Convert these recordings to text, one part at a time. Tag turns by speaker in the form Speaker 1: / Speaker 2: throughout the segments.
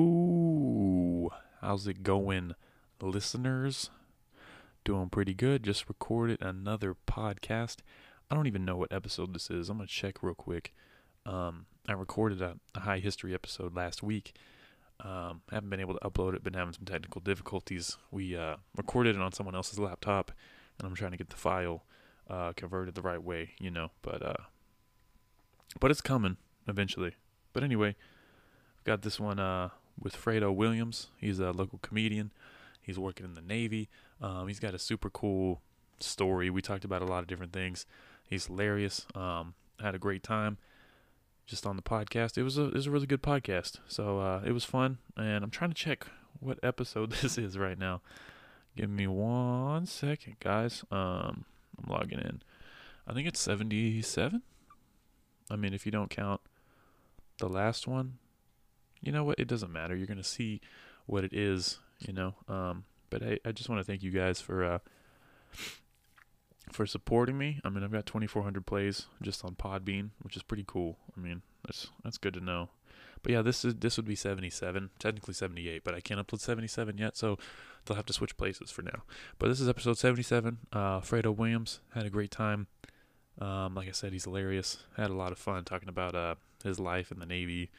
Speaker 1: Hello. How's it going, listeners? Doing pretty good. Just recorded another podcast. I don't even know what episode this is. I'm going to check real quick. Um, I recorded a, a high history episode last week. Um, haven't been able to upload it, been having some technical difficulties. We uh, recorded it on someone else's laptop, and I'm trying to get the file uh, converted the right way, you know. But uh, but it's coming eventually. But anyway, Got this one uh, with Fredo Williams. He's a local comedian. He's working in the Navy. Um, he's got a super cool story. We talked about a lot of different things. He's hilarious. Um, I had a great time just on the podcast. It was a it was a really good podcast. So uh, it was fun. And I'm trying to check what episode this is right now. Give me one second, guys. Um, I'm logging in. I think it's 77. I mean, if you don't count the last one, you know what it doesn't matter you're gonna see what it is you know um but i, I just want to thank you guys for uh for supporting me i mean i've got 2400 plays just on podbean which is pretty cool i mean that's that's good to know but yeah this is this would be 77 technically 78 but i can't upload 77 yet so they'll have to switch places for now but this is episode 77 uh fredo williams had a great time um like i said he's hilarious had a lot of fun talking about uh his life in the navy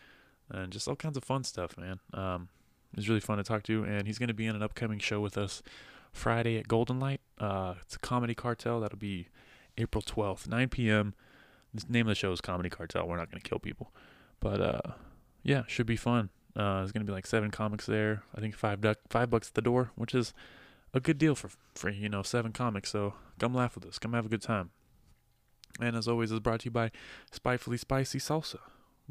Speaker 1: and just all kinds of fun stuff, man. Um, it was really fun to talk to, and he's going to be in an upcoming show with us Friday at Golden Light. Uh, it's a comedy cartel. That'll be April 12th, 9 p.m. The name of the show is Comedy Cartel. We're not going to kill people. But uh, yeah, should be fun. Uh, there's going to be like seven comics there. I think five, duck, five bucks at the door, which is a good deal for, for, you know, seven comics. So come laugh with us. Come have a good time. And as always, it's brought to you by Spitefully Spicy Salsa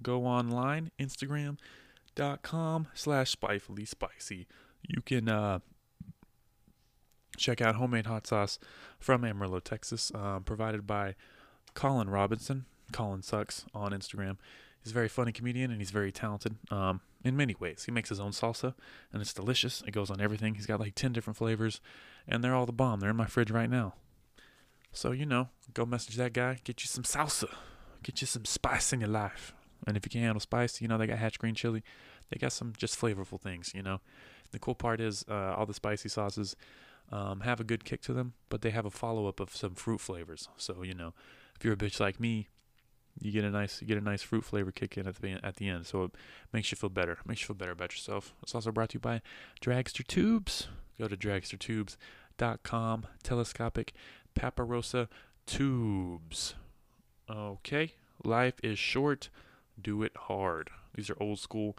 Speaker 1: go online instagram.com slash spifully spicy you can uh check out homemade hot sauce from amarillo texas uh, provided by colin robinson colin sucks on instagram he's a very funny comedian and he's very talented um, in many ways he makes his own salsa and it's delicious it goes on everything he's got like 10 different flavors and they're all the bomb they're in my fridge right now so you know go message that guy get you some salsa get you some spice in your life and if you can't handle spice, you know, they got hatch green chili. They got some just flavorful things, you know. The cool part is uh, all the spicy sauces um, have a good kick to them, but they have a follow up of some fruit flavors. So, you know, if you're a bitch like me, you get a nice you get a nice fruit flavor kick in at the at the end. So it makes you feel better. makes you feel better about yourself. It's also brought to you by Dragster Tubes. Go to dragstertubes.com. Telescopic Paparosa tubes. Okay, life is short do it hard. These are old school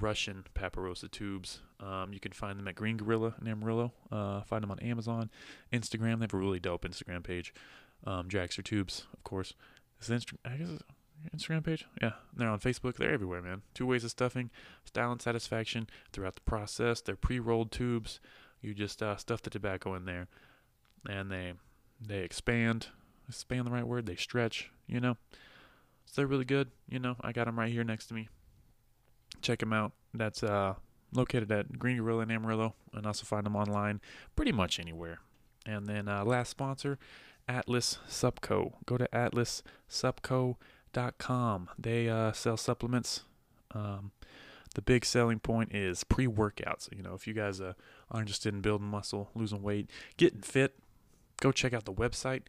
Speaker 1: Russian Paparosa tubes. Um, you can find them at Green Gorilla in Amarillo. Uh, find them on Amazon, Instagram. They have a really dope Instagram page. Um, Dragster Tubes, of course. Is it Insta- I guess it's Instagram page? Yeah. They're on Facebook. They're everywhere, man. Two ways of stuffing style and satisfaction throughout the process. They're pre rolled tubes. You just uh, stuff the tobacco in there and they they expand. Expand the right word? They stretch, you know? So they're really good. You know, I got them right here next to me. Check them out. That's uh, located at Green Gorilla in Amarillo, and also find them online pretty much anywhere. And then uh, last sponsor, Atlas Supco. Go to atlassupco.com. They uh, sell supplements. Um, the big selling point is pre-workouts. You know, if you guys uh, are interested in building muscle, losing weight, getting fit, go check out the website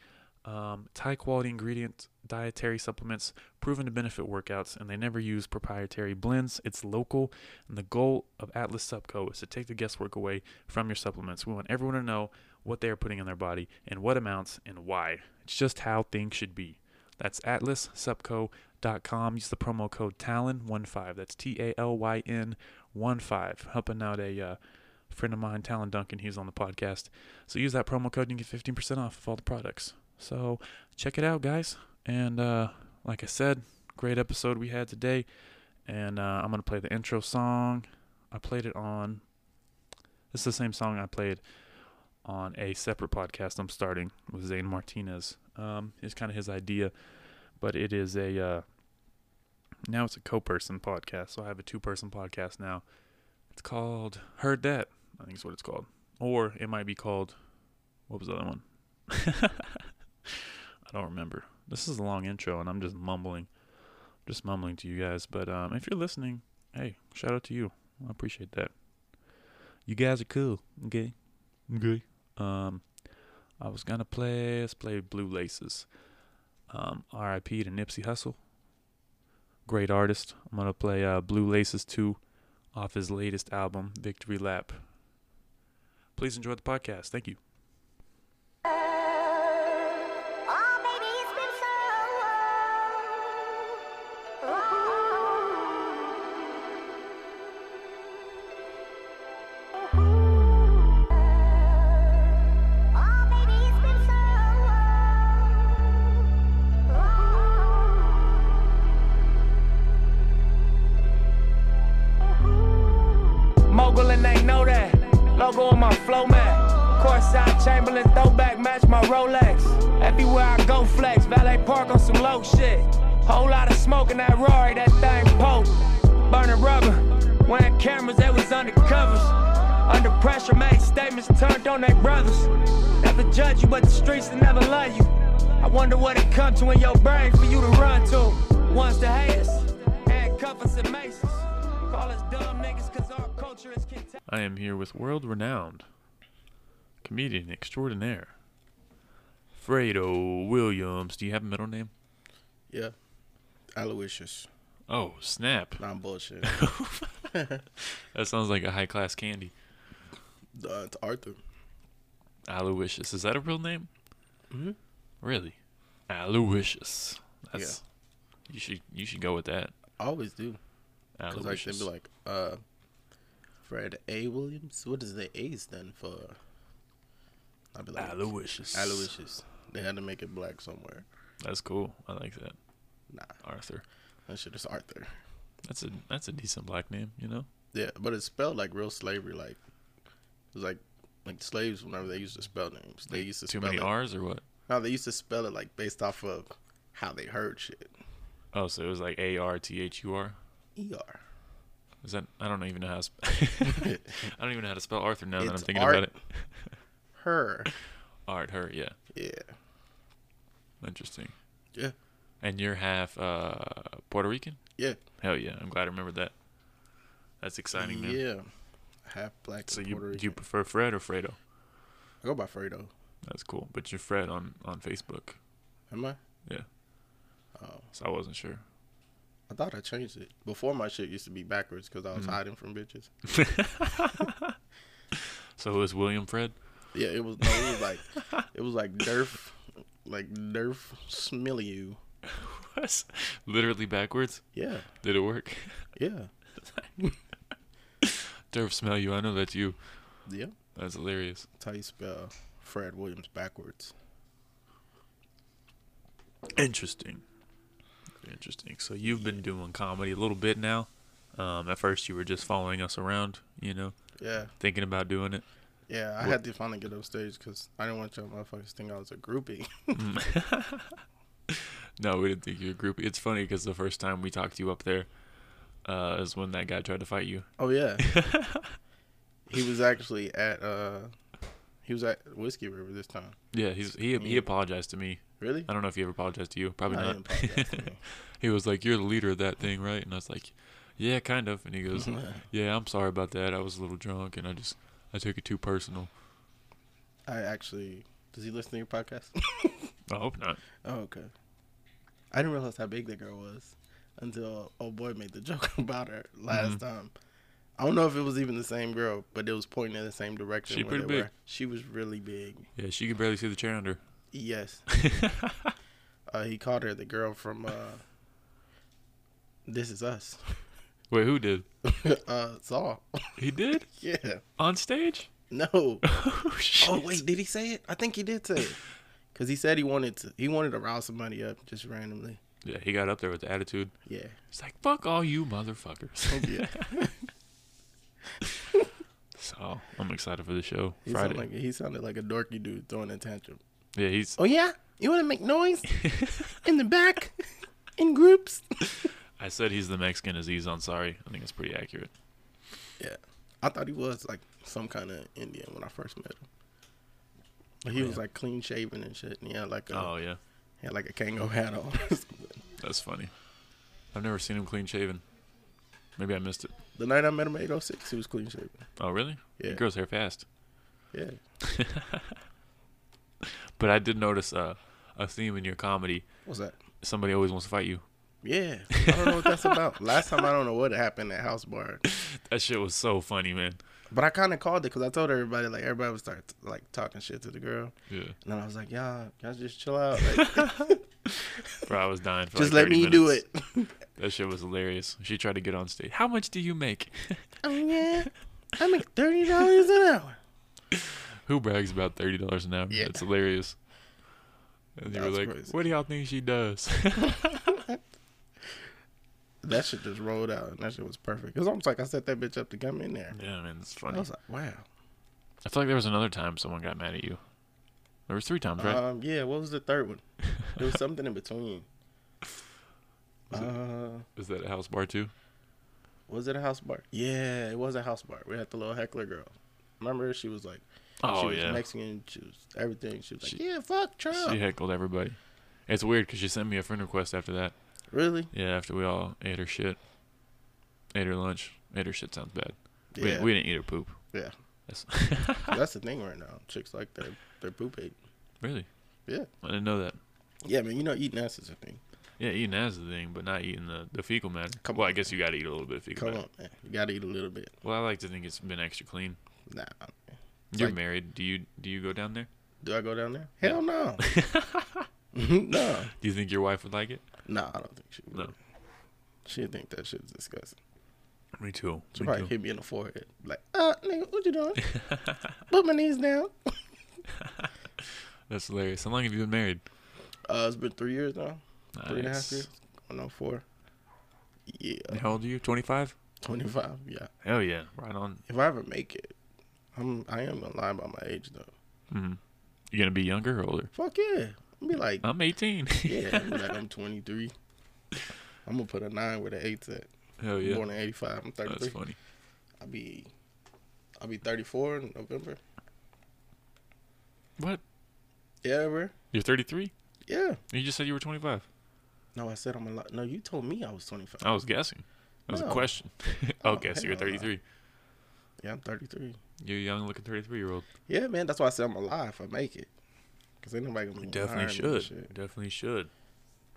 Speaker 1: um, it's high quality ingredients, dietary supplements, proven to benefit workouts, and they never use proprietary blends. It's local, and the goal of Atlas Supco is to take the guesswork away from your supplements. We want everyone to know what they are putting in their body and what amounts and why. It's just how things should be. That's atlassupco.com. Use the promo code TALON15. That's T A L Y N 1 5. Helping out a uh, friend of mine, Talon Duncan. He's on the podcast. So use that promo code and you get 15% off of all the products. So check it out, guys. And uh, like I said, great episode we had today. And uh, I'm gonna play the intro song. I played it on. This is the same song I played on a separate podcast I'm starting with Zane Martinez. Um, it's kind of his idea, but it is a uh, now it's a co-person podcast. So I have a two-person podcast now. It's called Heard That. I think is what it's called, or it might be called what was the other one? I don't remember. This is a long intro, and I'm just mumbling, just mumbling to you guys. But um, if you're listening, hey, shout out to you. I appreciate that. You guys are cool. Okay. Okay. Um, I was gonna play. Let's play Blue Laces. Um, R.I.P. to Nipsey Hussle. Great artist. I'm gonna play uh, Blue Laces 2 off his latest album, Victory Lap. Please enjoy the podcast. Thank you.
Speaker 2: Oh, baby, it's been so Oh, long. Oh, baby, it's been so
Speaker 3: Mogul and they know that. Logo on my flow mat. Courtside Chamberlain throwback match my Rolex. Everywhere I go flex. Valet Park on some low shit. Whole lot of smoke in that Rory, that thing poke. Burning rubber. Wearing cameras that was undercovers. Under pressure, made statements turned on their brothers. Never judge you, but the streets will never love you. I wonder what it comes to in your brain for you to run to. Once the haters, handcuff us and maces. Call us dumb niggas, cause our culture is contagious.
Speaker 1: I am here with world renowned comedian extraordinaire, Fredo Williams. Do you have a middle name?
Speaker 4: Yeah. Aloysius.
Speaker 1: Oh, snap.
Speaker 4: Nah, I'm bullshit.
Speaker 1: That sounds like a high class candy.
Speaker 4: uh, it's Arthur.
Speaker 1: Aloysius. Is that a real name? Mm-hmm. Really? Aloysius. That's you should you should go with that.
Speaker 4: I always do. Because I should
Speaker 1: Aloysius.
Speaker 4: be like, uh, Fred A. Williams? What is the A's then for? I'd be like,
Speaker 1: Aloysius.
Speaker 4: Aloysius. They had to make it black somewhere.
Speaker 1: That's cool. I like that.
Speaker 4: Nah,
Speaker 1: Arthur.
Speaker 4: that shit is Arthur.
Speaker 1: That's a that's a decent black name, you know?
Speaker 4: Yeah, but it's spelled like real slavery. Like, it was like, like slaves, whenever they used to spell names, they used to
Speaker 1: Too
Speaker 4: spell
Speaker 1: many
Speaker 4: it.
Speaker 1: R's or what?
Speaker 4: No, they used to spell it like based off of how they heard shit.
Speaker 1: Oh, so it was like A R T H U R?
Speaker 4: ER.
Speaker 1: Is that I don't even know how to sp- I don't even know how to spell Arthur now that I'm
Speaker 4: It's
Speaker 1: thinking
Speaker 4: art.
Speaker 1: about it.
Speaker 4: Her.
Speaker 1: Art, her, yeah.
Speaker 4: Yeah.
Speaker 1: Interesting.
Speaker 4: Yeah.
Speaker 1: And you're half uh Puerto Rican?
Speaker 4: Yeah.
Speaker 1: Hell yeah. I'm glad I remembered that. That's exciting, man.
Speaker 4: Yeah. Half black.
Speaker 1: So
Speaker 4: and
Speaker 1: you
Speaker 4: Puerto
Speaker 1: do you
Speaker 4: Rican.
Speaker 1: prefer Fred or Fredo?
Speaker 4: I go by Fredo.
Speaker 1: That's cool. But you're Fred on on Facebook.
Speaker 4: Am I?
Speaker 1: Yeah.
Speaker 4: Oh.
Speaker 1: So I wasn't sure.
Speaker 4: I thought I changed it. Before my shit used to be backwards because
Speaker 1: Mm.
Speaker 4: I was hiding from bitches.
Speaker 1: So it was William Fred?
Speaker 4: Yeah, it was. No, it was like it was like Nerf, like Nerf Smilly.
Speaker 1: That's literally backwards.
Speaker 4: Yeah,
Speaker 1: Did it work?
Speaker 4: yeah,
Speaker 1: Derf smell you. I know that's you.
Speaker 4: yeah.
Speaker 1: That's hilarious.
Speaker 4: That's how you spell Fred Williams backwards.
Speaker 1: Interesting. Interesting. So you've been doing comedy a little bit now. Um, at first you were just following us around, you know,
Speaker 4: Yeah,
Speaker 1: thinking about doing it.
Speaker 4: yeah. I had to finally get up stage because I didn't want y'all motherfuckers to think I was a groupie.
Speaker 1: No, we didn't think you were a groupie. It's funny because the first time we talked to you up there uh, is when that guy tried to fight you.
Speaker 4: oh yeah. he was actually at uh, he was at Whiskey River this time.
Speaker 1: Yeah, he's he he
Speaker 4: Yeah.
Speaker 1: apologized to me.
Speaker 4: Really?
Speaker 1: I don't know if he ever apologized to you. Probably
Speaker 4: I
Speaker 1: not.
Speaker 4: didn't apologize to him.
Speaker 1: he was like, "You're the leader of that thing, right?" And I was like, "Yeah, kind of." And he goes, "Yeah, I'm sorry about that. I was a little drunk, and I just I took it too personal."
Speaker 4: I actually. Does he listen to your podcast?
Speaker 1: I hope not.
Speaker 4: oh, okay. I didn't realize how big that girl was until old boy made the joke about her
Speaker 1: Mm-hmm.
Speaker 4: last time. I don't know if it was even the same girl, but it was pointing in the same direction.
Speaker 1: She
Speaker 4: where
Speaker 1: pretty
Speaker 4: they
Speaker 1: big.
Speaker 4: Were. She was really big.
Speaker 1: Yeah, she could barely see the chair under.
Speaker 4: Yes. uh, he called her the girl from uh, This Is Us.
Speaker 1: Wait, who did?
Speaker 4: uh, Saw.
Speaker 1: He did
Speaker 4: yeah.
Speaker 1: on stage?
Speaker 4: No.
Speaker 1: Oh shit!
Speaker 4: Oh wait, did he say it? I think he did say it. Cause he said he wanted to. He wanted to rile somebody up just randomly.
Speaker 1: Yeah, he got up there with the attitude.
Speaker 4: Yeah.
Speaker 1: He's like, "Fuck all you motherfuckers."
Speaker 4: Yeah.
Speaker 1: so I'm excited for the show
Speaker 4: He
Speaker 1: Friday.
Speaker 4: sounded, like, he sounded like a dorky dude throwing a tantrum.
Speaker 1: yeah, he's.
Speaker 4: Oh yeah, you want to make noise in the back in groups?
Speaker 1: I said he's the Mexican Aziz Ansari. I think it's pretty accurate.
Speaker 4: Yeah, I thought he was like some kind of Indian when I first met him. But he was like clean shaven and shit, and he had like a
Speaker 1: Oh yeah,
Speaker 4: he had like a Kango hat on.
Speaker 1: that's funny. I've never seen him clean shaven. Maybe I missed it.
Speaker 4: The night I met him at 806, he was clean shaven.
Speaker 1: Oh, really?
Speaker 4: Yeah.
Speaker 1: It grows hair fast.
Speaker 4: Yeah.
Speaker 1: But I did notice uh, a theme in your comedy.
Speaker 4: What's that?
Speaker 1: Somebody always wants to fight you.
Speaker 4: Yeah. I don't know what that's about. Last time, I don't know what happened at House Bar.
Speaker 1: That shit was so funny, man.
Speaker 4: But I kind of called it because I told everybody, like, everybody would start, like, talking shit to the girl.
Speaker 1: Yeah.
Speaker 4: And then I was like, y'all, y'all just chill out. Like,
Speaker 1: Bro, I was dying for
Speaker 4: just
Speaker 1: like,
Speaker 4: let
Speaker 1: 30
Speaker 4: me do
Speaker 1: minutes.
Speaker 4: it.
Speaker 1: That shit was hilarious. She tried to get on stage. How much do you make?
Speaker 4: oh, yeah. I make $30 an hour.
Speaker 1: Who brags about thirty dollars an hour?
Speaker 4: Yeah.
Speaker 1: It's hilarious. And you were
Speaker 4: That's
Speaker 1: like,
Speaker 4: crazy.
Speaker 1: "What do y'all think she does?"
Speaker 4: That shit just rolled out, and that shit was perfect. It was almost like I set that bitch up to come in there.
Speaker 1: yeah, man, it's
Speaker 4: I
Speaker 1: funny.
Speaker 4: was like, wow.
Speaker 1: I feel like there was another time someone got mad at you. There was three times, right?
Speaker 4: Um, yeah, what was the third one? There was something in between. Uh,
Speaker 1: Is that a house bar too?
Speaker 4: was it a house bar? Yeah, it was a house bar. We had the little heckler girl. Remember, she was like, she
Speaker 1: Oh
Speaker 4: was
Speaker 1: yeah,
Speaker 4: Mexican. She was everything. She was like,
Speaker 1: She-
Speaker 4: yeah, fuck Trump.
Speaker 1: she heckled everybody. It's weird because she sent me a friend request after that.
Speaker 4: Really?
Speaker 1: Yeah, after we all ate her shit, ate her lunch, ate her shit. Sounds bad. We,
Speaker 4: Yeah.
Speaker 1: didn't- we didn't eat her poop.
Speaker 4: Yeah.
Speaker 1: That's
Speaker 4: That's the thing right now. Chicks like their their poop ate.
Speaker 1: really.
Speaker 4: Yeah.
Speaker 1: I didn't know that.
Speaker 4: Yeah, man. You know, eating ass is a thing.
Speaker 1: Yeah, eating that's the thing, but not eating the, the fecal matter.
Speaker 4: Come
Speaker 1: well, I
Speaker 4: on,
Speaker 1: guess you got to eat a little bit of fecal
Speaker 4: Come
Speaker 1: matter.
Speaker 4: on, man. You gotta eat a little bit.
Speaker 1: Well, I like to think it's been extra clean.
Speaker 4: Nah. man.
Speaker 1: You're
Speaker 4: like-
Speaker 1: married. Do you do you go down there?
Speaker 4: Do I go down there? Hell no. no.
Speaker 1: Do you think your wife would like it?
Speaker 4: No, I don't think she would.
Speaker 1: No.
Speaker 4: She'd think that shit's disgusting.
Speaker 1: Me too.
Speaker 4: She'd probably hit me in the forehead. Like, uh, nigga, what you doing? Put my knees down.
Speaker 1: That's hilarious. How long have you been married?
Speaker 4: Uh, it's been three years now. Three and a half
Speaker 1: Nice.
Speaker 4: years. Going on four. Yeah.
Speaker 1: And How old are you? 25?
Speaker 4: 25. Yeah.
Speaker 1: Hell yeah. Right on.
Speaker 4: If I ever make it, I'm, I am going to lie about my age, though.
Speaker 1: Mm. You going to be younger or older?
Speaker 4: Fuck yeah. I'll be like,
Speaker 1: I'm 18.
Speaker 4: yeah. I'll be like, I'm 23. I'm going to put a nine where the eight's at.
Speaker 1: Hell
Speaker 4: I'm
Speaker 1: Oh, yeah.
Speaker 4: born in 85. I'm 33.
Speaker 1: That's funny.
Speaker 4: I'll be, I'll be 34 in November.
Speaker 1: What?
Speaker 4: Yeah, bro.
Speaker 1: You're 33?
Speaker 4: Yeah.
Speaker 1: You just said you were 25.
Speaker 4: No, I said I'm a lot. No, you told me I was 25.
Speaker 1: I was guessing. That was a
Speaker 4: No.
Speaker 1: question.
Speaker 4: Oh,
Speaker 1: okay, so you're
Speaker 4: hell no.
Speaker 1: 33.
Speaker 4: Yeah, I'm 33.
Speaker 1: You're a young looking 33 year old.
Speaker 4: Yeah, man. That's why I said I'm alive. If I make it, because ain't nobody gonna be
Speaker 1: Definitely
Speaker 4: hiring me and
Speaker 1: should.
Speaker 4: Shit.
Speaker 1: Definitely should.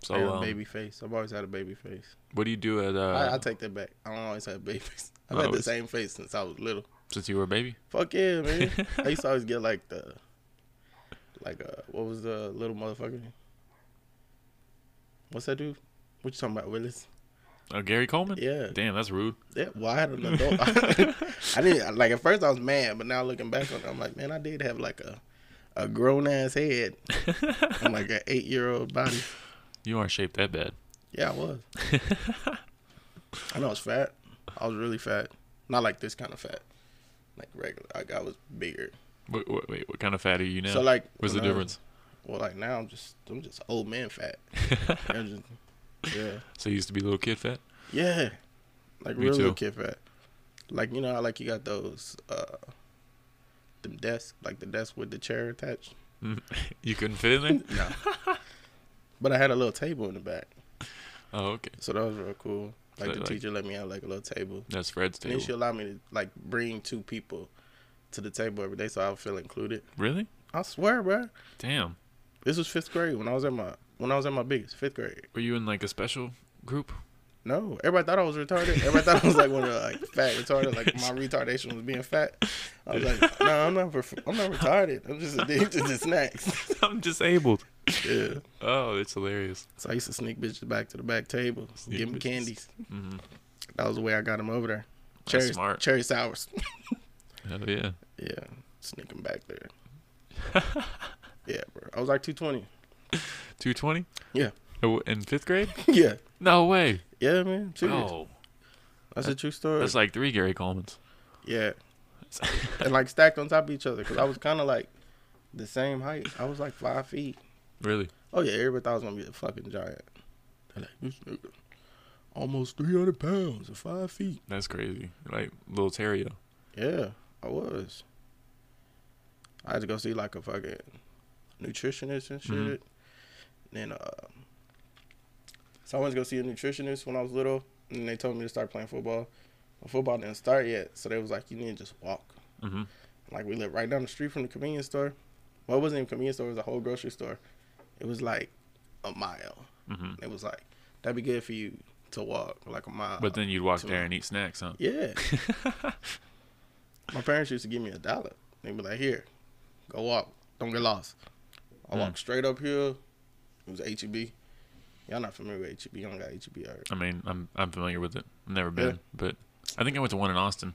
Speaker 1: So,
Speaker 4: I got a
Speaker 1: um,
Speaker 4: baby face. I've always had a baby face.
Speaker 1: what do you do at
Speaker 4: I, I
Speaker 1: uh,
Speaker 4: take that back. I don't always have babies. I've
Speaker 1: I
Speaker 4: had the
Speaker 1: always-
Speaker 4: same face since I was little.
Speaker 1: since you were a baby?
Speaker 4: Fuck yeah, man. I used to always get like the, like uh, what was the little motherfucker? name? What's that dude? What you talking about, Willis?
Speaker 1: Uh, Gary Coleman?
Speaker 4: Yeah.
Speaker 1: Damn, that's rude.
Speaker 4: Yeah, well, I had an adult. I didn't like at first. I was mad, but now looking back on it, I'm like, man, I did have like a a grown ass head and like an eight year old body.
Speaker 1: You aren't shaped that bad.
Speaker 4: Yeah, I was. and I was fat. I was really fat. Not like this kind of fat. Like regular. Like I was bigger.
Speaker 1: Wait, wait, wait what kind of fat are you now?
Speaker 4: So like, uh,
Speaker 1: what's the
Speaker 4: when I was-
Speaker 1: difference?
Speaker 4: Well, like now I'm just I'm just old man fat. I'm just- yeah,
Speaker 1: So you used to be little kid fat.
Speaker 4: yeah. Like
Speaker 1: Me
Speaker 4: real little
Speaker 1: too.
Speaker 4: kid fat. Like you know how like you got those uh, them desks like the desk with the chair attached.
Speaker 1: You couldn't fit in there.
Speaker 4: No. but I had a little table in the back,
Speaker 1: Oh, okay.
Speaker 4: so that was real cool. Like
Speaker 1: So,
Speaker 4: the
Speaker 1: like-
Speaker 4: teacher let me have like a little table.
Speaker 1: That's Fred's
Speaker 4: And then
Speaker 1: table.
Speaker 4: she allowed me to like bring two people to the table every day, so I would feel included.
Speaker 1: Really?
Speaker 4: I swear, bro.
Speaker 1: Damn.
Speaker 4: This was fifth grade when I was at my when I was at my biggest fifth grade.
Speaker 1: Were you in like a special group?
Speaker 4: No, everybody thought I was retarded. Everybody thought I was like one of the like fat retarded. Like my retardation was being fat. I was like, no, I'm not. Ref- I'm not retarded. I'm just addicted to snacks.
Speaker 1: I'm disabled.
Speaker 4: yeah.
Speaker 1: Oh, it's hilarious.
Speaker 4: So I used to sneak bitches back to the back table,
Speaker 1: Sneak
Speaker 4: give them
Speaker 1: bitches.
Speaker 4: candies.
Speaker 1: Mhm.
Speaker 4: That was the way I got them over there.
Speaker 1: That's
Speaker 4: Cherry,
Speaker 1: smart.
Speaker 4: cherry sours.
Speaker 1: Hell yeah.
Speaker 4: yeah, sneak 'em back there. yeah, bro. I was like 220.
Speaker 1: 220?
Speaker 4: Yeah.
Speaker 1: Oh, In fifth grade?
Speaker 4: yeah.
Speaker 1: No way.
Speaker 4: Yeah, man. Serious.
Speaker 1: Oh,
Speaker 4: That's a true story.
Speaker 1: that's like three Gary Colemans.
Speaker 4: yeah. and like stacked on top of each other because I was kind of like the same height. I was like five feet.
Speaker 1: Really?
Speaker 4: Oh, yeah. Everybody thought I was going to be a fucking giant. They're like, this nigga almost 300 pounds and five feet.
Speaker 1: That's crazy. Like little Terrio.
Speaker 4: Yeah, I was. I had to go see like a fucking nutritionist and shit.
Speaker 1: Mm-hmm.
Speaker 4: Then uh, so I went to go see a nutritionist when I was little, and they told me to start playing football. Well, football didn't start yet, so they was like, you need to just walk.
Speaker 1: Mhm.
Speaker 4: Like we lived right down the street from the convenience store. Well, it wasn't even a convenience store; it was a whole grocery store. It was like a mile.
Speaker 1: Mhm.
Speaker 4: It was like that'd be good for you to walk like a mile.
Speaker 1: But then you'd walk
Speaker 4: Uh, to-
Speaker 1: there and eat snacks, huh?
Speaker 4: yeah, my parents used to give me a dollar. They'd be like, here, go walk. Don't get lost. I walked straight up here. It was HEB. Y'all not familiar with HEB? Y'all don't got E HEB already.
Speaker 1: I mean, I'm I'm familiar with it. I've never been, but I think I went to one in Austin.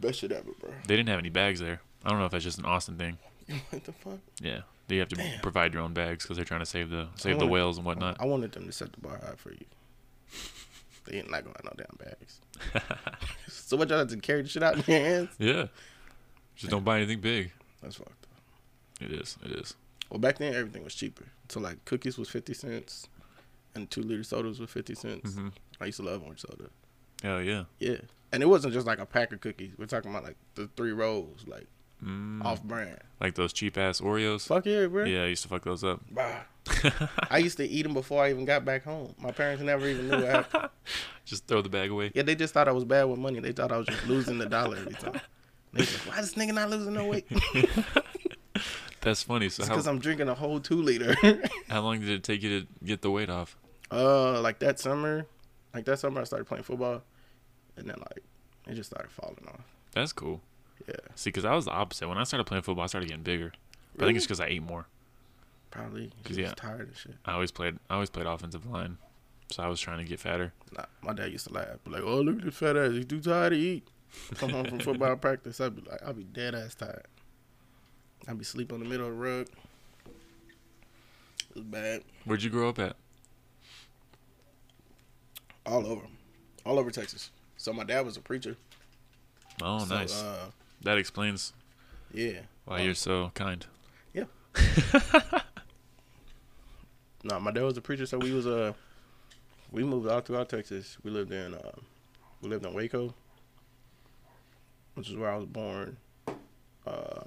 Speaker 4: Best shit ever, bro.
Speaker 1: They didn't have any bags there. I don't know if that's just an Austin thing.
Speaker 4: what the fuck?
Speaker 1: Yeah, you have to
Speaker 4: Damn.
Speaker 1: provide your own bags because they're trying to save the save the
Speaker 4: wanna-
Speaker 1: whales and whatnot.
Speaker 4: I wanted them to set the bar high for you. They ain't not gonna have no damn bags. so what y'all have to carry the shit out in your hands?
Speaker 1: yeah, just don't buy anything big.
Speaker 4: That's fucked up.
Speaker 1: It is. It is.
Speaker 4: Well, back then everything was cheaper. So like cookies was fifty cents, and two liter sodas was fifty cents.
Speaker 1: Mhm.
Speaker 4: I used to love orange soda.
Speaker 1: Oh yeah.
Speaker 4: Yeah, and it wasn't just like a pack of cookies. We're talking about like the three rolls, like
Speaker 1: Mm,
Speaker 4: off brand.
Speaker 1: like those cheap ass Oreos.
Speaker 4: Fuck yeah, bro.
Speaker 1: Yeah, I used to fuck those up.
Speaker 4: Bah. I used to eat them before I even got back home. My parents never even knew what happened.
Speaker 1: Just throw the bag away.
Speaker 4: Yeah, they just thought I was bad with money. They thought I was just losing the dollar every time. They was like, why this nigga not losing no weight? It's
Speaker 1: That's funny. So
Speaker 4: because
Speaker 1: how,
Speaker 4: I'm drinking a whole two liter.
Speaker 1: how long did it take you to get the weight off?
Speaker 4: uh, like that summer, like that summer I started playing football, and then like it just started falling off.
Speaker 1: That's cool.
Speaker 4: Yeah,
Speaker 1: See, because I was the opposite. When I started playing football, I started getting bigger. But I think it's because I ate more.
Speaker 4: probably.
Speaker 1: 'Cause,
Speaker 4: Cause
Speaker 1: yeah.
Speaker 4: was tired and shit.
Speaker 1: I always played. I always played offensive line, so I was trying to get fatter.
Speaker 4: Nah, my dad used to laugh, be like, "Oh, look at this fat ass. He's too tired to eat." Come home from football practice, I'd be like, I'd be dead ass tired. I'd be sleep on the middle of the rug. It was bad.
Speaker 1: Where'd you grow up at?
Speaker 4: all over, all over Texas. So my dad was a preacher.
Speaker 1: Oh,
Speaker 4: So,
Speaker 1: nice.
Speaker 4: Uh,
Speaker 1: that explains
Speaker 4: yeah.
Speaker 1: why
Speaker 4: Um,
Speaker 1: you're so kind.
Speaker 4: No, my dad was a preacher, so we was uh, we moved all throughout Texas. We lived in uh, we lived in Waco, which is where I was born. Uh,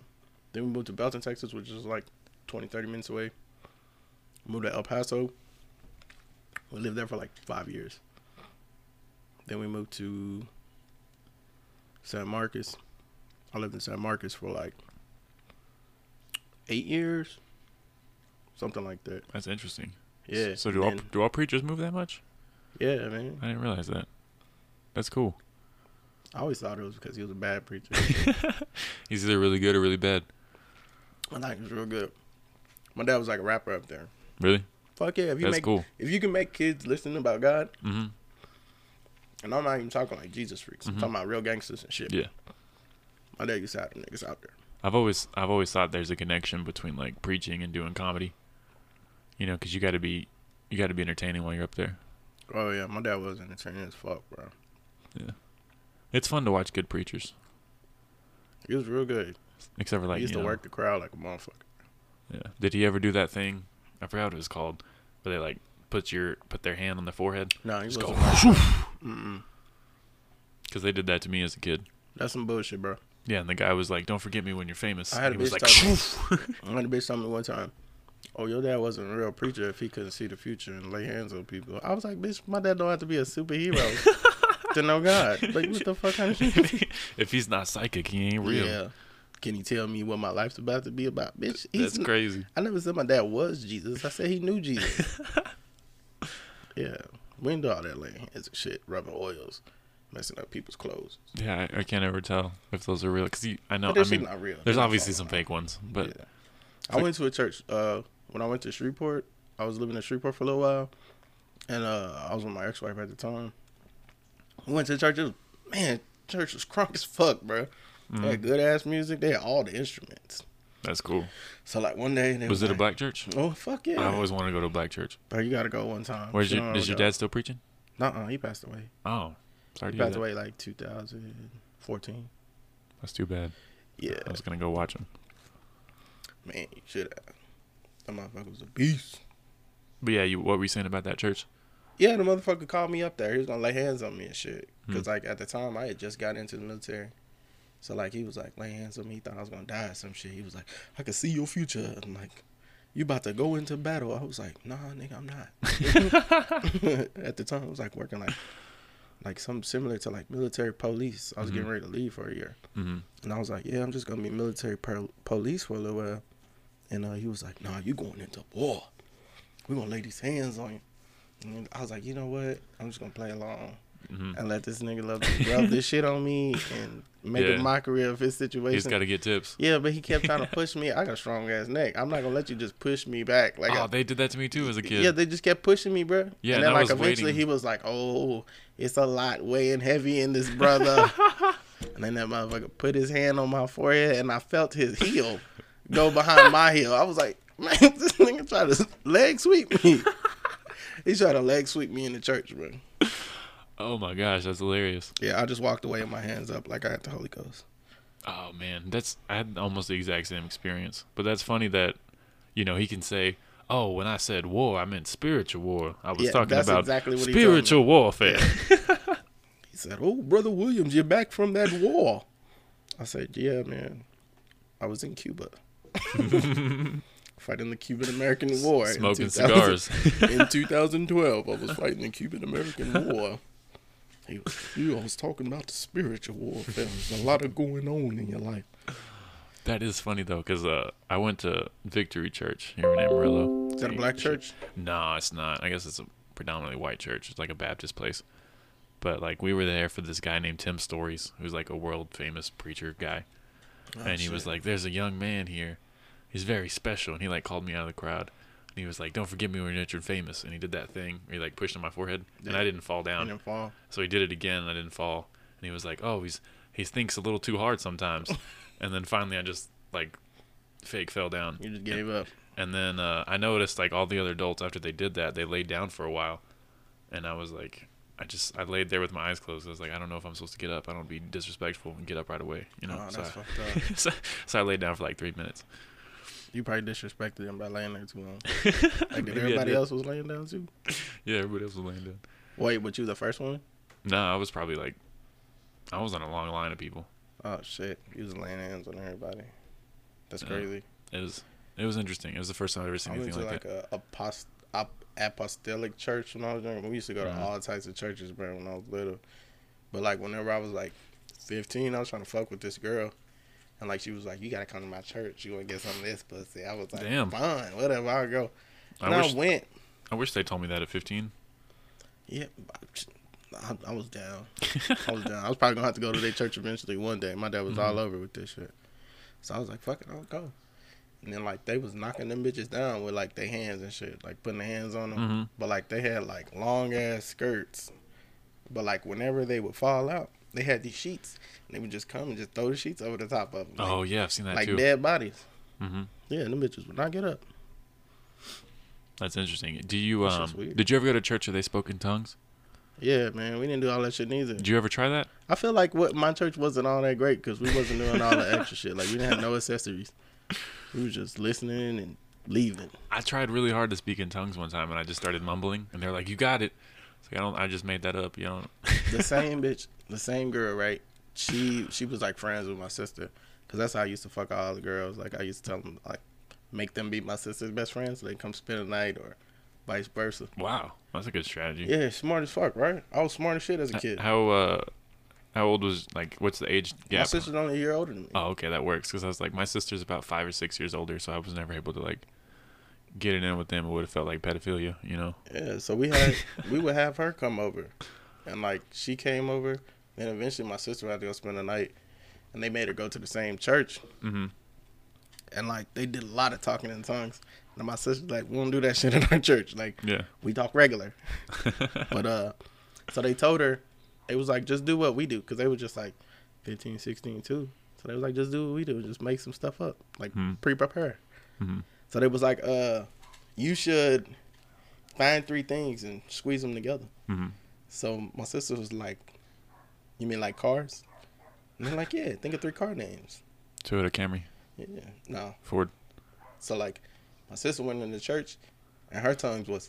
Speaker 4: then we moved to Belton, Texas, which is like 20, 30 minutes away. Moved to El Paso. We lived there for like five years. Then we moved to San Marcos. I lived in San Marcos for like eight years, something like that.
Speaker 1: That's interesting. S-
Speaker 4: Yeah.
Speaker 1: So do all
Speaker 4: and then-
Speaker 1: do all preachers move that much?
Speaker 4: Yeah, man.
Speaker 1: I didn't realize that. That's cool.
Speaker 4: I always thought it was because he was a bad preacher.
Speaker 1: He's either really good or really bad.
Speaker 4: I thought he was real good. My dad was like a rapper up there.
Speaker 1: Really?
Speaker 4: Fuck yeah! If you
Speaker 1: That's
Speaker 4: make
Speaker 1: cool.
Speaker 4: if you can make kids listen about God,
Speaker 1: Mm-hmm.
Speaker 4: and I'm not even talking like Jesus freaks. I'm talking about real gangsters and shit.
Speaker 1: Yeah.
Speaker 4: My dad used to have them niggas out there.
Speaker 1: I've always I've always thought there's a connection between like preaching and doing comedy. You know, because you got to be you got to be entertaining while you're up there.
Speaker 4: Oh yeah, my dad was entertaining as fuck, bro.
Speaker 1: It's fun to watch good preachers,
Speaker 4: He was real good.
Speaker 1: except for like
Speaker 4: he used
Speaker 1: you
Speaker 4: to
Speaker 1: know,
Speaker 4: work the crowd like a motherfucker.
Speaker 1: Yeah. Did he ever do that thing? I forgot what it was called, where they like put your put their hand on the forehead.
Speaker 4: No, he was
Speaker 1: Just go.
Speaker 4: Mm-mm.
Speaker 1: Because they did that to me as a kid.
Speaker 4: That's some bullshit, bro.
Speaker 1: Yeah, and the guy was like, "Don't forget me when you're famous."
Speaker 4: I had
Speaker 1: and
Speaker 4: a
Speaker 1: he was
Speaker 4: bitch
Speaker 1: like,
Speaker 4: I had a bitch tell me one time, "Oh, your dad wasn't a real preacher if he couldn't see the future and lay hands on people." I was like, "Bitch, my dad don't have to be a superhero to know God. Like, what the fuck kind of shit?"
Speaker 1: "If he's not psychic, he ain't real."
Speaker 4: Yeah. Can you tell me what my life's about to be about, bitch?
Speaker 1: That's
Speaker 4: n-
Speaker 1: crazy.
Speaker 4: I never said my dad was Jesus. I said he knew Jesus. yeah, we ain't do all that laying hands and shit, rubbing oils, messing up people's clothes.
Speaker 1: Yeah, I, I can't ever tell if those are real. Cause he, I know. I
Speaker 4: But that shit
Speaker 1: mean,
Speaker 4: not real.
Speaker 1: there's
Speaker 4: That's
Speaker 1: obviously
Speaker 4: all
Speaker 1: some
Speaker 4: lie.
Speaker 1: fake ones, but
Speaker 4: Yeah. I went to a church uh, when I went to Shreveport. I was living in Shreveport for a little while, and uh, I was with my ex-wife at the time. We went to church. It was, man, church was crunk as fuck, bro. They
Speaker 1: Mm.
Speaker 4: had good ass music. They had all the instruments.
Speaker 1: that's cool.
Speaker 4: So like one day, they
Speaker 1: Was
Speaker 4: was
Speaker 1: it a
Speaker 4: like,
Speaker 1: black church?
Speaker 4: Oh fuck yeah!
Speaker 1: I always wanted to go to a black church.
Speaker 4: Bro, you gotta go one time.
Speaker 1: Where's your is your dad still preaching?
Speaker 4: No, uh, he passed away.
Speaker 1: Oh, sorry
Speaker 4: He
Speaker 1: to hear
Speaker 4: passed
Speaker 1: that.
Speaker 4: away like 2014.
Speaker 1: That's too bad.
Speaker 4: Yeah,
Speaker 1: I was gonna go watch him.
Speaker 4: man, you should have. That motherfucker was a beast.
Speaker 1: But yeah, you what were you saying about that church?
Speaker 4: Yeah, the motherfucker called me up there. He was gonna lay hands on me and shit. Cause like at the time I had just got into the military, so like he was like lay hands on me. He thought I was gonna die or some shit. He was like, I could see your future. I'm like, you about to go into battle. I was like, Nah, nigga, I'm not. at the time I was like working like like something similar to like military police. I was getting ready to leave for a year,
Speaker 1: hmm
Speaker 4: and I was like, "Yeah, I'm just gonna be military pro- police for a little while." And uh, he was like, "Nah, you going into war? We gonna lay these hands on you." And I was like, "You know what? I'm just gonna play along
Speaker 1: hmm
Speaker 4: and let this nigga love rub this shit on me and make
Speaker 1: Yeah.
Speaker 4: a mockery of his
Speaker 1: You just
Speaker 4: situation."
Speaker 1: got to get tips.
Speaker 4: yeah, but he kept trying to push me. I got a strong ass neck. I'm not gonna let you just push me back. Like, I-
Speaker 1: Oh, they did that to me too as a kid.
Speaker 4: yeah, they just kept pushing me, bro.
Speaker 1: Yeah, and
Speaker 4: and then
Speaker 1: I
Speaker 4: like
Speaker 1: was
Speaker 4: eventually
Speaker 1: waiting.
Speaker 4: he was like, "Oh, it's a lot weighing heavy in this brother." and then that motherfucker put his hand on my forehead, and I felt his heel go behind my heel. I was like, "Man, this nigga tried to leg sweep me." he tried to leg sweep me in the church, bro.
Speaker 1: oh my gosh, that's hilarious.
Speaker 4: Yeah, I just walked away with my hands up like I had the Holy Ghost.
Speaker 1: Oh man, that's I had almost the exact same experience. But that's funny that you know he can say, "Oh, when I said war, I meant spiritual war. I was
Speaker 4: Yeah,
Speaker 1: talking
Speaker 4: that's
Speaker 1: about
Speaker 4: exactly what he told me."
Speaker 1: spiritual warfare."
Speaker 4: He said, "Oh, brother Williams, you're back from that war." I said, "Yeah, man. I was in Cuba, fighting the Cuban-American War, in
Speaker 1: Smoking
Speaker 4: 2000
Speaker 1: cigars.
Speaker 4: in 2012, I was fighting the Cuban-American War. He was, you was talking about the spiritual warfare. There's a lot of going on in your life.
Speaker 1: that is funny though, because uh, I went to Victory Church here in Amarillo.
Speaker 4: Is that a black church?
Speaker 1: No, it's not. I guess it's a predominantly white church. It's like a Baptist place. But like we were there for this guy named Tim Stories, who's like a world famous preacher guy. and he was
Speaker 4: Oh, shit.
Speaker 1: like, There's a young man here. He's very special and he like called me out of the crowd. And he was like, Don't forget me when you're rich and famous and he did that thing where he like pushed on my forehead and I
Speaker 4: Yeah.
Speaker 1: didn't fall down.
Speaker 4: And then fall.
Speaker 1: So he did it again, and I didn't fall. And he was like, "Oh, he's he thinks a little too hard sometimes." and then finally, I just like fake fell down.
Speaker 4: You just gave up.
Speaker 1: And then uh, I noticed like all the other adults after they did that, they laid down for a while, and I was like, I just I laid there with my eyes closed. I was like, I don't know if I'm supposed to get up. I don't be disrespectful and get up right away, you know.
Speaker 4: Oh,
Speaker 1: so,
Speaker 4: that's
Speaker 1: I,
Speaker 4: fucked up.
Speaker 1: so, so I laid down for like three minutes.
Speaker 4: You probably disrespected him by laying there too long. Like, did
Speaker 1: Maybe I
Speaker 4: everybody
Speaker 1: did.
Speaker 4: else was laying down too?
Speaker 1: Yeah, everybody else was laying down.
Speaker 4: Wait, but you the first one?
Speaker 1: No, I was probably like, I was on a long line of people.
Speaker 4: Oh shit! He was laying hands on everybody. That's
Speaker 1: Yeah.
Speaker 4: crazy.
Speaker 1: It was it was interesting. It was the first time I've ever seen
Speaker 4: I went
Speaker 1: anything
Speaker 4: to
Speaker 1: like,
Speaker 4: like
Speaker 1: that.
Speaker 4: a apost- ap- apostolic church when I was younger. We used to go to
Speaker 1: Mhm.
Speaker 4: all types of churches, bro, when I was little. But like whenever I was like 15, I was trying to fuck with this girl, and like she was like, "You gotta come to my church. You gonna get some of this pussy." I was like,
Speaker 1: Damn.
Speaker 4: fine, whatever. I'll go."
Speaker 1: I
Speaker 4: And I,
Speaker 1: wish-
Speaker 4: went.
Speaker 1: I wish they told me that at 15.
Speaker 4: Yeah, I, I was down. I was down. I was probably gonna have to go to their church eventually one day. My dad was all over with this shit, so I was like, "Fuck it, I'll go." And then like they was knocking them bitches down with like their hands and shit, like putting their hands on them.
Speaker 1: Mhm.
Speaker 4: But like they had like long ass skirts, but like whenever they would fall out, they had these sheets, and they would just come and just throw the sheets over the top of them, like,
Speaker 1: Oh yeah, I've seen that
Speaker 4: like
Speaker 1: too.
Speaker 4: dead bodies.
Speaker 1: hmm
Speaker 4: Yeah, and them bitches would not get up.
Speaker 1: That's interesting. Do you
Speaker 4: That's
Speaker 1: um?
Speaker 4: just weird.
Speaker 1: Did you ever go to church where they spoke in tongues?
Speaker 4: Yeah, man, we didn't do all that shit neither.
Speaker 1: Did you ever try that?
Speaker 4: I feel like what my church wasn't all that great because we wasn't doing all the extra shit. Like we didn't have no accessories. We was just listening and leaving.
Speaker 1: I tried really hard to speak in tongues one time, and I just started mumbling, and they're like, "You got it." It's like I don't. I just made that up. You know.
Speaker 4: The same bitch, the same girl, right? She she was like friends with my sister because that's how I used to fuck all the girls. Like I used to tell them like make them be my sister's best friends so they come spend the night or vice versa.
Speaker 1: wow, that's a good strategy.
Speaker 4: Yeah, smart as fuck, right? I was smart as shit as a kid.
Speaker 1: How uh, how old was like? What's the age
Speaker 4: My
Speaker 1: gap?
Speaker 4: sister's only a year older than me.
Speaker 1: Oh, okay, that works. Because I was like, my sister's about five or six years older, so I was never able to like get it in with them. It would have felt like pedophilia, you know.
Speaker 4: Yeah, so we had we would have her come over, and like she came over, and eventually my sister had to go spend the night, and they made her go to the same church,
Speaker 1: Mm-hmm.
Speaker 4: and like they did a lot of talking in tongues, and my sister's like, we don't do that shit in our church, like
Speaker 1: Yeah.
Speaker 4: we talk regular, but uh, so they told her, it was like just do what we do, because they were just like 15, 16 too, so they was like just do what we do, just make some stuff up, like
Speaker 1: Hmm.
Speaker 4: pre-prepare,
Speaker 1: hmm
Speaker 4: so they was like uh, you should find three things and squeeze them together.
Speaker 1: hmm
Speaker 4: So my sister was like, "You mean like cars?" And they're like, "Yeah, think of three car names."
Speaker 1: Toyota Camry,
Speaker 4: Yeah, no.
Speaker 1: Ford.
Speaker 4: So like, my sister went into church, and her tongues was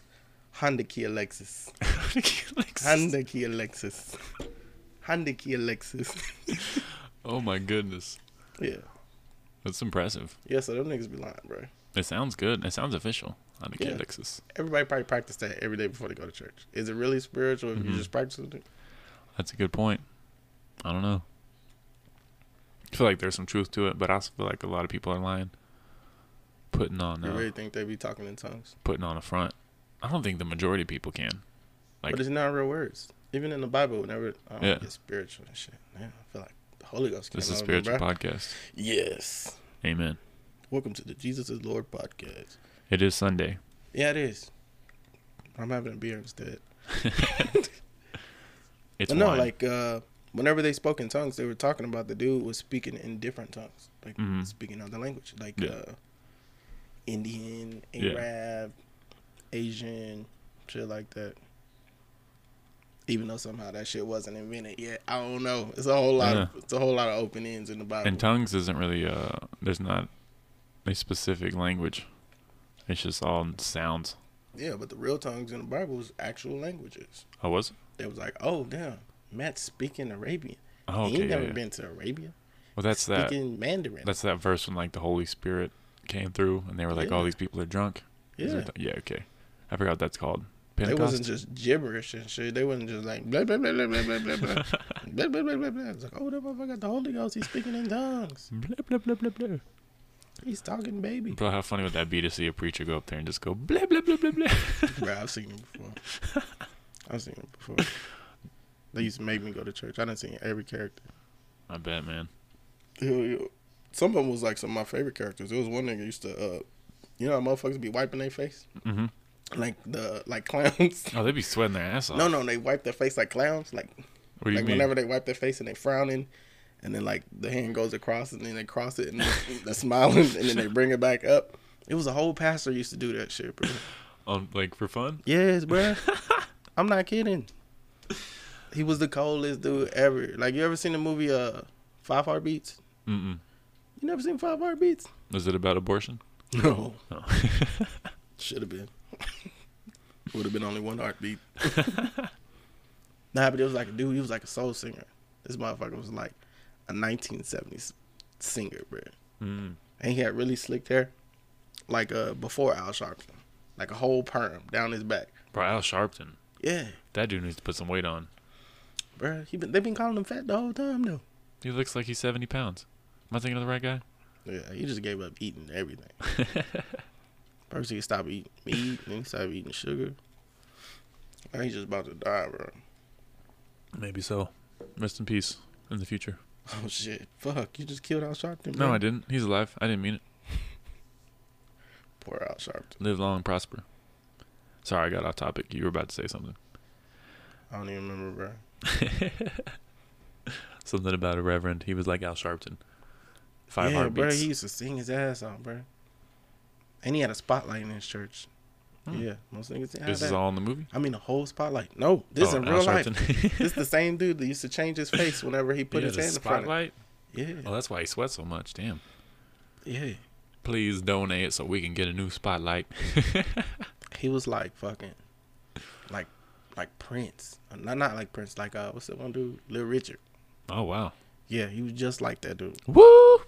Speaker 4: Honda Kia Lexus, Honda Kia Lexus, Honda Kia Lexus.
Speaker 1: oh my goodness,
Speaker 4: yeah,
Speaker 1: that's impressive.
Speaker 4: yeah. So them niggas be lying, bro.
Speaker 1: It sounds good. It sounds official. I think
Speaker 4: Yeah.
Speaker 1: yeah. Lexus.
Speaker 4: Everybody probably practice that every day before they go to church. Is it really spiritual if
Speaker 1: Mhm.
Speaker 4: you just practicing it?
Speaker 1: That's a good point. I don't know. I feel like there's some truth to it, but I also feel like a lot of people are lying, putting on
Speaker 4: You
Speaker 1: uh,
Speaker 4: really think they be talking in tongues?
Speaker 1: putting on a front. I don't think the majority of people can. Like-
Speaker 4: but it's not real words. Even in the Bible, whenever I don't
Speaker 1: Yeah.
Speaker 4: get spiritual and shit, man, I feel like the Holy Ghost.
Speaker 1: This is
Speaker 4: came over me,
Speaker 1: spiritual
Speaker 4: bruh.
Speaker 1: podcast.
Speaker 4: Yes.
Speaker 1: Amen.
Speaker 4: Welcome to the Jesus is Lord podcast.
Speaker 1: It is Sunday.
Speaker 4: Yeah, it is. I'm having a beer instead.
Speaker 1: It's
Speaker 4: But no,
Speaker 1: wine.
Speaker 4: like uh, whenever they spoke in tongues, they were talking about the dude was speaking in different tongues, like
Speaker 1: Mhm.
Speaker 4: speaking other language, like
Speaker 1: Yeah.
Speaker 4: uh, Indian,
Speaker 1: Yeah.
Speaker 4: Arab, Asian, shit like that. Even though somehow that shit wasn't invented yet, I don't know. It's a whole lot. Of, it's a whole lot of open ends in the Bible.
Speaker 1: and tongues isn't really uh. There's not a specific language. It's just all sounds.
Speaker 4: yeah, but the real tongues in the Bible is actual languages.
Speaker 1: Oh, was it?
Speaker 4: They was like, oh damn, Matt's speaking Arabian.
Speaker 1: Oh,
Speaker 4: he
Speaker 1: okay.
Speaker 4: ain't
Speaker 1: yeah,
Speaker 4: never
Speaker 1: yeah.
Speaker 4: been to Arabia.
Speaker 1: Well, that's that.
Speaker 4: Speaking Mandarin.
Speaker 1: That's that verse when like the Holy Spirit came through and they were like, "All
Speaker 4: Yeah.
Speaker 1: these people are drunk." Is
Speaker 4: yeah.
Speaker 1: it- yeah. Okay. I forgot what that's called.
Speaker 4: They
Speaker 1: Pentecost.
Speaker 4: wasn't just gibberish and shit. They wasn't just like blah blah blah blah blah blah blah blah blah blah blah blah. blah. It's like, oh, that motherfucker got the Holy Ghost. He's speaking in tongues.
Speaker 1: Blah, blah, blah, blah, blah.
Speaker 4: He's talking, baby.
Speaker 1: Bro, how funny would that be to see a preacher go up there and just go blah blah blah blah blah?
Speaker 4: Bro, I've seen him before. I've seen him before. They used to make me go to church. I done seen every character.
Speaker 1: I bet, man.
Speaker 4: Hell, yeah. Some of them was like some of my favorite characters. There was one nigga used to, uh, you know, how motherfuckers be wiping their face
Speaker 1: Mm-hmm.
Speaker 4: like the like clowns.
Speaker 1: Oh, they'd be sweating their ass off.
Speaker 4: No, no, they wipe their face like clowns. Like
Speaker 1: What do you
Speaker 4: like
Speaker 1: mean?
Speaker 4: whenever they wipe their face and they frowning, and then like the hand goes across and then they cross it and then they're smiling and then they bring it back up. It was a whole pastor used to do that shit, bro.
Speaker 1: Um, like for fun?
Speaker 4: Yes, bro. I'm not kidding. He was the coldest dude ever. Like you ever seen the movie uh Five Heartbeats?
Speaker 1: Mm-mm.
Speaker 4: You never seen Five Heartbeats?
Speaker 1: Is it about abortion?
Speaker 4: No.
Speaker 1: No.
Speaker 4: Should have been. Would have been only one heartbeat. nah, but it was like a dude. He was like a soul singer. This motherfucker was like a 1970s singer, bro.
Speaker 1: Mm.
Speaker 4: And he had really slicked hair, like uh before Al Sharpton, like a whole perm down his back.
Speaker 1: Bro, Al Sharpton.
Speaker 4: Yeah,
Speaker 1: That dude needs to put some weight on.
Speaker 4: bro. He been they've been calling him fat the whole time though.
Speaker 1: He looks like he's seventy pounds. Am I thinking of the right guy?
Speaker 4: Yeah, he just gave up eating everything. First he stopped eating meat, then he stopped eating sugar. Now he's just about to die, bro.
Speaker 1: Maybe so. Rest in peace in the future.
Speaker 4: Oh shit! Fuck! You just killed Al Sharpton.
Speaker 1: No,
Speaker 4: bro.
Speaker 1: I didn't. He's alive. I didn't mean it.
Speaker 4: Poor Al Sharpton.
Speaker 1: Live long, prosper. Sorry, I got off topic. You were about to say something.
Speaker 4: I don't even remember, bro.
Speaker 1: Something about a reverend. He was like Al Sharpton. Five
Speaker 4: yeah, bro.
Speaker 1: heartbeats.
Speaker 4: He used to sing his ass out, bro. And he had a spotlight in his church.
Speaker 1: Hmm.
Speaker 4: Yeah, most niggas didn't have
Speaker 1: this is
Speaker 4: that.
Speaker 1: all in the movie.
Speaker 4: I mean, the whole spotlight. No, this
Speaker 1: Oh,
Speaker 4: in
Speaker 1: Al
Speaker 4: real life.
Speaker 1: Sharpton.
Speaker 4: this the same dude that used to change his face whenever he put
Speaker 1: yeah,
Speaker 4: his
Speaker 1: the
Speaker 4: hand in front.
Speaker 1: spotlight.
Speaker 4: Of it.
Speaker 1: Oh, that's why he sweats so much. Damn.
Speaker 4: Yeah, yeah.
Speaker 1: Please donate so we can get a new spotlight.
Speaker 4: He was like fucking, like, like Prince. Not not like Prince. Like uh, what's that one dude? Lil Richard.
Speaker 1: oh wow.
Speaker 4: Yeah, he was just like that dude.
Speaker 1: Woo!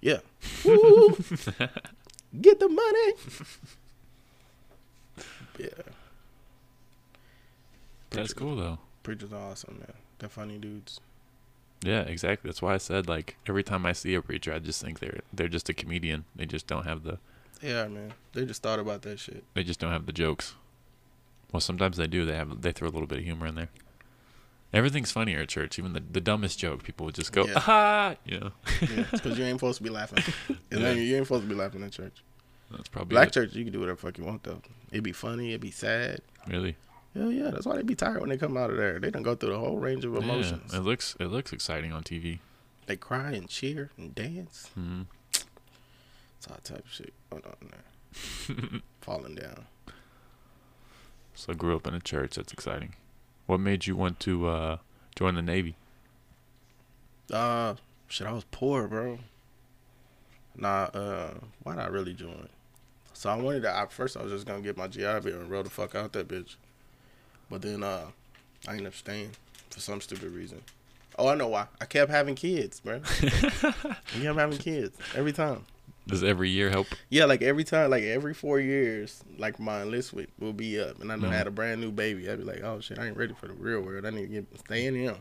Speaker 4: Yeah. Woo! Get the money. yeah.
Speaker 1: That's
Speaker 4: Preachers-
Speaker 1: cool though.
Speaker 4: Preachers are awesome, man. They're funny dudes.
Speaker 1: Yeah, exactly. That's why I said like every time I see a preacher, I just think they're they're just a comedian. They just don't have the
Speaker 4: They are, man. They just thought about that shit.
Speaker 1: they just don't have the jokes. Well, sometimes they do. They have they throw a little bit of humor in there. Everything's funnier at church. Even the, the dumbest joke, people would just go,
Speaker 4: Yeah.
Speaker 1: "Aha!" You know,
Speaker 4: Yeah, because you ain't supposed to be laughing. It's not- you ain't supposed to be laughing in church.
Speaker 1: that's probably
Speaker 4: Black
Speaker 1: it.
Speaker 4: church, you can do whatever the fuck you want though. It'd be funny. It'd be sad.
Speaker 1: really.
Speaker 4: Hell yeah, that's why they be tired when they come out of there. They don't go through the whole range of
Speaker 1: Yeah,
Speaker 4: emotions.
Speaker 1: it looks it looks exciting on TV.
Speaker 4: They cry and cheer and dance.
Speaker 1: Mhm.
Speaker 4: It's all type of shit going on there. Falling down.
Speaker 1: So I grew up in a church. That's exciting. What made you want to uh, join the Navy?
Speaker 4: Uh, shit, I was poor, bro. Nah, uh, why not really join? So I wanted to. I, first, I was just gonna get my GI Bill and roll the fuck out that bitch. But then, uh, I ended up staying for some stupid reason. Oh, I know why. I kept having kids, bro. I kept having kids every time.
Speaker 1: Does every year help?
Speaker 4: Yeah, like every time, like every four years, like my enlistment will be up, and I done
Speaker 1: Mhm.
Speaker 4: had a brand new baby. I'd be like, oh shit, I ain't ready for the real world. I need to get stay in here.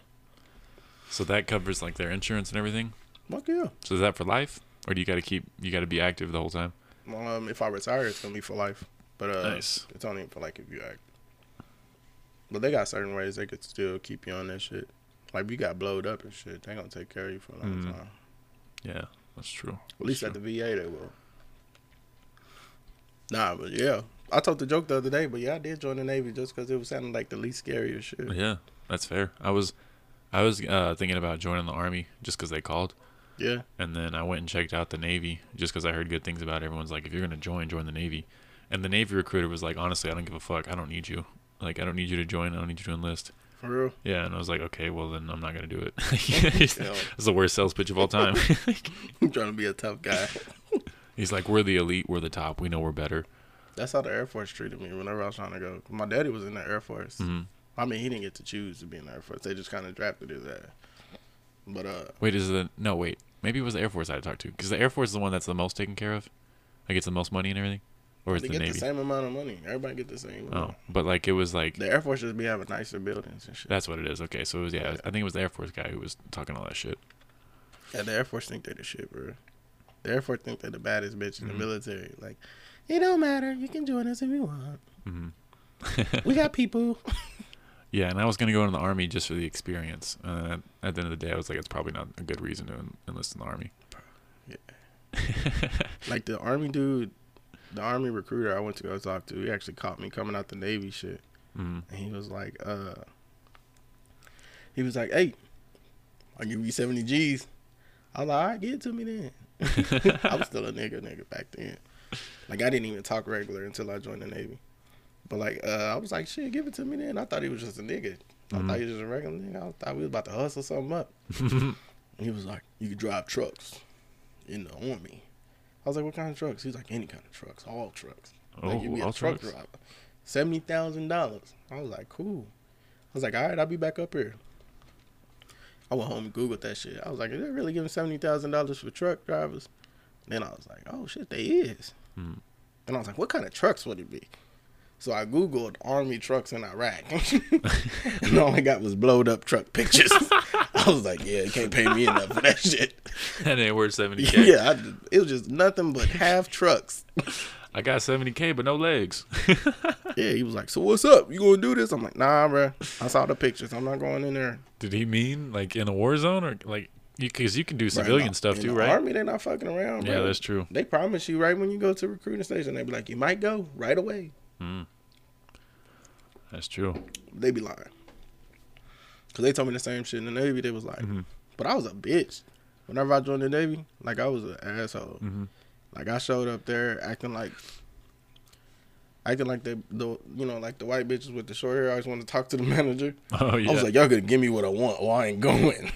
Speaker 1: So that covers like their insurance and everything.
Speaker 4: Fuck yeah.
Speaker 1: So is that for life, or do you got to keep you got to be active the whole time?
Speaker 4: Um, if I retire, it's gonna be for life. But uh,
Speaker 1: Nice.
Speaker 4: it's only for like if you act. But they got certain ways they could still keep you on that shit. Like you got blowed up and shit, they gonna take care of you for a long
Speaker 1: Mhm.
Speaker 4: time.
Speaker 1: Yeah, that's true.
Speaker 4: At least
Speaker 1: Sure.
Speaker 4: at the VA they will. Nah, but yeah, I told the joke the other day, but yeah, I did join the Navy just because it was sounding like the least scariest shit. Yeah,
Speaker 1: Yeah, that's fair. I was, I was uh, thinking about joining the army just because they called, and then I went and checked out the navy just because I heard good things about. It. Everyone's like, if you're gonna join, join the navy, and the navy recruiter was like, honestly, I don't give a fuck. I don't need you. Like, I don't need you to join. I don't need you to enlist.
Speaker 4: for real.
Speaker 1: Yeah, and I was like, okay, well then I'm not gonna do it. That's the worst sales pitch of all time.
Speaker 4: I'm trying to be a tough guy.
Speaker 1: He's like, we're the elite, we're the top, we know we're better.
Speaker 4: That's how the Air Force treated me whenever I was trying to go. My daddy was in the Air Force.
Speaker 1: Mhm.
Speaker 4: I mean, he didn't get to choose to be in the Air Force. They just kind of drafted his ass. But uh,
Speaker 1: Wait, is the no wait? Maybe it was the Air Force I talked to because the Air Force is the one that's the most taken care of. Like it's the most money and everything, or is
Speaker 4: they
Speaker 1: the
Speaker 4: get
Speaker 1: Navy?
Speaker 4: the same amount of money. Everybody get the same.
Speaker 1: oh,
Speaker 4: amount.
Speaker 1: but like it was like
Speaker 4: The Air Force just be having nicer buildings and shit.
Speaker 1: that's what it is. Okay, so it was yeah. I think it was the Air Force guy who was talking all that shit.
Speaker 4: yeah, the Air Force think they the shit, bro. The Air Force think they the baddest bitch
Speaker 1: Mm-hmm.
Speaker 4: in the military. Like, it don't matter. You can join us if you want.
Speaker 1: Mm-hmm.
Speaker 4: we got people.
Speaker 1: Yeah, and I was gonna go in the army just for the experience. Uh, at the end of the day, I was like, it's probably not a good reason to en- enlist in the army.
Speaker 4: Like the army dude, the army recruiter I went to go talk to, he actually caught me coming out the Navy shit.
Speaker 1: Mm.
Speaker 4: And he was like, uh, he was like, hey, I'll give you 70 G's. I was like, all right, give it to me then. I was still a nigga, nigga back then. Like, I didn't even talk regular until I joined the Navy. But, like, uh, I was like, shit, give it to me then. I thought he was just a nigga. I
Speaker 1: Mm-hmm.
Speaker 4: thought he was just a regular nigga. I thought we was about to hustle something up. And he was like, you could drive trucks in the Army. I was like, what kind of trucks? He was like, any kind of trucks, all trucks. Like,
Speaker 1: Oh,
Speaker 4: you be a
Speaker 1: all
Speaker 4: truck
Speaker 1: trucks?
Speaker 4: driver. Seventy thousand dollars. I was like, cool. I was like, all right, I'll be back up here. I went home and googled that shit. I was like, is they really giving seventy thousand dollars for truck drivers? Then I was like, oh shit, they is. And I was like, what kind of trucks would it be? So I googled army trucks in Iraq, and all I got was blowed up truck pictures. I was like, yeah, you can't pay me enough for that shit.
Speaker 1: that ain't worth seventy k.
Speaker 4: Yeah, I, it was just nothing but half trucks.
Speaker 1: I got seventy k, but no legs.
Speaker 4: Yeah, he was like, "So what's up? You gonna do this?" I'm like, "Nah, bruh. I saw the pictures. I'm not going in there."
Speaker 1: Did he mean like in a war zone or like because you, can do
Speaker 4: Bruh,
Speaker 1: civilian
Speaker 4: in the-
Speaker 1: stuff
Speaker 4: in
Speaker 1: too,
Speaker 4: the
Speaker 1: right?
Speaker 4: Army, they're not fucking around.
Speaker 1: Yeah,
Speaker 4: bruh.
Speaker 1: that's true.
Speaker 4: They promise you right when you go to recruiting station, they be like, "You might go right away."
Speaker 1: That's true.
Speaker 4: They be lying. Cause they told me the same shit in the Navy. They was like, "But I was a bitch." Whenever I joined the Navy, like I was an asshole. Like I showed up there acting like. Acting like they, the you know, like the white bitches with the short hair, I always want to talk to the manager.
Speaker 1: Oh yeah.
Speaker 4: I was like, y'all could give me what I want or I ain't going.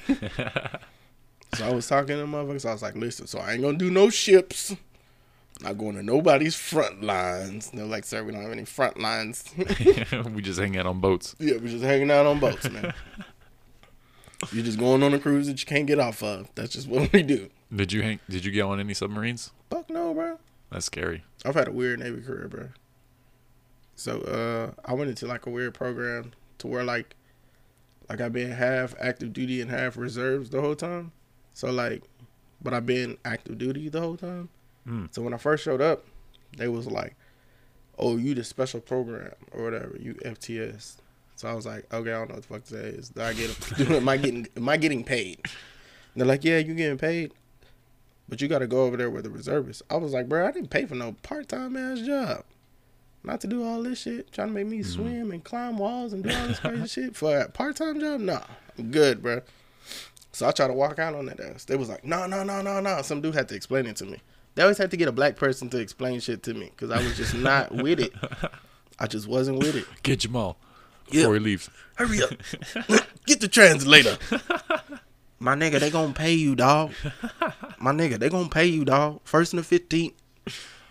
Speaker 4: so I was talking to motherfuckers. I was like, listen, so I ain't gonna do no ships. Not going to nobody's front lines. They're like, sir, we don't have any front lines.
Speaker 1: we just hang out on boats.
Speaker 4: yeah, we're just hanging out on boats, man. You're just going on a cruise that you can't get off of. That's just what we do.
Speaker 1: Did you hang? Did you get on any submarines?
Speaker 4: Fuck no, bro.
Speaker 1: That's scary.
Speaker 4: I've had a weird Navy career, bro. So uh, I went into like a weird program to where like, like I've been half active duty and half reserves the whole time. So like, but I've been active duty the whole time.
Speaker 1: Mm.
Speaker 4: So when I first showed up, they was like, "Oh, you the special program or whatever, you FTS." So I was like, "Okay, I don't know what the fuck that is. Do I get? am I getting? Am I getting paid?" And they're like, "Yeah, you getting paid." but you got to go over there with the reservists. I was like, bro, I didn't pay for no part time ass job. Not to do all this shit, trying to make me swim and climb walls and do all this crazy shit for a part time job. Nah, I'm good, bro. So I tried to walk out on that ass. They was like, no, no, no, no, no. Some dude had to explain it to me. They always had to get a black person to explain shit to me because I was just not with it. I just wasn't with it.
Speaker 1: Get Jamal before he leaves.
Speaker 4: Hurry up. Get the translator. My nigga, they gonna pay you, dog. My nigga, they gonna pay you, dog. First and the fifteenth.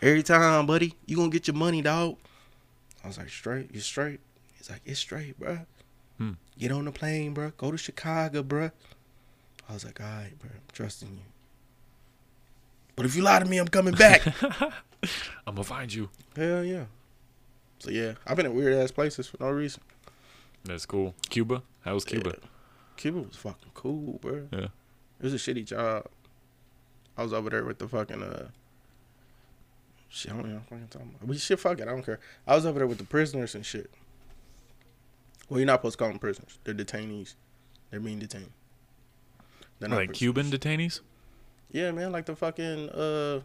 Speaker 4: Every time, buddy. You gonna get your money, dog. I was like, straight, you straight? He's like, it's straight, bruh. Get on the plane, bruh. Go to Chicago, bruh. I was like, all right, bruh. I'm trusting you. But if you lie to me, I'm coming back.
Speaker 1: I'm gonna find you.
Speaker 4: Hell yeah. So yeah, I've been at weird ass places for no reason.
Speaker 1: That's cool. Cuba. How was Cuba?
Speaker 4: Yeah. Cuba was fucking cool, bro.
Speaker 1: Yeah.
Speaker 4: It was a shitty job. I was over there with the fucking uh. Shit, I don't know what I'm fucking talking about. But shit, fuck it, I don't care. I was over there with the prisoners and shit. Well, you're not supposed to call them prisoners. They're detainees. They're being detained. They're not
Speaker 1: Like
Speaker 4: prisoners.
Speaker 1: Cuban detainees?
Speaker 4: Yeah, man, like the fucking uh,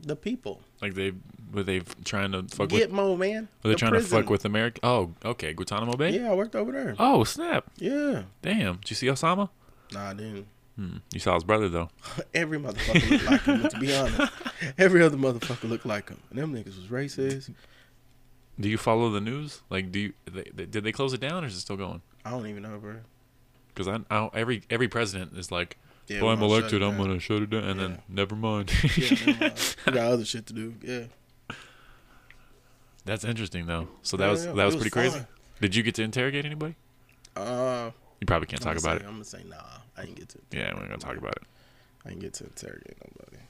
Speaker 4: the people.
Speaker 1: Like they were they trying to fuck with?
Speaker 4: Gitmo, man.
Speaker 1: Were they
Speaker 4: The
Speaker 1: trying to
Speaker 4: prison.
Speaker 1: fuck with America? Oh, okay, Guantanamo Bay.
Speaker 4: Yeah, I worked over there.
Speaker 1: Oh snap!
Speaker 4: Yeah.
Speaker 1: Damn, did you see Osama?
Speaker 4: Nah, I didn't.
Speaker 1: Hmm. You saw his brother though.
Speaker 4: Every motherfucker looked like him, to be honest. Every other motherfucker looked like him. And them niggas was racist.
Speaker 1: Do you follow the news? Like, do you they, they, did they close it down or is it still going?
Speaker 4: I don't even know, bro.
Speaker 1: Because I, I don't- every every president is like,
Speaker 4: Yeah,
Speaker 1: well, I'm
Speaker 4: we're gonna shut
Speaker 1: elected,
Speaker 4: it
Speaker 1: I'm
Speaker 4: down.
Speaker 1: gonna shut it down, and
Speaker 4: Yeah.
Speaker 1: then never mind.
Speaker 4: Yeah, never mind. we got other shit to do. Yeah.
Speaker 1: That's interesting though. So that
Speaker 4: Yeah,
Speaker 1: was
Speaker 4: yeah,
Speaker 1: that
Speaker 4: it
Speaker 1: was
Speaker 4: was
Speaker 1: pretty crazy.
Speaker 4: fun.
Speaker 1: Did you get to interrogate anybody?
Speaker 4: Uh,
Speaker 1: You probably can't talk about
Speaker 4: I'm
Speaker 1: it.
Speaker 4: gonna say nah. I ain't get to.
Speaker 1: Yeah, we're not gonna talk about it.
Speaker 4: I ain't get to interrogate nobody.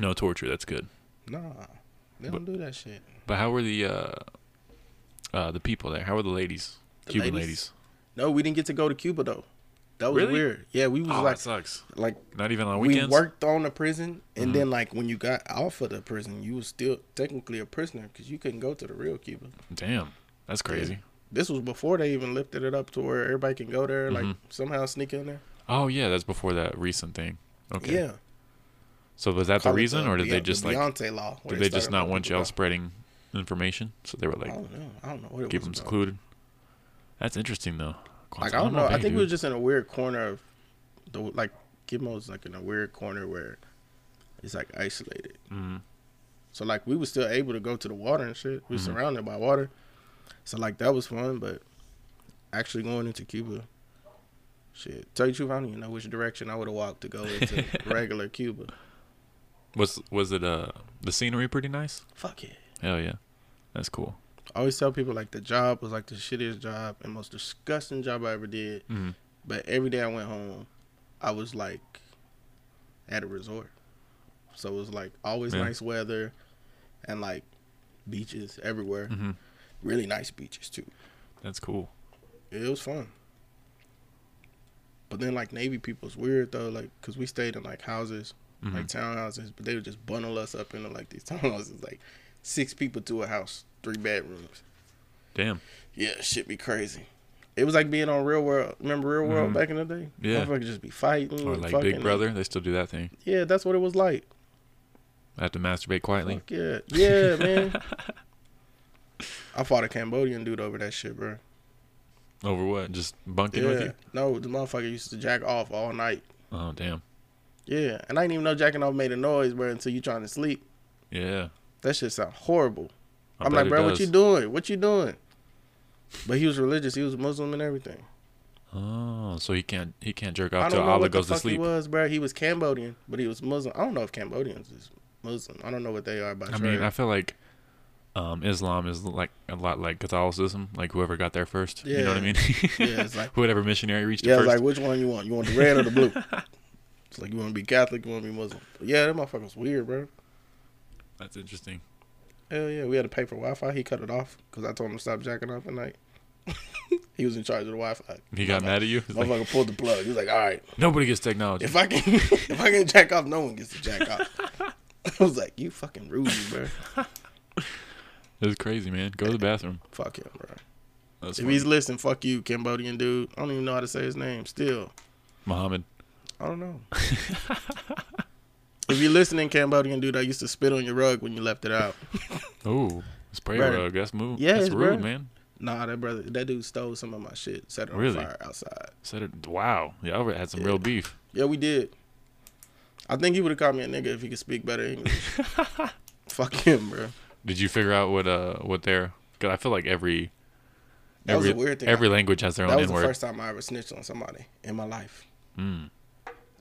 Speaker 1: No torture. That's good.
Speaker 4: Nah, they
Speaker 1: But-
Speaker 4: don't do that shit.
Speaker 1: But how were the uh, uh the people there? How were the ladies?
Speaker 4: The
Speaker 1: Cuban ladies.
Speaker 4: ladies? No, we didn't get to go to Cuba though. That was
Speaker 1: Really?
Speaker 4: weird. Yeah, we was
Speaker 1: Oh,
Speaker 4: like,
Speaker 1: that sucks.
Speaker 4: like
Speaker 1: Not even on
Speaker 4: we
Speaker 1: weekends. Mm-hmm.
Speaker 4: worked on the prison, and then like when you got off of the prison, you was still technically a prisoner because you couldn't go to the real Cuba.
Speaker 1: Damn, that's crazy.
Speaker 4: This was before they even lifted it up to where everybody can go there, like
Speaker 1: Mm-hmm.
Speaker 4: somehow sneak in there.
Speaker 1: Oh yeah, that's before that recent thing. Okay.
Speaker 4: Yeah.
Speaker 1: So was that
Speaker 4: Call
Speaker 1: the
Speaker 4: it
Speaker 1: reason, or did they
Speaker 4: Beyonce-
Speaker 1: just
Speaker 4: the
Speaker 1: like
Speaker 4: Beyonce law? where
Speaker 1: did they just
Speaker 4: started
Speaker 1: not
Speaker 4: letting
Speaker 1: want
Speaker 4: people
Speaker 1: y'all
Speaker 4: go.
Speaker 1: spreading information? So they were
Speaker 4: I
Speaker 1: like,
Speaker 4: don't know. I don't know what it
Speaker 1: keep
Speaker 4: was
Speaker 1: them
Speaker 4: about.
Speaker 1: secluded. That's interesting though.
Speaker 4: Like I don't
Speaker 1: Guantanamo
Speaker 4: know. I
Speaker 1: Bay,
Speaker 4: think we
Speaker 1: dude.
Speaker 4: were just in a weird corner of the like Gitmo's like in a weird corner where it's like isolated.
Speaker 1: Mhm.
Speaker 4: So like we were still able to go to the water and shit.
Speaker 1: Mm-hmm.
Speaker 4: We were surrounded by water. So like that was fun, but actually going into Cuba, shit. Tell you the truth, I don't even know which direction I would have walked to go into regular Cuba.
Speaker 1: was was it uh the scenery pretty nice?
Speaker 4: Fuck it.
Speaker 1: Hell yeah, that's cool.
Speaker 4: I always tell people like the job was like the shittiest job and most disgusting job I ever did.
Speaker 1: Mhm.
Speaker 4: But every day I went home, I was like at a resort. So it was like always
Speaker 1: Yeah.
Speaker 4: nice weather and like beaches everywhere.
Speaker 1: Mhm.
Speaker 4: Really nice beaches too.
Speaker 1: That's cool.
Speaker 4: It was fun. But then like Navy people's weird though, like because we stayed in like houses, like
Speaker 1: Mm-hmm.
Speaker 4: townhouses, but they would just bundle us up into like these townhouses, like six people to a house, three bedrooms.
Speaker 1: Damn.
Speaker 4: Yeah, shit be crazy. It was like being on Real World. Remember Real World back in the day?
Speaker 1: Mm-hmm. Yeah.
Speaker 4: Motherfuckers just be fighting.
Speaker 1: Or
Speaker 4: and
Speaker 1: like
Speaker 4: Mm, fucking-
Speaker 1: Big Brother, they still do that thing.
Speaker 4: Yeah, that's what it was like.
Speaker 1: I have to masturbate quietly.
Speaker 4: Fuck yeah. Yeah, man. I fought a Cambodian dude over that shit, bro.
Speaker 1: Over what? Just bunking with
Speaker 4: Yeah.
Speaker 1: you?
Speaker 4: No, the motherfucker used to jack off all night.
Speaker 1: Oh damn.
Speaker 4: Yeah. And I didn't even know jacking off made a noise, bro, until you trying to sleep.
Speaker 1: Yeah.
Speaker 4: That shit sound horrible.
Speaker 1: I
Speaker 4: I'm
Speaker 1: bet
Speaker 4: like,
Speaker 1: it
Speaker 4: bro, what
Speaker 1: does.
Speaker 4: you doing? What you doing? But he was religious. He was Muslim and everything.
Speaker 1: Oh, so he can't he can't jerk
Speaker 4: I
Speaker 1: off till
Speaker 4: don't know
Speaker 1: Allah
Speaker 4: what the
Speaker 1: goes to
Speaker 4: fuck he
Speaker 1: sleep.
Speaker 4: was, bro. He was Cambodian, but he was Muslim. I don't know if Cambodians is Muslim. I don't know what they are by
Speaker 1: I
Speaker 4: trade.
Speaker 1: mean, I feel like um, Islam is like a lot like Catholicism, like whoever got there first. You know what I
Speaker 4: Yeah.
Speaker 1: mean?
Speaker 4: Yeah, it's like-
Speaker 1: whatever missionary reached
Speaker 4: yeah,
Speaker 1: it
Speaker 4: it's
Speaker 1: first.
Speaker 4: like which one you want? You want the red or the blue? It's like you want to be Catholic, you want to be Muslim. But yeah, that motherfucker's weird, bro.
Speaker 1: That's interesting.
Speaker 4: Hell yeah, we had to pay for Wi-Fi. He cut it off because I told him to stop jacking off at night. he was in charge of the Wi-Fi.
Speaker 1: He got mad at you. He's like,
Speaker 4: Motherfucker pulled the plug. He was like, "All right,
Speaker 1: Nobody gets technology.
Speaker 4: if I can, if I can jack off, no one gets to jack off." I was like, "You fucking rude, bro.
Speaker 1: It's crazy, man. Go to the bathroom.
Speaker 4: Fuck him, bro."
Speaker 1: That's
Speaker 4: If he's
Speaker 1: funny.
Speaker 4: listening, fuck you, Cambodian dude. I don't even know how to say his name. Still,
Speaker 1: Muhammad.
Speaker 4: I don't know. if you're listening, Cambodian dude, I used to spit on your rug when you left it out.
Speaker 1: Oh, it's prayer
Speaker 4: Bruh.
Speaker 1: rug. That's move.
Speaker 4: Yes,
Speaker 1: That's rude,
Speaker 4: bruh.
Speaker 1: man.
Speaker 4: Nah, that brother, that dude stole some of my shit, set it on
Speaker 1: Really?
Speaker 4: fire outside.
Speaker 1: Said it. Wow, y'all had some real
Speaker 4: Yeah.
Speaker 1: beef.
Speaker 4: Yeah, we did. I think he would have called me a nigga if he could speak better English. fuck him, bro.
Speaker 1: Did you figure out what uh what their? Because I feel like every
Speaker 4: That was
Speaker 1: every
Speaker 4: a weird thing.
Speaker 1: every language has their
Speaker 4: that
Speaker 1: own
Speaker 4: was
Speaker 1: N
Speaker 4: the
Speaker 1: word.
Speaker 4: first time I ever snitched on somebody in my life.
Speaker 1: Hmm.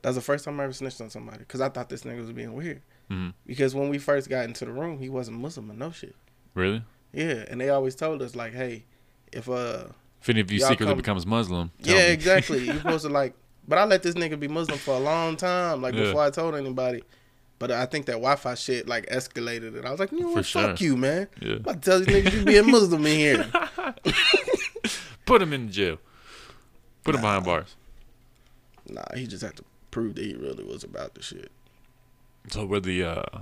Speaker 4: That was the first time I ever snitched on somebody because I thought this nigga was being weird.
Speaker 1: Mhm.
Speaker 4: Because when we first got into the room, he wasn't Muslim or no shit.
Speaker 1: Really?
Speaker 4: Yeah, and they always told us like, hey, if uh,
Speaker 1: If any of you
Speaker 4: Y'all
Speaker 1: secretly
Speaker 4: come-
Speaker 1: becomes Muslim, tell
Speaker 4: yeah,
Speaker 1: me.
Speaker 4: exactly, you're supposed to like. But I let this nigga be Muslim for a long time, like
Speaker 1: Yeah.
Speaker 4: before I told anybody. But I think that Wi-Fi shit like escalated, and I was like, you know
Speaker 1: For
Speaker 4: what, fuck
Speaker 1: sure.
Speaker 4: you, man.
Speaker 1: Yeah.
Speaker 4: I'm about to tell these niggas you being Muslim in here.
Speaker 1: Put him in jail. Put him behind bars.
Speaker 4: Nah, he just had to prove that he really was about the shit.
Speaker 1: So were the uh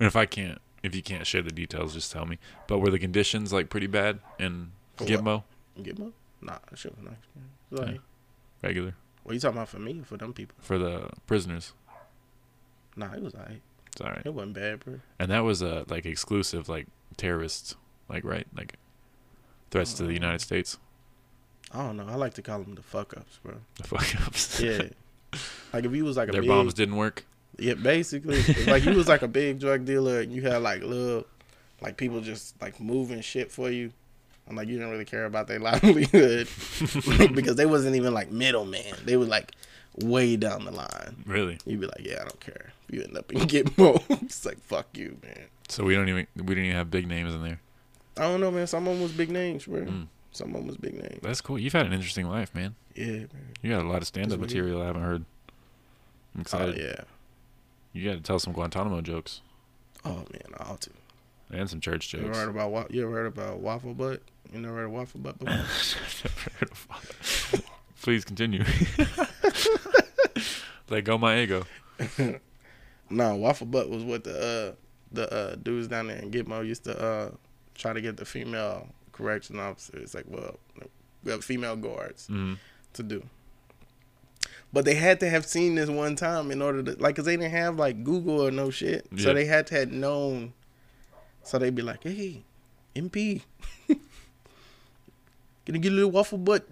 Speaker 1: and if I can't if you can't share the details, just tell me. But were the conditions like pretty bad in
Speaker 4: For what?
Speaker 1: Gitmo?
Speaker 4: Gitmo? Nah, that shit was nice. man. Like,
Speaker 1: Yeah. Regular?
Speaker 4: what you talking about for me or for them people?
Speaker 1: For the prisoners.
Speaker 4: Nah, it was alright.
Speaker 1: It's alright.
Speaker 4: It wasn't bad, bro.
Speaker 1: And that was uh like exclusive like terrorists, like right? Like threats
Speaker 4: Uh.
Speaker 1: to the United States.
Speaker 4: I don't know. I like to call them the fuck ups, bro.
Speaker 1: The fuck ups.
Speaker 4: Yeah. like if you was like a
Speaker 1: Their
Speaker 4: big,
Speaker 1: bombs didn't work.
Speaker 4: yeah, basically, if, like you was like a big drug dealer and you had like little, like people just like moving shit for you, and like you didn't really care about their livelihood because they wasn't even like middleman. They were like way down the line.
Speaker 1: Really?
Speaker 4: You'd be like, yeah, I don't care. You end up in get more. it's like fuck you, man.
Speaker 1: So we don't even we didn't even have big names in there.
Speaker 4: I don't know, man. Some of them was big names, bro.
Speaker 1: Mm.
Speaker 4: Some of them was big names.
Speaker 1: That's cool. You've had an interesting life, man.
Speaker 4: Yeah, man.
Speaker 1: You got a lot of stand up
Speaker 4: That's weird.
Speaker 1: material I haven't heard. I'm
Speaker 4: Oh
Speaker 1: excited.
Speaker 4: yeah.
Speaker 1: You gotta tell some Guantanamo jokes.
Speaker 4: Oh man, I ought to.
Speaker 1: And some church
Speaker 4: You ever
Speaker 1: jokes.
Speaker 4: heard about wa- you ever heard about waffle butt? You never heard of waffle butt before?
Speaker 1: Please continue. Let go my ego.
Speaker 4: No, waffle butt was what the uh the uh dudes down there in Gitmo used to uh try to get the female correction officers, like well, we have female guards
Speaker 1: Mhm.
Speaker 4: to do. But they had to have seen this one time in order to like, cause they didn't have like Google or no shit,
Speaker 1: Yeah.
Speaker 4: so they had to had known. So they'd be like, "Hey, MP, can you get a little waffle butt?"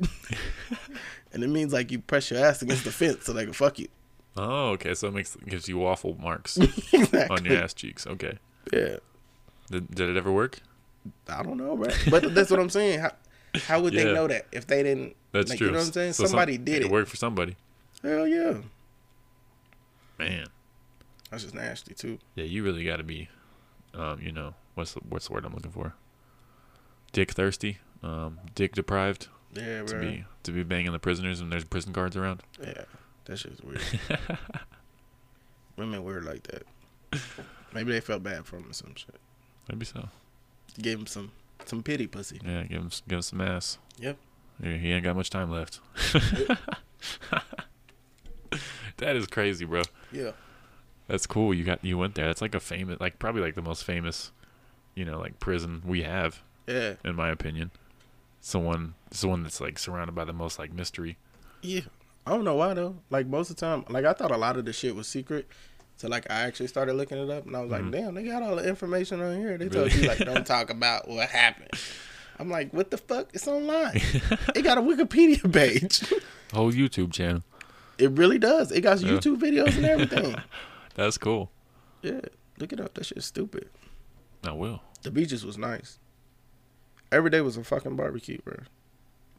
Speaker 4: and it means like you press your ass against the fence so they can fuck you.
Speaker 1: Oh, okay. So it makes gives you waffle marks
Speaker 4: exactly.
Speaker 1: on your ass cheeks. Okay.
Speaker 4: Yeah.
Speaker 1: Did, did it ever work?
Speaker 4: I don't know, bro. But that's what I'm saying. How, how would
Speaker 1: Yeah.
Speaker 4: they know that if they didn't?
Speaker 1: That's
Speaker 4: like,
Speaker 1: true.
Speaker 4: You know what I'm saying?
Speaker 1: So some-
Speaker 4: Somebody did it.
Speaker 1: It worked for somebody.
Speaker 4: Hell yeah.
Speaker 1: Man.
Speaker 4: That's just nasty too.
Speaker 1: Yeah, you really got to be, um, you know, what's the, what's the word I'm looking for? Dick thirsty, um, dick deprived
Speaker 4: Yeah,
Speaker 1: to
Speaker 4: bro.
Speaker 1: be to be banging the prisoners and there's prison guards around.
Speaker 4: Yeah, that shit's weird. Women weird like that. Maybe they felt bad for him or some shit.
Speaker 1: Maybe so.
Speaker 4: Gave him some some pity pussy.
Speaker 1: Yeah, give him s- give him some ass.
Speaker 4: Yep.
Speaker 1: Yeah, he ain't got much time left. that is crazy, bro.
Speaker 4: Yeah.
Speaker 1: That's cool. You got you went there. That's like a famous, like probably like the most famous, you know, like prison we have
Speaker 4: Yeah.
Speaker 1: in my opinion. It's the one, it's the one that's like surrounded by the most like mystery.
Speaker 4: Yeah. I don't know why though. Like most of the time, like I thought a lot of the shit was secret. So like I actually started looking it up and I was like, damn, they got all the information on here. They told
Speaker 1: Mm-hmm. Really?
Speaker 4: you like don't talk about what happened. I'm like, what the fuck? It's online. it got a Wikipedia page.
Speaker 1: Whole YouTube channel.
Speaker 4: it really does. It got
Speaker 1: Yeah.
Speaker 4: YouTube videos and everything.
Speaker 1: That's cool.
Speaker 4: yeah. Look it up. That shit's stupid.
Speaker 1: I will.
Speaker 4: The beaches was nice. Every day was a fucking barbecue, bro.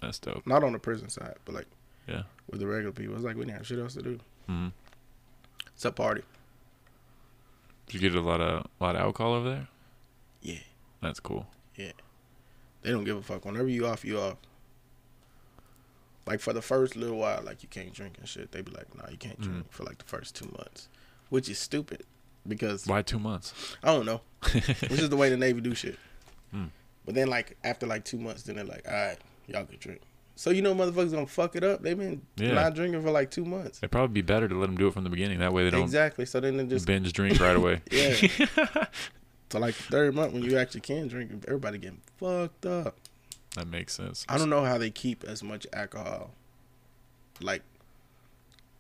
Speaker 1: That's dope.
Speaker 4: Not on the prison side, but like
Speaker 1: Yeah.
Speaker 4: with the regular people. It's like we didn't have shit else to do.
Speaker 1: Mhm.
Speaker 4: It's a party.
Speaker 1: Did you get a lot of a lot of alcohol over there?
Speaker 4: Yeah.
Speaker 1: That's cool.
Speaker 4: They don't give a fuck. Whenever you off, you off. Like for the first little while, like you can't drink and shit. They be like, nah, you can't
Speaker 1: Mm.
Speaker 4: drink for like the first two months, which is stupid because
Speaker 1: Why two months?
Speaker 4: I don't know. Which is the way the Navy do shit.
Speaker 1: Mm.
Speaker 4: But then like after like two months, then they're like, all right, y'all can drink. So you know motherfuckers gonna fuck it up. They've been
Speaker 1: Yeah.
Speaker 4: not drinking for like two months.
Speaker 1: It'd probably be better to let them do it from the beginning. That way they don't
Speaker 4: Exactly. So then they just
Speaker 1: binge drink right away.
Speaker 4: yeah. so like the third month when you actually can drink, everybody getting fucked up.
Speaker 1: That makes sense.
Speaker 4: I don't know how they keep as much alcohol, like,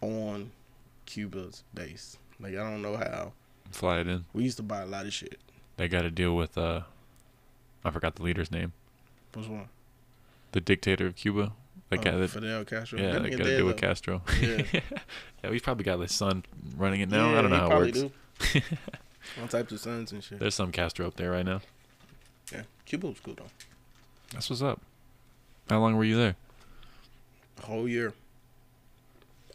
Speaker 4: on Cuba's base. Like, I don't know how.
Speaker 1: Fly it in.
Speaker 4: We used to buy a lot of shit.
Speaker 1: They got to deal with uh, I forgot the leader's name.
Speaker 4: What's one?
Speaker 1: The dictator of Cuba. That guy
Speaker 4: Oh,
Speaker 1: that
Speaker 4: Fidel Castro.
Speaker 1: yeah,
Speaker 4: That
Speaker 1: they
Speaker 4: nigga
Speaker 1: got to
Speaker 4: dead,
Speaker 1: deal with
Speaker 4: though.
Speaker 1: Castro.
Speaker 4: Yeah.
Speaker 1: yeah, we've probably got his son running it now. I
Speaker 4: Yeah,
Speaker 1: don't
Speaker 4: he
Speaker 1: know how it
Speaker 4: probably
Speaker 1: works.
Speaker 4: do. All types of sons and shit.
Speaker 1: There's some Castro up there right now.
Speaker 4: Yeah. Cuba was cool, though.
Speaker 1: That's what's up. How long were you there?
Speaker 4: A whole year.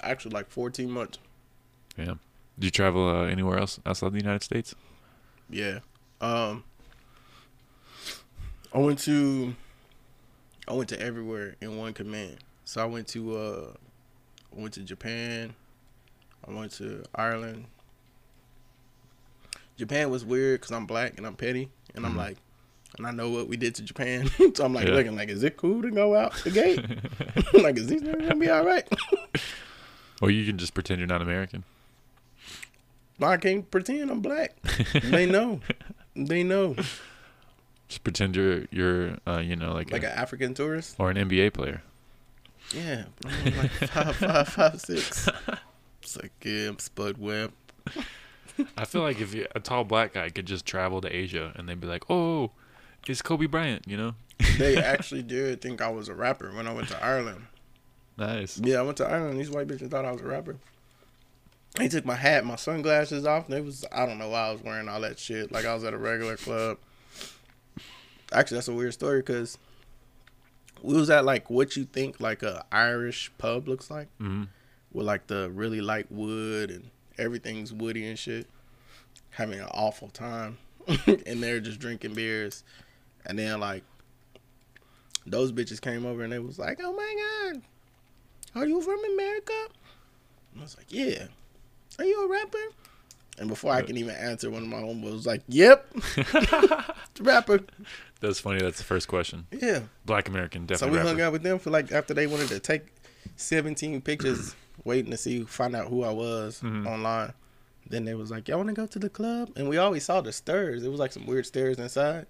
Speaker 4: Actually, like 14 months.
Speaker 1: Yeah. Did you travel uh, anywhere else outside the United States?
Speaker 4: Yeah. Um I went to I went to everywhere in one command. So I went to uh I went to Japan. I went to Ireland. Japan was weird cuz I'm black and I'm petty and I'm like and I know what we did to Japan. so I'm like
Speaker 1: Yeah.
Speaker 4: looking like is it cool to go out the gate? like is these niggas going to be all right?
Speaker 1: Or you can just pretend you're not American.
Speaker 4: I can't pretend I'm black. they know. They know.
Speaker 1: Just pretend you're you're uh, you know like,
Speaker 4: Like an
Speaker 1: a,
Speaker 4: African tourist.
Speaker 1: or an NBA player.
Speaker 4: Yeah. But I'm like five, five, five, six. It's like, yeah, I'm Spud Webb.
Speaker 1: I feel like if you, a tall black guy could just travel to Asia and they'd be like, "Oh, it's Kobe Bryant," you know?
Speaker 4: They actually did think I was a rapper when I went to Ireland.
Speaker 1: Nice.
Speaker 4: Yeah, I went to Ireland. These white bitches thought I was a rapper. They took my hat, my sunglasses off. They was I don't know why I was wearing all that shit. Like I was at a regular club. Actually, that's a weird story because we was at like what you think like a Irish pub looks like,
Speaker 1: Mhm.
Speaker 4: with like the really light wood and everything's woody and shit. Having an awful time, and they're just drinking beers, and then like those bitches came over and they was like, "Oh my god, are you from America? And I was like, Yeah. Are you a rapper? And before I can even answer, one of my homeboys was like, Yep. rapper.
Speaker 1: That's funny. That's the first question.
Speaker 4: Yeah.
Speaker 1: Black American,
Speaker 4: So
Speaker 1: definitely.
Speaker 4: we hung
Speaker 1: rapper.
Speaker 4: out with them for like after they wanted to take 17 pictures, waiting to see, find out who I was
Speaker 1: Mm-hmm.
Speaker 4: online. Then they was like, Y'all wanna go to the club? And we always saw the stairs. It was like some weird stairs inside.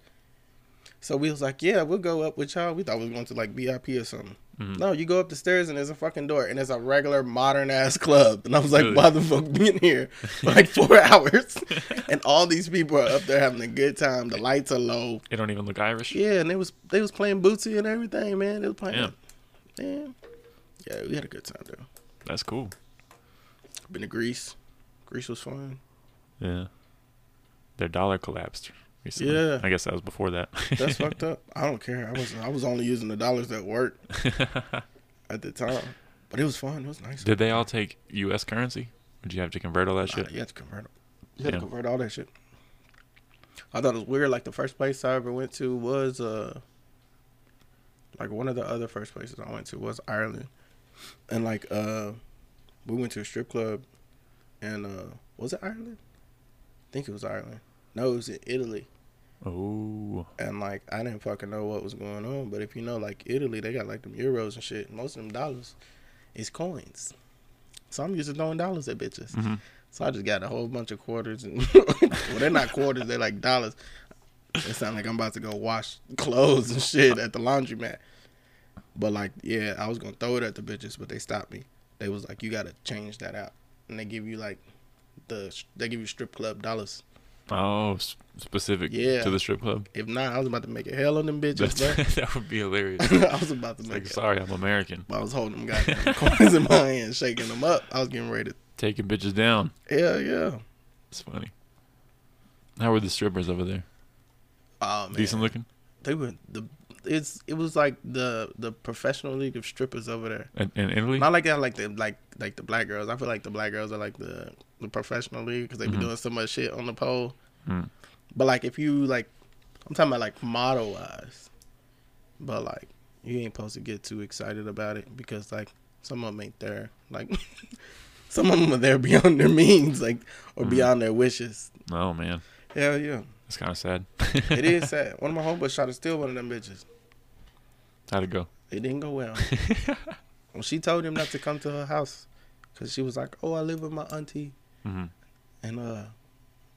Speaker 4: So we was like, Yeah, we'll go up with y'all. We thought we was going to like VIP or something.
Speaker 1: Mm-hmm.
Speaker 4: No, you go up the stairs and there's a fucking door and it's a regular modern ass club. And I was like,
Speaker 1: Really?
Speaker 4: Why the fuck being here for like four hours? And all these people are up there having a good time. The lights are low.
Speaker 1: It don't even look Irish.
Speaker 4: Yeah, and they was they was playing Bootsy and everything, man. They was playing.
Speaker 1: Yeah.
Speaker 4: Man. Yeah, we had a good time though.
Speaker 1: That's cool.
Speaker 4: Been to Greece. Greece was fun.
Speaker 1: Yeah. Their dollar collapsed recently.
Speaker 4: Yeah.
Speaker 1: I guess that was before that.
Speaker 4: That's fucked up. I don't care. I was I was only using the dollars that worked at the time. But it was fun. It was nice.
Speaker 1: Did they all take U.S. currency? Would you have to convert all that
Speaker 4: Nah,
Speaker 1: shit?
Speaker 4: you had to convert them. You had
Speaker 1: Yeah.
Speaker 4: to convert all that shit. I thought it was weird. Like the first place I ever went to was uh, like one of the other first places I went to was Ireland, and like uh, we went to a strip club, and uh, was it Ireland? I think it was Ireland. No, it was in Italy.
Speaker 1: Oh,
Speaker 4: And like I didn't fucking know what was going on, but if you know, like Italy, they got like them euros and shit. Most of them dollars is coins, so I'm used to throwing dollars at bitches. So I just got a whole bunch of quarters, and well, they're not quarters, they're like dollars. It sounds like I'm about to go wash clothes and shit at the laundromat. But like, yeah, I was gonna throw it at the bitches, but they stopped me. They was like, "You gotta change that out," and they give you like the they give you strip club dollars.
Speaker 1: oh, s- specific
Speaker 4: Yeah.
Speaker 1: to the strip club.
Speaker 4: If not, I was about to make a hell on them bitches,
Speaker 1: That's,
Speaker 4: bro.
Speaker 1: that would be hilarious.
Speaker 4: I was about to
Speaker 1: like,
Speaker 4: make it.
Speaker 1: sorry, I'm American.
Speaker 4: I was holding them goddamn coins in my hand, shaking them up. I was getting ready.
Speaker 1: Taking bitches down.
Speaker 4: To, yeah, yeah.
Speaker 1: It's funny. How were the strippers over there?
Speaker 4: Oh man,
Speaker 1: Decent looking
Speaker 4: they were the. It's it was like the the professional league of strippers over there.
Speaker 1: in, in Italy.
Speaker 4: Not like that, like the like like the black girls. I feel like the black girls are like the the professional league because they be doing so much shit on the pole.
Speaker 1: Mm.
Speaker 4: But like if you like, I'm talking about like model wise, but like you ain't supposed to get too excited about it because like some of them ain't there. Like some of them are there beyond their means, like or beyond their wishes.
Speaker 1: oh man,
Speaker 4: Hell yeah,
Speaker 1: that's kind of sad.
Speaker 4: it is sad. One of my homeboys tried to steal one of them bitches.
Speaker 1: How'd it go?
Speaker 4: It didn't go well. well, she told him not to come to her house because she was like, "Oh, I live with my auntie,"
Speaker 1: Mhm.
Speaker 4: and uh,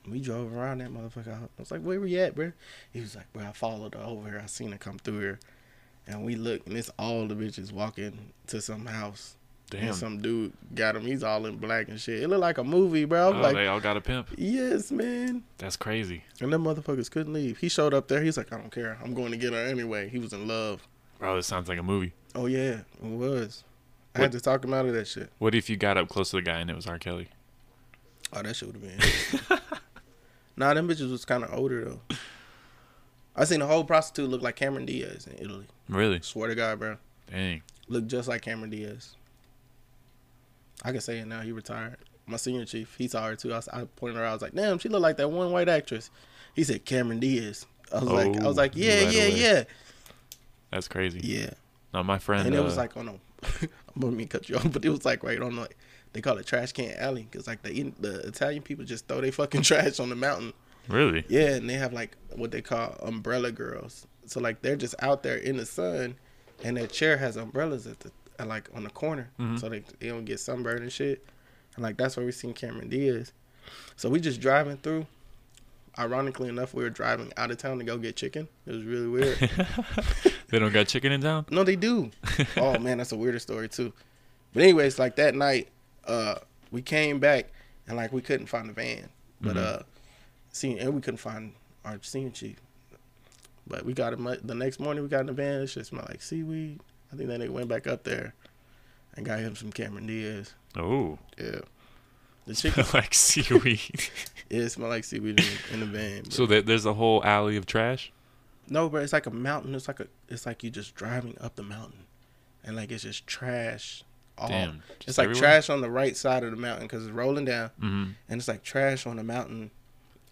Speaker 4: we drove around that motherfucker. I was like, "Where we at, bro?" He was like, "Bro, I followed her over here. I seen her come through here." And we look, and it's all the bitches walking to some house.
Speaker 1: Damn.
Speaker 4: And some dude got him. He's all in black and shit. It looked like a movie, bro.
Speaker 1: oh,
Speaker 4: I'm like,
Speaker 1: they all got a pimp.
Speaker 4: yes, man.
Speaker 1: That's crazy,
Speaker 4: And them motherfuckers couldn't leave. He showed up there. He's like, I don't care. I'm going to get her anyway. He was in love.
Speaker 1: bro. This sounds like a movie.
Speaker 4: Oh yeah, it was. I had to talk him out of that shit.
Speaker 1: What if you got up close to the guy and it was R. Kelly?
Speaker 4: Oh, that shit would have been. nah, them bitches was kind of older though. I seen a whole prostitute look like Cameron Diaz in Italy.
Speaker 1: Really?
Speaker 4: Swear to God, bro,
Speaker 1: Dang.
Speaker 4: look just like Cameron Diaz. I can say it now. He retired. My senior chief, he saw her too. I, s- I pointed her out. I was like, damn, she looked like that one white actress. He said Cameron Diaz. I was like, I was
Speaker 1: Oh,
Speaker 4: like, yeah,
Speaker 1: right
Speaker 4: yeah,
Speaker 1: away.
Speaker 4: yeah,
Speaker 1: That's crazy.
Speaker 4: yeah.
Speaker 1: No, my friend.
Speaker 4: And, it was
Speaker 1: uh,
Speaker 4: like on a, I'm gonna mean cut you off, but it was like right on like they call it trash can alley because like the the Italian people just throw their fucking trash on the mountain.
Speaker 1: really.
Speaker 4: Yeah, and they have like what they call umbrella girls. So like they're just out there in the sun, and their chair has umbrellas at the uh, like on the corner, so they, they don't get sunburned and shit. And like that's where we seen Cameron Diaz. So we just driving through. Ironically enough, we were driving out of town to go get chicken. It was really weird.
Speaker 1: They don't got chicken in town.
Speaker 4: no, they do. Oh man, that's a weirder story too. But anyways, like that night, uh, we came back and like we couldn't find the van, but
Speaker 1: Mm-hmm.
Speaker 4: uh, seen and we couldn't find our senior chief. But we got him like, the next morning. We got in the van. It just smelled like seaweed. I think that nigga went back up there and got him some Cameron Diaz.
Speaker 1: Oh,
Speaker 4: Yeah, the chicken.
Speaker 1: like seaweed.
Speaker 4: yeah, it smelled like seaweed in, in the van. But.
Speaker 1: so there, there's a whole alley of trash.
Speaker 4: No, but it's like a mountain. It's like a. It's like you just driving up the mountain, and like it's just trash. All
Speaker 1: Damn,
Speaker 4: Oh, it's
Speaker 1: just
Speaker 4: like
Speaker 1: everywhere? Mm-hmm.
Speaker 4: trash on the right side of the mountain because it's rolling down, and it's like trash on the mountain.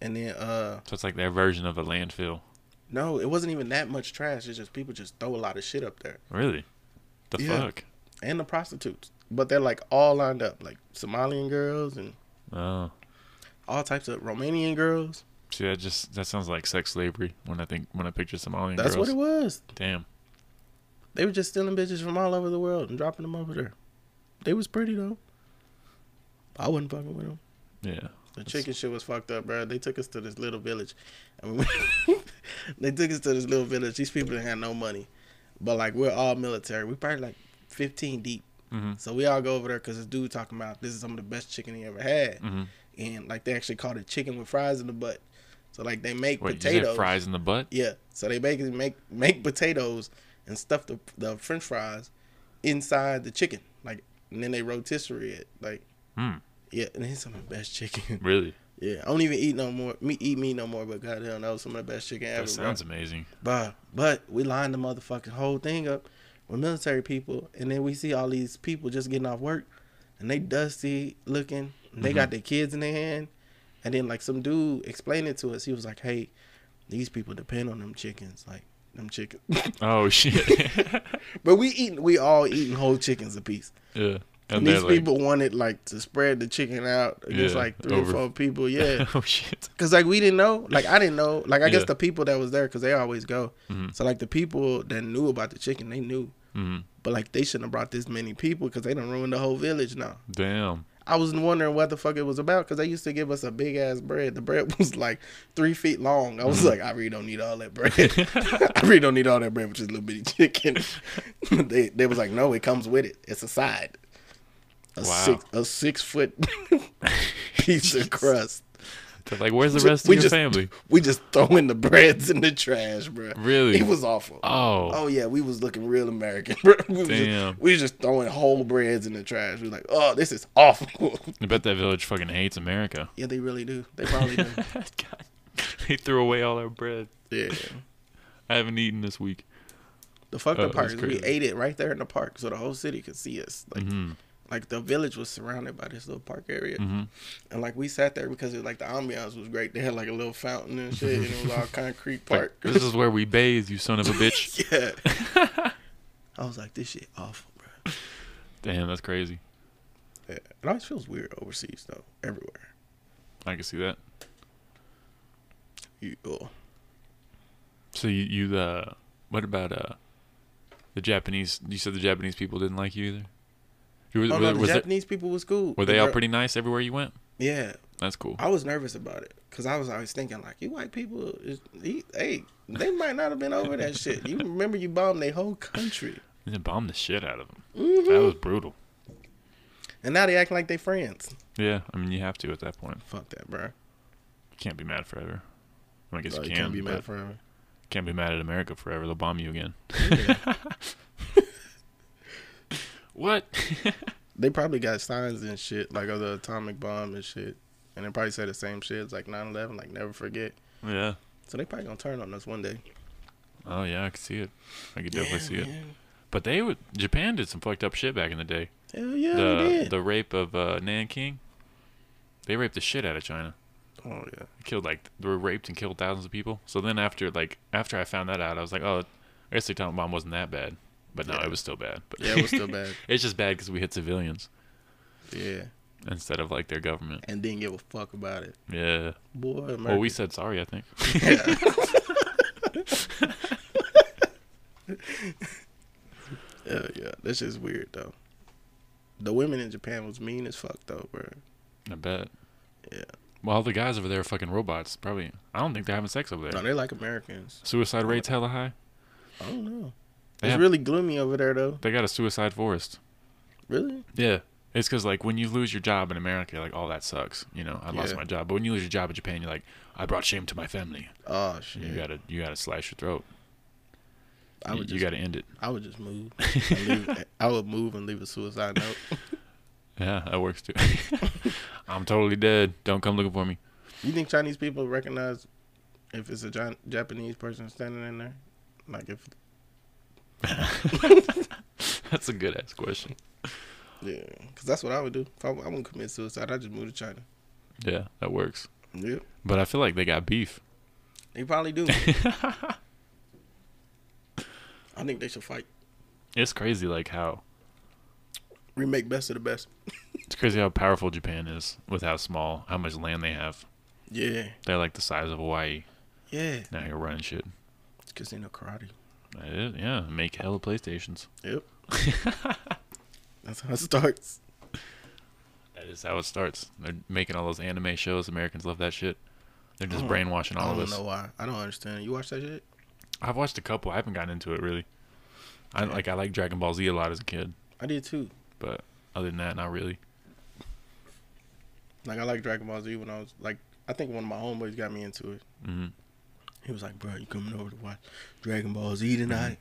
Speaker 4: And then, uh,
Speaker 1: So it's like their version of a landfill.
Speaker 4: no, it wasn't even that much trash. It's just people just throw a lot of shit up there,
Speaker 1: Really? The
Speaker 4: Yeah.
Speaker 1: fuck?
Speaker 4: and the prostitutes. But they're like all lined up, like Somalian girls and
Speaker 1: Oh,
Speaker 4: all types of Romanian girls.
Speaker 1: see, that just that sounds like sex slavery. When I think when I picture Somalian
Speaker 4: That's
Speaker 1: girls.
Speaker 4: what it was.
Speaker 1: Damn.
Speaker 4: They were just stealing bitches from all over the world and dropping them over there. They was pretty though. I wasn't fucking with them.
Speaker 1: Yeah.
Speaker 4: The
Speaker 1: That's-
Speaker 4: chicken shit was fucked up, bro. They took us to this little village, and we they took us to this little village. These people didn't have no money, but like we're all military. We probably like fifteen deep,
Speaker 1: Mm-hmm.
Speaker 4: so we all go over there because this dude talking about this is some of the best chicken he ever had,
Speaker 1: Mm-hmm.
Speaker 4: and like they actually called it chicken with fries in the butt. So like they make
Speaker 1: Wait, you
Speaker 4: potatoes.
Speaker 1: said fries in the butt?
Speaker 4: Yeah, so they make make make potatoes and stuff the the French fries inside the chicken, like and then they rotisserie it, like.
Speaker 1: Hmm.
Speaker 4: Yeah, and it's some of the best chicken.
Speaker 1: Really?
Speaker 4: Yeah, I don't even eat no more. Me eat meat no more, but goddamn, that was some of the best chicken ever.
Speaker 1: That sounds
Speaker 4: bro.
Speaker 1: amazing.
Speaker 4: But but we lined the motherfucking whole thing up with military people, and then we see all these people just getting off work, and they dusty looking. And they
Speaker 1: Mm-hmm.
Speaker 4: got their kids in their hand, and then like some dude explained it to us. He was like, "Hey, these people depend on them chickens, like them chickens."
Speaker 1: Oh shit.
Speaker 4: but we eating, we all eating whole chickens apiece.
Speaker 1: yeah.
Speaker 4: And
Speaker 1: they're
Speaker 4: these people wanted like to spread the chicken out against
Speaker 1: Yeah,
Speaker 4: like three
Speaker 1: over-
Speaker 4: or four people. Yeah.
Speaker 1: oh shit.
Speaker 4: Cause like we didn't know, like I didn't know, like I guess
Speaker 1: Yeah. Mm-hmm.
Speaker 4: the people that was there, cause they always go. So like the people that knew about the chicken, they knew,
Speaker 1: Mhm.
Speaker 4: but like they shouldn't have brought this many people, cause they done ruined the whole village now.
Speaker 1: Damn.
Speaker 4: I was wondering what the fuck it was about, cause they used to give us a big ass bread. The bread was like three feet long. I was
Speaker 1: Mm-hmm.
Speaker 4: like, I really don't need all that bread. I really don't need all that bread, which is a little bitty chicken. they they was like, no, it comes with it. It's a side. A
Speaker 1: Wow.
Speaker 4: six a six foot piece of crust.
Speaker 1: They're like, where's the
Speaker 4: Ju-
Speaker 1: rest of
Speaker 4: we
Speaker 1: your
Speaker 4: just-
Speaker 1: family?
Speaker 4: We just throwing the breads in the trash, bro.
Speaker 1: Really?
Speaker 4: It was awful.
Speaker 1: Oh.
Speaker 4: Oh yeah, we was looking real American, bro. We was
Speaker 1: Damn.
Speaker 4: Just, we was just throwing whole breads in the trash. We was like, oh, this is awful.
Speaker 1: I bet that village fucking hates America.
Speaker 4: yeah, they really do. They probably do.
Speaker 1: God. They threw away all our bread.
Speaker 4: yeah.
Speaker 1: I haven't eaten this week.
Speaker 4: The fucked
Speaker 1: Oh,
Speaker 4: up part
Speaker 1: that's
Speaker 4: is we
Speaker 1: crazy.
Speaker 4: ate it right there in the park, so the whole city could see us. Like,
Speaker 1: Mm-hmm.
Speaker 4: like the village was surrounded by this little park area, and like we sat there because it like the ambiance was great. They had like a little fountain and shit, and it was all concrete
Speaker 1: Like,
Speaker 4: park.
Speaker 1: this is where we bathe, you son of a bitch.
Speaker 4: yeah. I was like, this shit awful, bro.
Speaker 1: Damn, that's crazy.
Speaker 4: Yeah. It always feels weird overseas though, everywhere.
Speaker 1: I can see that.
Speaker 4: You, oh.
Speaker 1: So you, you uh, what about uh, the Japanese? You said the Japanese people didn't like you either. You were,
Speaker 4: Oh,
Speaker 1: were-
Speaker 4: no, the
Speaker 1: was there-
Speaker 4: Japanese people Uh, was cool.
Speaker 1: were
Speaker 4: The
Speaker 1: they all
Speaker 4: girl-
Speaker 1: pretty nice everywhere you went?
Speaker 4: Yeah,
Speaker 1: That's cool.
Speaker 4: I was nervous about it because I was always thinking like, you white people, is, he, hey, they might not have been over that shit. You remember you bombed their whole country,
Speaker 1: They bombed the shit out of them.
Speaker 4: mm-hmm.
Speaker 1: That was brutal.
Speaker 4: and now they act like they friends.
Speaker 1: Yeah, I mean you have to at that point.
Speaker 4: Fuck that, bro.
Speaker 1: You can't be mad forever. Well, I guess you
Speaker 4: Like,
Speaker 1: can,
Speaker 4: can't be mad
Speaker 1: but
Speaker 4: forever.
Speaker 1: can't be mad at America forever. They'll bomb you again.
Speaker 4: Mm-hmm.
Speaker 1: what?
Speaker 4: They probably got signs and shit like of the atomic bomb and shit, and they probably say the same shit. It's like 9/11, like never forget.
Speaker 1: yeah.
Speaker 4: So they probably gonna turn on us one day.
Speaker 1: Oh yeah, I can see it. I could definitely see it.
Speaker 4: man.
Speaker 1: But they would. Japan did some fucked up shit back in the day.
Speaker 4: Hell yeah, they
Speaker 1: the
Speaker 4: did.
Speaker 1: the rape of uh, Nanking. They raped the shit out of China.
Speaker 4: oh yeah.
Speaker 1: They killed like they were raped and killed thousands of people. So then after like after I found that out, I was like, oh, I guess the atomic bomb wasn't that bad. But no,
Speaker 4: Yeah.
Speaker 1: it was still bad. But
Speaker 4: Yeah, it was still bad.
Speaker 1: it's just bad because we hit civilians
Speaker 4: Yeah,
Speaker 1: instead of like their government.
Speaker 4: and didn't give a fuck about it,
Speaker 1: Yeah.
Speaker 4: boy. America.
Speaker 1: Well, we said sorry. I think.
Speaker 4: Yeah. Hell yeah, this is weird though. The women in Japan was mean as fuck though, bro.
Speaker 1: I bet.
Speaker 4: Yeah.
Speaker 1: Well, all the guys over there are fucking robots. Probably. I don't think they're having sex over there.
Speaker 4: No, they like Americans.
Speaker 1: Suicide rate's hella high.
Speaker 4: I don't know.
Speaker 1: They
Speaker 4: It's
Speaker 1: have-
Speaker 4: really gloomy over there though.
Speaker 1: They got a suicide forest.
Speaker 4: Really?
Speaker 1: Yeah. It's because, like, when you lose your job in America, you're like, oh, that sucks. You know, I lost
Speaker 4: Yeah.
Speaker 1: my job. But when you lose your job in Japan, you're like, I brought shame to my family.
Speaker 4: Oh shit.
Speaker 1: You gotta, you gotta slice your throat.
Speaker 4: I
Speaker 1: You-
Speaker 4: would
Speaker 1: you
Speaker 4: just,
Speaker 1: gotta end it.
Speaker 4: I would just move. and leave, I would move and leave a suicide note.
Speaker 1: Yeah, that works too. I'm totally dead. Don't come looking for me.
Speaker 4: You think Chinese people recognize if it's a Jan- Japanese person standing in there? Like if
Speaker 1: That's a good ass question.
Speaker 4: yeah, because that's what I would do. If I, I wouldn't commit suicide, I would just move to China.
Speaker 1: Yeah, that works.
Speaker 4: Yep.
Speaker 1: But I feel like they got beef.
Speaker 4: They probably do. I think they should fight.
Speaker 1: It's crazy, like how
Speaker 4: Remake best of the best.
Speaker 1: it's crazy how powerful Japan is with how small, how much land they have.
Speaker 4: Yeah,
Speaker 1: They're like the size of Hawaii.
Speaker 4: yeah.
Speaker 1: Now you're running shit.
Speaker 4: It's casino karate.
Speaker 1: That is- yeah, make hella PlayStations.
Speaker 4: Yep. that's how it starts.
Speaker 1: That is how it starts. They're making all those anime shows. Americans love that shit. They're just brainwashing
Speaker 4: Hmm. I
Speaker 1: all of
Speaker 4: don't
Speaker 1: us.
Speaker 4: know why. I don't understand. You watch that shit?
Speaker 1: I've watched a couple. I haven't gotten into it really. I like I like Dragon Ball Z a lot as a kid,
Speaker 4: I did too.
Speaker 1: but other than that, not really.
Speaker 4: Like I like Dragon Ball Z when I was like I think one of my homeboys got me into it.
Speaker 1: Mhm.
Speaker 4: He was like, "Bro, you coming over to watch Dragon Ball Z tonight?"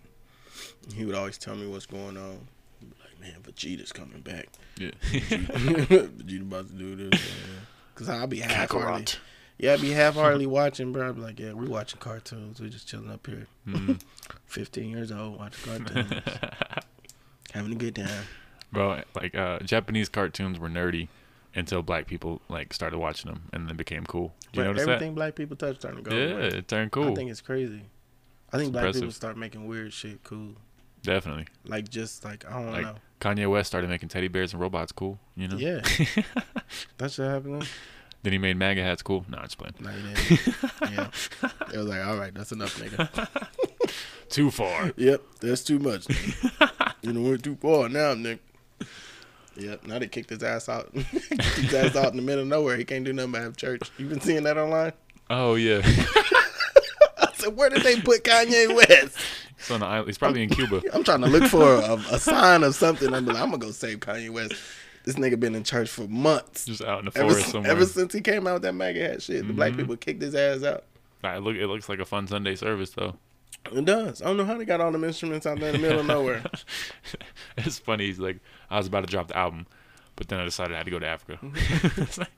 Speaker 4: And He would always tell me what's going on. He'd be Like, man, Vegeta's coming back.
Speaker 1: Yeah.
Speaker 4: Vegeta about to do this. yeah. Cause I'll be half heartedly, yeah, I'd be half heartedly watching, bro. I'd be like, yeah, we're watching cartoons. We're just chilling up here.
Speaker 1: Mm.
Speaker 4: Fifteen years old, watching cartoons, having a good time.
Speaker 1: Bro, like uh, Japanese cartoons were nerdy until black people like started watching them and then became cool. Do you
Speaker 4: But
Speaker 1: notice
Speaker 4: everything black people touch starting to
Speaker 1: that?
Speaker 4: go.
Speaker 1: yeah,
Speaker 4: away.
Speaker 1: it turned
Speaker 4: I
Speaker 1: cool.
Speaker 4: think it's crazy. I think
Speaker 1: It's
Speaker 4: black people
Speaker 1: impressive.
Speaker 4: start making weird shit cool.
Speaker 1: Definitely.
Speaker 4: Like just like I don't
Speaker 1: Like,
Speaker 4: know.
Speaker 1: Kanye West started making teddy bears and robots cool. You know.
Speaker 4: Yeah. That's what happened.
Speaker 1: Then he made MAGA hats cool. Nah, I'm just playing.
Speaker 4: No, you didn't. yeah. It was like, all right, that's enough, nigga.
Speaker 1: Too far.
Speaker 4: yep, that's too much. nigga. you know, we're too far now, nigga. Yep, now they kicked his ass out. kicked his ass out in the middle of nowhere. He can't do nothing but have church. You been seeing that online?
Speaker 1: Oh yeah.
Speaker 4: I said, where did they put Kanye West?
Speaker 1: It's on the island. He's probably in Cuba.
Speaker 4: I'm trying to look for a, a sign of something. I'm like, I'm gonna go save Kanye West. This nigga been in church for months.
Speaker 1: Just out in the
Speaker 4: Ever,
Speaker 1: forest somewhere. Mm-hmm.
Speaker 4: ever since he came out with that MAGA hat shit, the black people kicked his ass out.
Speaker 1: Nah, it, look, it looks like a fun Sunday service though.
Speaker 4: It does. I don't know how they got all them instruments out there in the middle of nowhere.
Speaker 1: it's funny. He's like, I was about to drop the album, but then I decided I had to go to Africa.
Speaker 4: Mm-hmm.
Speaker 1: It's like-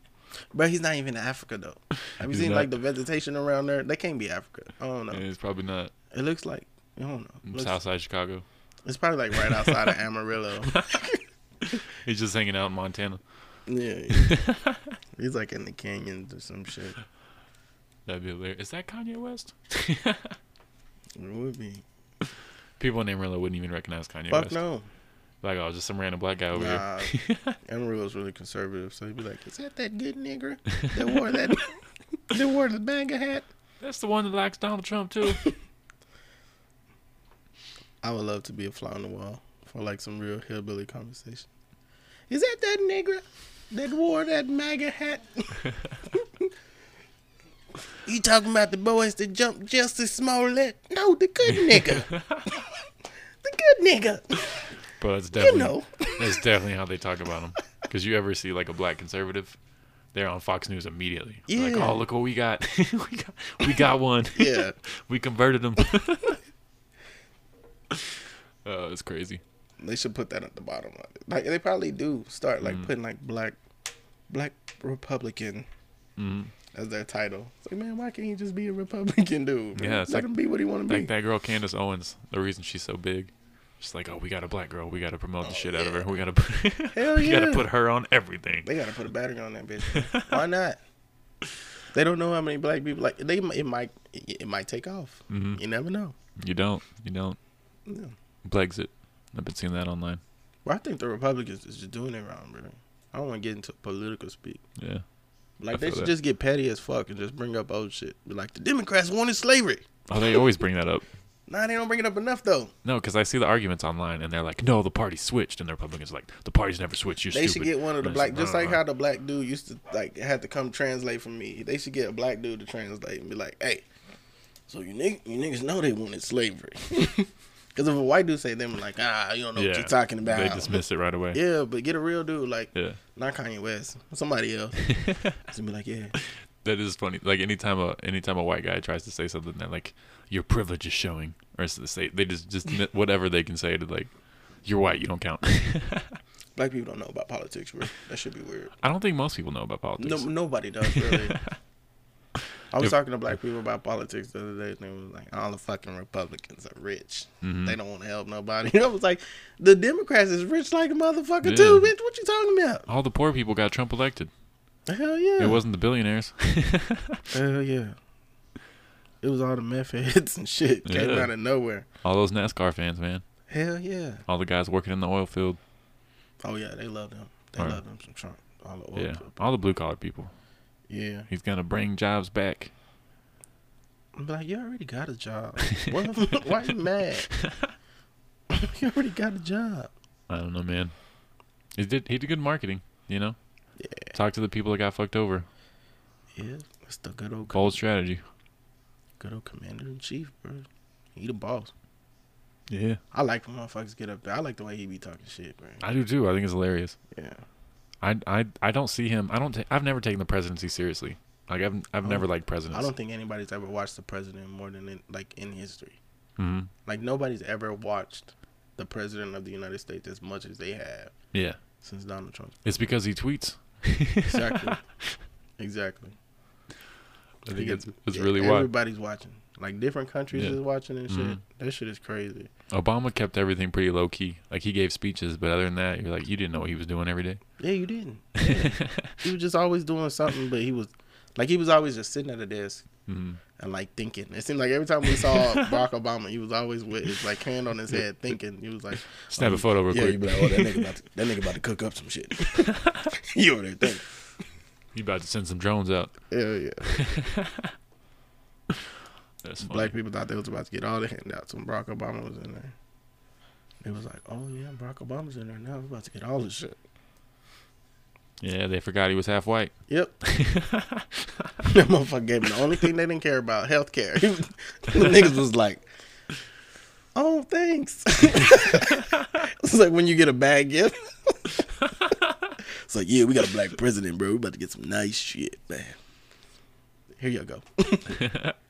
Speaker 4: But he's not even in Africa though. Have you
Speaker 1: He's
Speaker 4: seen
Speaker 1: not.
Speaker 4: like the vegetation around there? That can't be Africa. I don't know.
Speaker 1: yeah, it's probably not
Speaker 4: It looks like I don't know. It looks-
Speaker 1: Southside Chicago.
Speaker 4: it's probably like right outside of Amarillo.
Speaker 1: He's just hanging out in Montana.
Speaker 4: yeah. He's like in the canyons or some shit.
Speaker 1: That'd be hilarious. Is that Kanye West?
Speaker 4: It would be.
Speaker 1: People in Amarillo wouldn't even recognize Kanye
Speaker 4: Fuck
Speaker 1: West.
Speaker 4: no.
Speaker 1: Like, oh, just some random black guy over
Speaker 4: Nah.
Speaker 1: here.
Speaker 4: Amarillo's really conservative, so he'd be like, "Is that that good nigger that wore that that wore the MAGA hat?"
Speaker 1: That's the one that likes Donald Trump too.
Speaker 4: I would love to be a fly on the wall for like some real hillbilly conversation. Is that that nigger that wore that MAGA hat? you talking about the boys that jumped Justice Smollett? No, the good nigga. the good nigga.
Speaker 1: But it's definitely
Speaker 4: know.
Speaker 1: that's definitely how they talk about him. Because you ever see like a black conservative, they're on Fox News immediately. They're Like,
Speaker 4: Yeah.
Speaker 1: oh, look what we got. we got, we got one.
Speaker 4: Yeah.
Speaker 1: we converted him. oh, it's crazy.
Speaker 4: They should put that at the bottom. of it. Like they probably do start like
Speaker 1: Mm.
Speaker 4: putting like black, black Republican
Speaker 1: Mm.
Speaker 4: as their title. It's like man, why can't he just be a Republican dude? man?
Speaker 1: Yeah, it's
Speaker 4: let
Speaker 1: like-
Speaker 4: him be what he want to be.
Speaker 1: Like that girl Candace Owens. The reason she's so big. She's like, oh, we got a black girl. We got to promote the shit out of her. We got to put,
Speaker 4: Oh, Hell
Speaker 1: we got to
Speaker 4: yeah.
Speaker 1: put her on everything.
Speaker 4: They gotta put a battery on that bitch. Why not? They don't know how many black people like they. It might it, it might take off.
Speaker 1: Mm-hmm.
Speaker 4: You never know.
Speaker 1: You don't. You don't.
Speaker 4: Yeah.
Speaker 1: Blexit. I've been seeing that online.
Speaker 4: But I think the Republicans is just doing it wrong, bro. I don't want to get into political speak.
Speaker 1: Yeah. I
Speaker 4: Like they
Speaker 1: feel
Speaker 4: should
Speaker 1: that.
Speaker 4: just get petty as fuck and just bring up old shit. Be like the Democrats wanted slavery.
Speaker 1: Oh, they always bring that up.
Speaker 4: Nah, they don't bring it up enough though.
Speaker 1: No, because I see the arguments online, and they're like, "No, the party switched," and the Republicans are like, "The party's never switched." You're
Speaker 4: They should
Speaker 1: stupid."
Speaker 4: get one of
Speaker 1: And
Speaker 4: the
Speaker 1: it's
Speaker 4: black, just
Speaker 1: "No,
Speaker 4: like
Speaker 1: no,
Speaker 4: how the black dude used to like had to come translate for me. They should get a black dude to translate and be like, "Hey, so you nigg- you niggas know they wanted slavery." Because if a white dude say them like, "Ah, you don't know
Speaker 1: no."
Speaker 4: what you're talking about,"
Speaker 1: They dismiss it right away.
Speaker 4: yeah, but get a real dude like
Speaker 1: Yeah.
Speaker 4: not Kanye West, somebody else. Just be like, "Yeah,
Speaker 1: That is funny. Like anytime a anytime a white guy tries to say something, they're like, "Your privilege is showing," or s- say they just just mi- whatever they can say to like, "You're white, you don't count."
Speaker 4: black people don't know about politics, bro. That should be weird."
Speaker 1: I don't think most people know about
Speaker 4: No,
Speaker 1: politics.
Speaker 4: nobody does really. I was
Speaker 1: If-
Speaker 4: talking to black people about politics the other day, and they was like, "All the fucking Republicans are rich.
Speaker 1: Mm-hmm.
Speaker 4: They don't want to help nobody." I was like, "The Democrats is rich like a motherfucker
Speaker 1: Yeah.
Speaker 4: too, bitch. What you talking about?
Speaker 1: All the poor people got Trump elected.
Speaker 4: Hell yeah,
Speaker 1: It wasn't the billionaires.
Speaker 4: Hell yeah, it was all the meth heads and shit came
Speaker 1: Yeah.
Speaker 4: out of nowhere.
Speaker 1: All those NASCAR fans, man.
Speaker 4: Hell yeah.
Speaker 1: All the guys working in the oil field.
Speaker 4: Oh yeah, they love them. They
Speaker 1: All right.
Speaker 4: love them some Trump. All the oil
Speaker 1: yeah,
Speaker 4: people.
Speaker 1: all the blue collar people.
Speaker 4: yeah.
Speaker 1: He's gonna bring jobs back.
Speaker 4: I'm like, you already got a job. What- Why you mad? you already got a job.
Speaker 1: I don't know, man. He did he did good marketing, you know. Yeah. Talk to the people that got fucked over.
Speaker 4: Yeah, it's the good old
Speaker 1: Bold strategy.
Speaker 4: Good old commander in chief, bro. He the boss.
Speaker 1: Yeah,
Speaker 4: I like when motherfuckers get up there. I like the way he be talking shit, bro.
Speaker 1: I do too. I think it's hilarious.
Speaker 4: Yeah.
Speaker 1: I I I don't see him. I don't. Ta- I've never taken the presidency seriously. Like I've I've never liked presidents.
Speaker 4: Oh. I don't think anybody's ever watched the president more than in, like in history.
Speaker 1: Mhm.
Speaker 4: Like nobody's ever watched the president of the United States as much as they have
Speaker 1: Yeah,
Speaker 4: since Donald Trump.
Speaker 1: it's because he tweets.
Speaker 4: Exactly. exactly.
Speaker 1: I think it's, it's
Speaker 4: Yeah,
Speaker 1: really why
Speaker 4: everybody's watching. Like different countries
Speaker 1: Yeah.
Speaker 4: is watching and shit.
Speaker 1: Mhm.
Speaker 4: That shit is crazy.
Speaker 1: Obama kept everything pretty low key. Like he gave speeches, but other than that, you're like you didn't know what he was doing every day.
Speaker 4: Yeah, you didn't. Yeah. he was just always doing something, but he was like he was always just sitting at a desk
Speaker 1: Mhm.
Speaker 4: and like thinking. It seemed like every time we saw Barack Obama, he was always with his like hand on his head thinking. He was like,
Speaker 1: Snap a photo real
Speaker 4: "Yeah,
Speaker 1: quick.
Speaker 4: you be like, oh, that nigga about to, that nigga about to cook up some shit." you over there thinking?
Speaker 1: You about to send some drones out?
Speaker 4: Hell yeah!
Speaker 1: That's funny.
Speaker 4: Black people thought they was about to get all the handouts when Barack Obama was in there. It was like, oh yeah, Barack Obama's in there now. We're about to get all this shit.
Speaker 1: Yeah, they forgot he was half white.
Speaker 4: Yep. that motherfucker gave me the only thing they didn't care about, health care. the niggas was like, oh, thanks. it's like when you get a bad gift. it's like, yeah, we got a black president, bro. we about to get some nice shit, man. Here y'all go.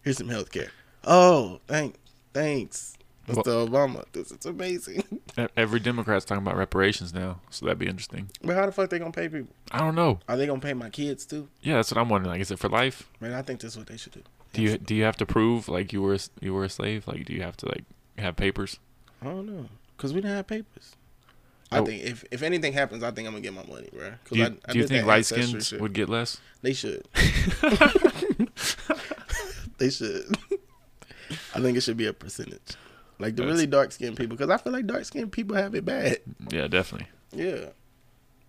Speaker 4: Here's some health care. Oh, thank, thanks, Mr. Obama. This is amazing.
Speaker 1: E- Every Democrat's talking about reparations now, so that'd be interesting.
Speaker 4: but how the fuck they gonna pay people?
Speaker 1: I don't know.
Speaker 4: Are they gonna pay my kids too?
Speaker 1: Yeah, that's what I'm wondering. Like, is it for life?
Speaker 4: Man, I think that's what they should do.
Speaker 1: Do you do you have to prove like you were a s- you were a slave? Like, do you have to like have papers?
Speaker 4: I don't know, cause we didn't have papers. I
Speaker 1: Oh.
Speaker 4: think if, if anything happens, I think I'm gonna get my money, bro. Cause
Speaker 1: Do you,
Speaker 4: I, I
Speaker 1: do you
Speaker 4: did
Speaker 1: think
Speaker 4: that
Speaker 1: light
Speaker 4: ancestry
Speaker 1: skins
Speaker 4: shit.
Speaker 1: would get less?
Speaker 4: They should. they should. I think it should be a percentage, like the
Speaker 1: That's-
Speaker 4: really dark skinned people, cause I feel like dark skinned people have it bad.
Speaker 1: Yeah, definitely.
Speaker 4: Yeah.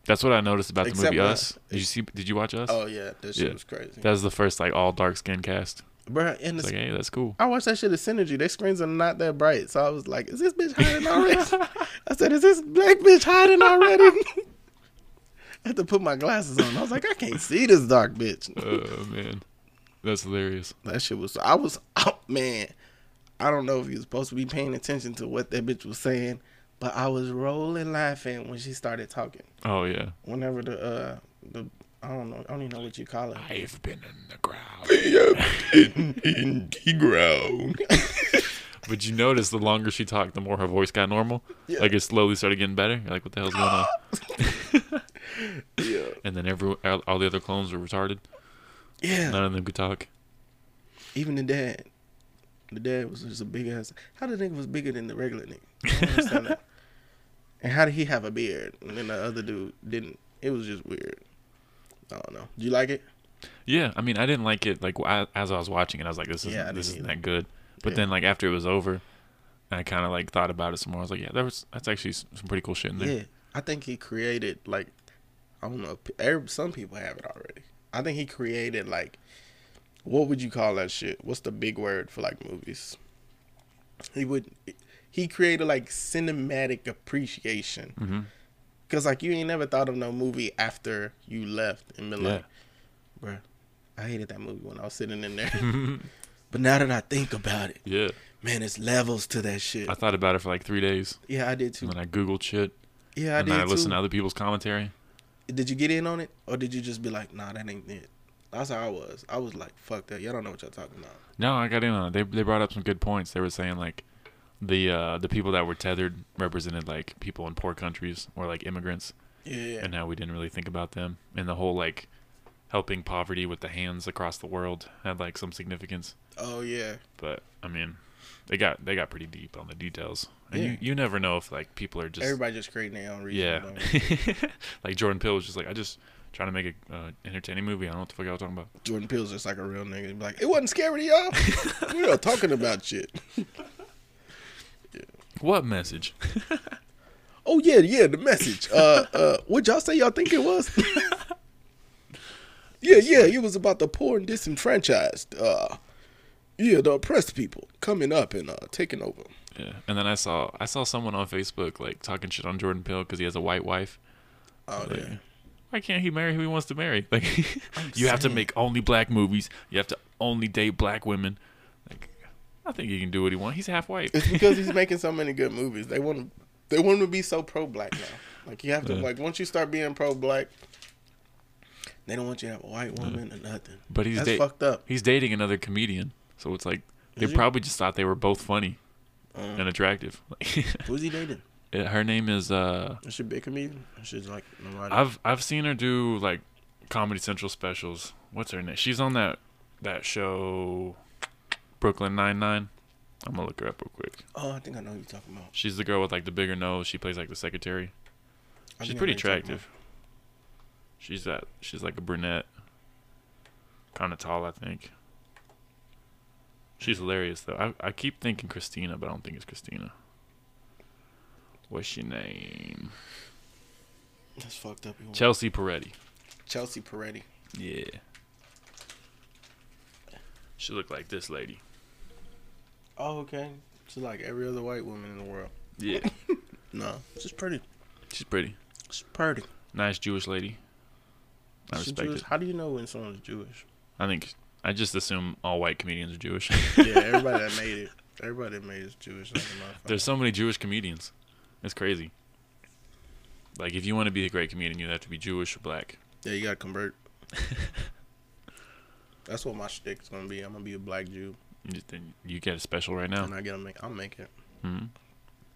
Speaker 1: That's what I noticed about the
Speaker 4: Except
Speaker 1: movie
Speaker 4: when I-
Speaker 1: Us. Did you see? Did you watch Us?
Speaker 4: Oh yeah, that shit
Speaker 1: Yeah.
Speaker 4: was crazy,
Speaker 1: That was the first like all dark skin cast.
Speaker 4: bro. And
Speaker 1: It's
Speaker 4: the,
Speaker 1: like, hey, that's cool.
Speaker 4: I watched that shit at Synergy. Their screens are not that bright, so I was like, "Is this bitch hiding already?" I said, "Is this black bitch hiding already?" I had to put my glasses on. I was like, "I can't see this dark bitch."
Speaker 1: Oh man, that's hilarious.
Speaker 4: That shit was. I was. Oh, man, I don't know if you was supposed to be paying attention to what that bitch was saying, but I was rolling laughing when she started talking.
Speaker 1: Oh yeah.
Speaker 4: Whenever the uh the I don't know. I don't even know what you call it.
Speaker 1: I've been in the crowd.
Speaker 4: In the ground.
Speaker 1: but you notice the longer she talked, the more her voice got normal.
Speaker 4: Yeah.
Speaker 1: Like it slowly started getting better. You're like, what the hell's going on?
Speaker 4: Yeah.
Speaker 1: And then every all all the other clones were retarded.
Speaker 4: Yeah.
Speaker 1: None of them could talk.
Speaker 4: Even the dad. The dad was just a big ass. How the nigga was bigger than the regular nigga? I don't understand that. And how did he have a beard? And then the other dude didn't. It was just weird. I don't know. Do you like it?
Speaker 1: Yeah, I mean, I didn't like it. Like I, as I was watching it, I was like, "This isn't
Speaker 4: Yeah, I
Speaker 1: this isn't
Speaker 4: didn't either.
Speaker 1: that good." But
Speaker 4: Yeah.
Speaker 1: then, like after it was over, I kind of like thought about it some more. I was like, "Yeah, there was that's actually s- some pretty cool shit in there."
Speaker 4: Yeah. I think he created like I don't know. p- Arab- Some people have it already. I think he created like what would you call that shit? What's the big word for like movies? He would. He created like cinematic appreciation.
Speaker 1: Mm-hmm.
Speaker 4: Cause like you ain't never thought of no movie after you left and been
Speaker 1: Yeah.
Speaker 4: like, bruh, I hated that movie when I was sitting in there. but now that I think about it,
Speaker 1: Yeah.
Speaker 4: man, it's levels to that shit.
Speaker 1: I thought about it for like three days,
Speaker 4: yeah, I did too.
Speaker 1: and then I googled shit,
Speaker 4: Yeah, I
Speaker 1: and
Speaker 4: did
Speaker 1: then I
Speaker 4: too.
Speaker 1: listened to other people's commentary.
Speaker 4: did you get in on it or did you just be like nah that ain't it that's how i was i was like fuck that y'all don't know what y'all talking about
Speaker 1: No, I got in on it. They they brought up some good points. They were saying like the uh, the people that were tethered represented like people in poor countries or like immigrants,
Speaker 4: yeah
Speaker 1: and uh, how we didn't really think about them. And the whole like helping poverty with the hands across the world had like some significance.
Speaker 4: oh yeah
Speaker 1: But I mean, they got they got pretty deep on the details, and
Speaker 4: Yeah.
Speaker 1: you you never know if like people are just
Speaker 4: everybody just creating their own reason
Speaker 1: yeah,
Speaker 4: don't
Speaker 1: like Jordan Peele was just like I just trying to make a uh, entertaining movie. I don't know what the fuck I was talking about.
Speaker 4: they? jordan peele's just like a real nigga He be like it wasn't scary to y'all we were talking about shit
Speaker 1: What message?
Speaker 4: oh yeah yeah the message uh uh what y'all say y'all think it was yeah yeah it was about the poor and disenfranchised uh yeah the oppressed people coming up and uh taking over
Speaker 1: Yeah, and then I saw I saw someone on Facebook like talking shit on Jordan Peele because he has a white wife.
Speaker 4: oh
Speaker 1: Like,
Speaker 4: yeah
Speaker 1: Why can't he marry who he wants to marry? Like, you have to
Speaker 4: saying.
Speaker 1: make only black movies. You have to only date black women. Like, I think he can do what he wants. He's half white.
Speaker 4: It's because he's making so many good movies. They want to, they want to be so pro black now. Like you have to like once you start being pro black, they don't want you to have a white woman or nothing.
Speaker 1: but he's
Speaker 4: that's
Speaker 1: da-
Speaker 4: fucked up.
Speaker 1: He's dating another comedian, so it's like they
Speaker 4: Is he?
Speaker 1: probably just thought they were both funny
Speaker 4: Um,
Speaker 1: and attractive.
Speaker 4: Who's he dating?
Speaker 1: Yeah, Her name is uh,
Speaker 4: Is she a big comedian? Or She's like nobody.
Speaker 1: I've I've seen her do like Comedy Central specials. What's her name? She's on that that show Brooklyn Nine Nine. I'm gonna look her up real quick.
Speaker 4: oh, I think I know who you're talking about.
Speaker 1: She's the girl with like the bigger nose. She plays like the secretary.
Speaker 4: I
Speaker 1: She's
Speaker 4: think
Speaker 1: pretty
Speaker 4: I know who you're talking
Speaker 1: attractive. She's that. She's like a brunette, kind of tall, I think. She's hilarious though. I I keep thinking Christina, but I don't think it's Christina. What's your name?
Speaker 4: about. That's fucked up. you want-
Speaker 1: Chelsea Peretti.
Speaker 4: Chelsea Peretti.
Speaker 1: Yeah. She looked like this lady.
Speaker 4: Oh, okay. She's like every other white woman in the world.
Speaker 1: Yeah.
Speaker 4: No, she's pretty.
Speaker 1: She's pretty.
Speaker 4: She's pretty.
Speaker 1: Nice Jewish lady. I
Speaker 4: She's
Speaker 1: respect
Speaker 4: Jewish.
Speaker 1: it.
Speaker 4: How do you know when someone's Jewish?
Speaker 1: I think I just assume all white comedians are Jewish.
Speaker 4: Yeah, everybody that made it, everybody that made it is Jewish. Like a motherfucker.
Speaker 1: There's so many Jewish comedians. It's crazy. Like if you want to be a great comedian, you have to be Jewish or black.
Speaker 4: Yeah, you gotta convert. That's what my shtick's gonna be. I'm gonna be a black Jew,
Speaker 1: You just- then you get a special right now.
Speaker 4: and I gotta make. I'll make it.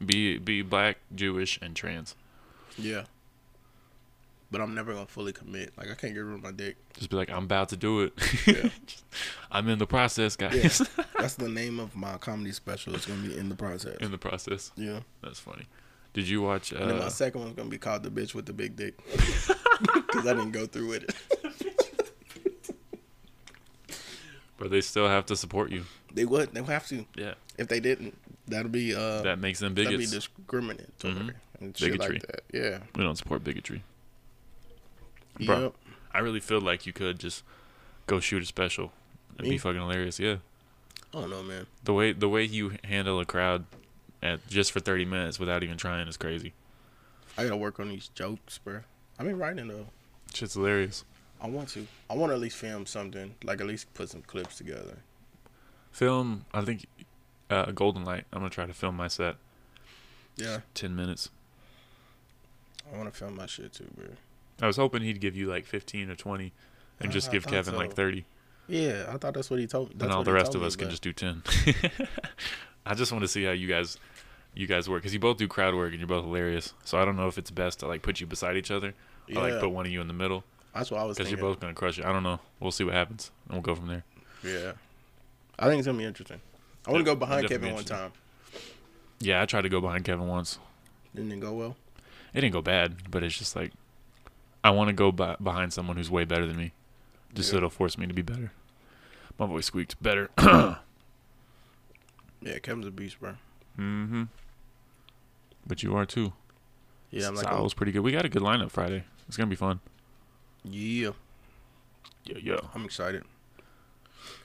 Speaker 1: Be be black, Jewish, and trans.
Speaker 4: Yeah. But I'm never gonna fully commit. Like I can't get rid of my dick.
Speaker 1: Just be like, I'm about to do it.
Speaker 4: Yeah.
Speaker 1: I'm in the process,
Speaker 4: Yeah.
Speaker 1: guys.
Speaker 4: That's the name of my comedy special. It's gonna be in the process.
Speaker 1: in the process.
Speaker 4: Yeah.
Speaker 1: That's funny. Did you watch?
Speaker 4: And then my
Speaker 1: Uh,
Speaker 4: second one's gonna be called the bitch with the big dick, because I didn't go through with it.
Speaker 1: but they still have to support you.
Speaker 4: They would. They would have to.
Speaker 1: Yeah,
Speaker 4: If they didn't, that'll be uh,
Speaker 1: that makes them
Speaker 4: that'll be
Speaker 1: bigots.
Speaker 4: discriminatory and shit
Speaker 1: Bigotry.
Speaker 4: like that. Yeah.
Speaker 1: we don't support bigotry. Bruh.
Speaker 4: Yep.
Speaker 1: I really feel like you could just go shoot a special. It'd be
Speaker 4: Me?
Speaker 1: fucking hilarious. Yeah.
Speaker 4: I don't know, man.
Speaker 1: The way the way you handle a crowd at just for thirty minutes without even trying is crazy.
Speaker 4: I gotta work on these jokes, bro. I've been writing though.
Speaker 1: Shit's hilarious.
Speaker 4: I want to. I want to at least film something. Like at least put some clips together.
Speaker 1: Film. I think uh, Golden Light. I'm gonna try to film my set.
Speaker 4: Yeah.
Speaker 1: Ten minutes.
Speaker 4: I want to film my shit too, bro.
Speaker 1: I was hoping he'd give you like fifteen or twenty, and just
Speaker 4: I
Speaker 1: give
Speaker 4: thought
Speaker 1: Kevin like
Speaker 4: so.
Speaker 1: thirty,
Speaker 4: Yeah, I thought that's what he told me.
Speaker 1: and all the rest of us can just do ten. I just want to see how you guys you guys work because you both do crowd work and you're both hilarious. So I don't know if it's best to like put you beside each other or like
Speaker 4: Yeah.
Speaker 1: put one of you in the middle
Speaker 4: That's what I was
Speaker 1: because
Speaker 4: thinking.
Speaker 1: you're both gonna crush it. I don't know. We'll see what happens and we'll go from there.
Speaker 4: Yeah. I think it's gonna be interesting. I want to
Speaker 1: Yeah,
Speaker 4: go behind
Speaker 1: it'll definitely
Speaker 4: Kevin one
Speaker 1: be
Speaker 4: time.
Speaker 1: Yeah, I tried to go behind Kevin once.
Speaker 4: Didn't it go well?
Speaker 1: it didn't go bad, but it's just like I want to go by, behind someone who's way better than me, just so
Speaker 4: Yeah.
Speaker 1: it'll force me to be better. My voice squeaked better.
Speaker 4: Yeah, Kevin's a beast, bro.
Speaker 1: mm-hmm. But you are too.
Speaker 4: Yeah, I'm like,
Speaker 1: that was pretty good. We got a good lineup Friday. It's gonna be fun.
Speaker 4: yeah,
Speaker 1: Yeah, yeah.
Speaker 4: I'm excited.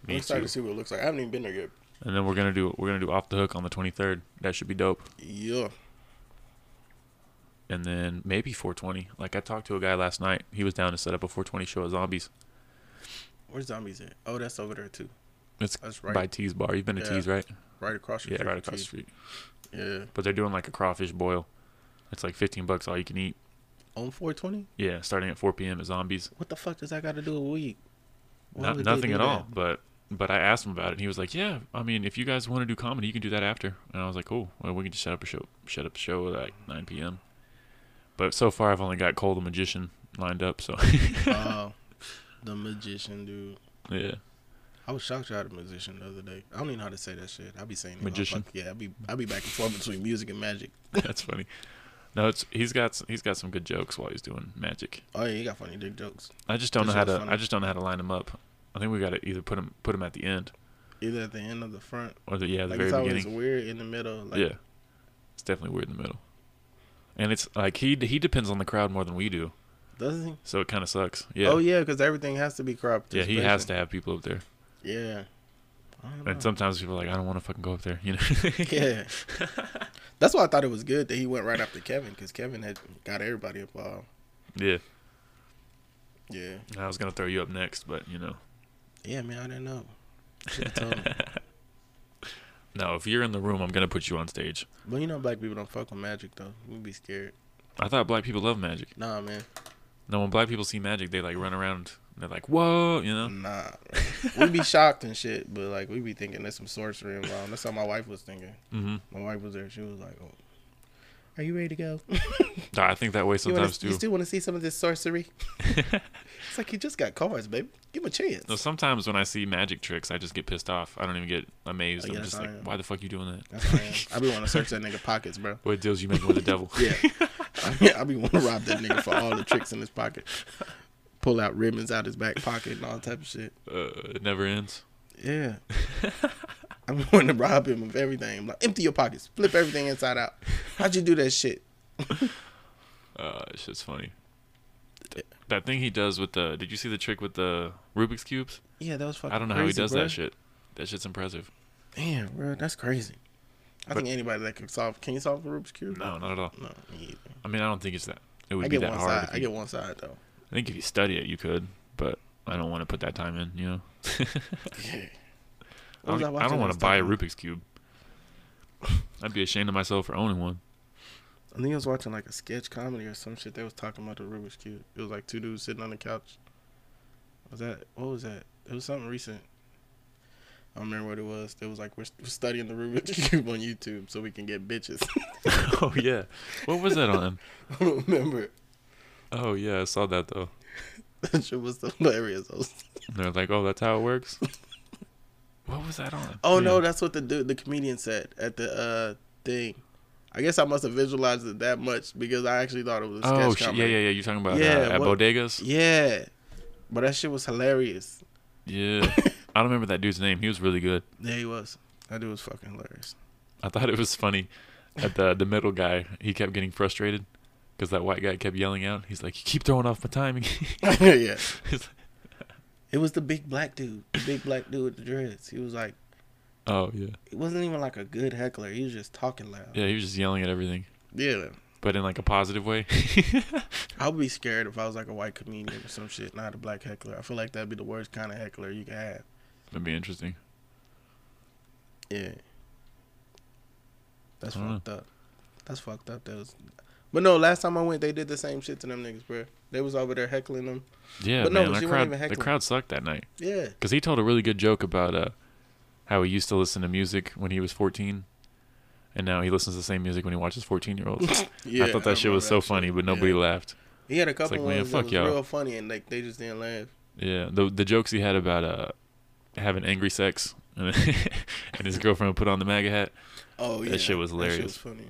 Speaker 1: Me
Speaker 4: I'm excited
Speaker 1: too.
Speaker 4: to see what it looks like. I haven't even been there yet.
Speaker 1: And then we're gonna do we're gonna do off the hook on the 23rd. That should be dope.
Speaker 4: Yeah.
Speaker 1: And then maybe 420. Like I talked to a guy last night. He was down to set up a 420 show at Zombies.
Speaker 4: Where's zombies at? Oh, that's over there too.
Speaker 1: It's
Speaker 4: That's right.
Speaker 1: by T's Bar. You've been to
Speaker 4: Yeah.
Speaker 1: T's, right?
Speaker 4: Right across the
Speaker 1: Yeah,
Speaker 4: street.
Speaker 1: right
Speaker 4: from
Speaker 1: across the
Speaker 4: Keys.
Speaker 1: street.
Speaker 4: Yeah.
Speaker 1: But they're doing like a crawfish boil. It's like 15 bucks all you can eat.
Speaker 4: On 420?
Speaker 1: Yeah, starting at 4 p.m. at Zombies.
Speaker 4: What the fuck does that got to do with weed? Why
Speaker 1: Not,
Speaker 4: would they
Speaker 1: nothing
Speaker 4: do
Speaker 1: at
Speaker 4: that?
Speaker 1: all. But but I asked him about it, and he was like, "Yeah, I mean, if you guys want to do comedy, you can do that after." And I was like, "Cool, well, we can just set up a show, set up a show at like 9 p.m." But so far, I've only got Cole the Magician lined up. So
Speaker 4: Oh, the magician, dude.
Speaker 1: yeah,
Speaker 4: I was shocked you had a musician the other day. I don't even know how to say that shit. I be saying it all
Speaker 1: Magician?
Speaker 4: fuck- Yeah, I be I be back and forth between music and magic.
Speaker 1: that's funny. No, it's he's got s- he's got some good jokes while he's doing magic.
Speaker 4: Oh yeah, you got funny dick jokes.
Speaker 1: I just don't
Speaker 4: That
Speaker 1: know how
Speaker 4: sounds
Speaker 1: to
Speaker 4: funny.
Speaker 1: I just don't know how to line him up. I think we got to either put him put him at the end
Speaker 4: Either at the end or the front.
Speaker 1: or the yeah the
Speaker 4: like
Speaker 1: very
Speaker 4: it's always
Speaker 1: beginning.
Speaker 4: weird in the middle. Like,
Speaker 1: yeah, it's definitely weird in the middle. And it's like he he depends on the crowd more than we do,
Speaker 4: Doesn't he?
Speaker 1: so it kind of sucks. Yeah.
Speaker 4: Oh yeah, because everything has to be cropped.
Speaker 1: Yeah, he has to have people up there.
Speaker 4: Yeah. I don't know.
Speaker 1: And sometimes people are like, I don't want to fucking go up there, you know?
Speaker 4: Yeah. That's why I thought it was good that he went right after Kevin because Kevin had got everybody involved.
Speaker 1: yeah.
Speaker 4: Yeah.
Speaker 1: I was gonna throw you up next, but you know.
Speaker 4: Yeah, man, I didn't know. Should've told him.
Speaker 1: No, if you're in the room, I'm gonna put you on stage.
Speaker 4: but you know, black people don't fuck with magic though. We'd be scared.
Speaker 1: I thought black people love magic.
Speaker 4: Nah, man.
Speaker 1: No, when black people see magic, they like run around. And they're like, whoa, you know?
Speaker 4: Nah. we'd be shocked and shit, but like we'd be thinking there's some sorcery involved. That's how my wife was thinking.
Speaker 1: Mm-hmm.
Speaker 4: My wife was there. She was like, oh. Are you ready to go?
Speaker 1: I think that way
Speaker 4: You, wanna,
Speaker 1: sometimes
Speaker 4: you
Speaker 1: too.
Speaker 4: still want to see some of this sorcery? it's like you just got cards, baby. Give him a chance.
Speaker 1: No, sometimes when I see magic tricks, I just get pissed off. I don't even get amazed.
Speaker 4: Oh, yeah,
Speaker 1: I'm just
Speaker 4: that's
Speaker 1: like,
Speaker 4: how I am.
Speaker 1: why the fuck you doing
Speaker 4: That's how I am.
Speaker 1: that?
Speaker 4: I be want to search that nigga pockets, bro.
Speaker 1: what deals you making with the devil?
Speaker 4: Yeah. I, mean, I be want to rob that nigga for all the tricks in his pocket. Pull out ribbons out his back pocket and all type of shit.
Speaker 1: Uh, it never ends.
Speaker 4: Yeah. I'm going to rob him of everything. Like, empty your pockets. Flip everything inside out. How'd you do that shit?
Speaker 1: Uh, it's just funny. Th- That thing he does with the. Did you see the trick with the Rubik's cubes?
Speaker 4: Yeah, that was fucking
Speaker 1: I don't know how he
Speaker 4: crazy,
Speaker 1: does
Speaker 4: bro.
Speaker 1: that shit. That shit's impressive.
Speaker 4: Damn, bro, that's crazy. I
Speaker 1: But-
Speaker 4: think anybody that can solve can you solve a Rubik's Cube?
Speaker 1: No, not at all.
Speaker 4: No, me either.
Speaker 1: I mean, I don't think it's that. It would
Speaker 4: I
Speaker 1: be
Speaker 4: get
Speaker 1: that
Speaker 4: one
Speaker 1: hard.
Speaker 4: side.
Speaker 1: if
Speaker 4: I
Speaker 1: you-
Speaker 4: get one side though.
Speaker 1: I think if you study it, you could, but I don't want to put that time in. You know,
Speaker 4: Yeah.
Speaker 1: I
Speaker 4: was
Speaker 1: don't, I
Speaker 4: watching
Speaker 1: don't want to
Speaker 4: last
Speaker 1: buy a
Speaker 4: time?
Speaker 1: Rubik's cube. I'd be ashamed of myself for owning one.
Speaker 4: I think I was watching like a sketch comedy or some shit. They was talking about the Rubik's Cube. It was like two dudes sitting on the couch. Was that what was that? It was something recent. I don't remember what it was. It was like we're, we're studying the Rubik's Cube on YouTube so we can get bitches.
Speaker 1: oh yeah, what was that on?
Speaker 4: I don't remember.
Speaker 1: Oh yeah, I saw that though.
Speaker 4: That shit was hilarious. I was-
Speaker 1: And they're like, oh, that's how it works. what was that on?
Speaker 4: Oh no,
Speaker 1: Yeah.
Speaker 4: that's what the dude, the comedian said at the uh thing. I guess I must have visualized it that much because I actually thought it was a sketch
Speaker 1: Oh sh-
Speaker 4: comedy.
Speaker 1: yeah, yeah, yeah. You're talking about
Speaker 4: Yeah,
Speaker 1: uh, at
Speaker 4: what-
Speaker 1: bodegas.
Speaker 4: Yeah. But that shit was hilarious.
Speaker 1: Yeah, I don't remember that dude's name. He was really good.
Speaker 4: Yeah, he was. That dude was fucking hilarious.
Speaker 1: I thought it was funny at the the middle guy. He kept getting frustrated because that white guy kept yelling out. He's like, "You keep throwing off my timing."
Speaker 4: yeah.
Speaker 1: He's like,
Speaker 4: It was the big black dude. The big black dude with the dreads. He was like
Speaker 1: oh yeah,
Speaker 4: it wasn't even like a good heckler. He was just talking loud.
Speaker 1: yeah. He was just yelling at everything,
Speaker 4: Yeah.
Speaker 1: but in like a positive way.
Speaker 4: I would be scared if I was like a white comedian or some shit, not a black heckler. I feel like that'd be the worst kind of heckler you could have.
Speaker 1: That'd be interesting.
Speaker 4: Yeah. That's
Speaker 1: I dunno.
Speaker 4: fucked up. That's fucked up. That was. But no, last time I went, they did the same shit to them niggas, bro. They was over there heckling them.
Speaker 1: Yeah,
Speaker 4: But no,
Speaker 1: man.
Speaker 4: she
Speaker 1: that
Speaker 4: wasn't
Speaker 1: crowd,
Speaker 4: even
Speaker 1: the
Speaker 4: heckling.
Speaker 1: crowd sucked that night
Speaker 4: Yeah.
Speaker 1: because he told a really good joke about uh, how he used to listen to music when he was 14, and now he listens to the same music when he watches 14 year olds.
Speaker 4: Yeah.
Speaker 1: I thought that shit was so
Speaker 4: remember that
Speaker 1: funny,
Speaker 4: shit.
Speaker 1: but nobody
Speaker 4: Yeah.
Speaker 1: laughed.
Speaker 4: He had a couple
Speaker 1: like,
Speaker 4: ones
Speaker 1: man,
Speaker 4: that
Speaker 1: fuck
Speaker 4: was
Speaker 1: y'all.
Speaker 4: real funny, and like they just didn't laugh.
Speaker 1: Yeah, the the jokes he had about uh having angry sex and his girlfriend would put on the MAGA hat.
Speaker 4: Oh yeah.
Speaker 1: That shit was
Speaker 4: That
Speaker 1: hilarious.
Speaker 4: shit was funny.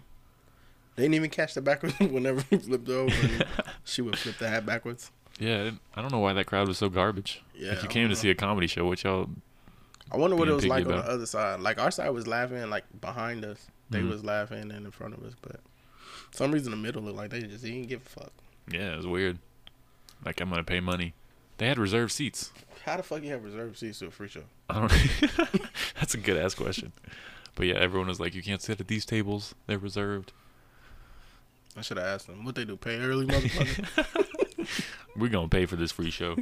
Speaker 4: They didn't even catch the backwards whenever he flipped over. and she would flip the hat backwards.
Speaker 1: Yeah, I didn't- I don't know why that crowd was so garbage.
Speaker 4: Yeah.
Speaker 1: if you came
Speaker 4: I
Speaker 1: to
Speaker 4: don't know.
Speaker 1: see a comedy show, which y'all
Speaker 4: I wonder what it
Speaker 1: being
Speaker 4: was
Speaker 1: picky
Speaker 4: like on
Speaker 1: about
Speaker 4: the
Speaker 1: it.
Speaker 4: other side. Like our side was laughing, like behind us. They
Speaker 1: Mhm.
Speaker 4: was laughing and in front of us, but some reason the middle looked like they just didn't give a fuck.
Speaker 1: yeah, it was weird. Like I'm gonna pay money. They had reserved seats.
Speaker 4: How the fuck you have reserved seats to a free show?
Speaker 1: I don't. That's a good ass question. But yeah, everyone was like, you can't sit at these tables; they're reserved.
Speaker 4: I should have asked them what they do. Pay early, motherfucker.
Speaker 1: We're gonna pay for this free show.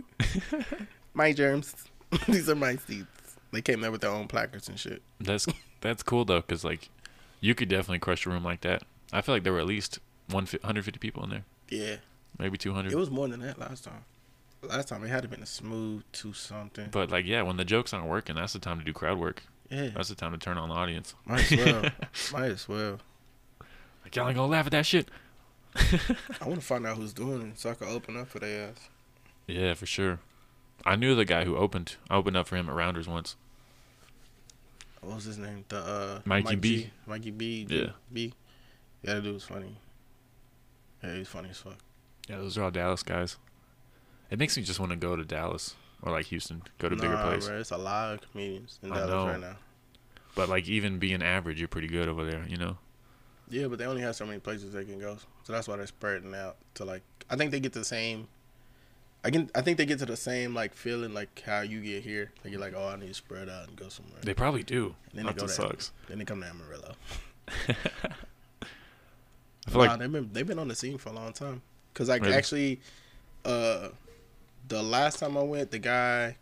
Speaker 4: my germs. These are my seats. They came there with their own placards and shit.
Speaker 1: That's that's cool though, cause like, you could definitely crush a room like that. I feel like there were at least one fi- 150 people in there,
Speaker 4: Yeah,
Speaker 1: maybe
Speaker 4: it
Speaker 1: 200.
Speaker 4: was more than that last time. Last time it had to been a smooth two something.
Speaker 1: but like, yeah, when the jokes aren't working, that's the time to do crowd work.
Speaker 4: yeah,
Speaker 1: That's the time to turn on the audience.
Speaker 4: might as well. might as well.
Speaker 1: Like, y'all ain't gonna laugh at that shit.
Speaker 4: I want to find out who's doing it so I can open up for their ass.
Speaker 1: Yeah, for sure. I knew the guy who opened. I opened up for him at Rounders once.
Speaker 4: What was his name? The uh,
Speaker 1: Mikey
Speaker 4: Mike
Speaker 1: B.
Speaker 4: Mikey B.
Speaker 1: Yeah.
Speaker 4: B. Yeah, that dude was funny. Yeah, he's funny as fuck.
Speaker 1: Yeah, those are all Dallas guys. It makes me just want to go to Dallas or like Houston, go to a bigger
Speaker 4: Nah,
Speaker 1: place.
Speaker 4: bruh, it's a lot of comedians in
Speaker 1: I
Speaker 4: Dallas
Speaker 1: know.
Speaker 4: right now.
Speaker 1: But like even being average, you're pretty good over there, you know.
Speaker 4: Yeah, but they only have so many places they can go, so that's why they're spreading out to like. I think they get the same. I can. I think they get to the same like feeling like how you get here. Like you're like, oh, I need to spread out and go somewhere.
Speaker 1: They probably do.
Speaker 4: Then they
Speaker 1: That's
Speaker 4: go
Speaker 1: what
Speaker 4: to-
Speaker 1: sucks.
Speaker 4: then they come to Amarillo.
Speaker 1: I feel
Speaker 4: nah,
Speaker 1: like
Speaker 4: they've been they've been on the scene for a long time. Cause like
Speaker 1: Really?
Speaker 4: actually, uh, the last time I went, the guy,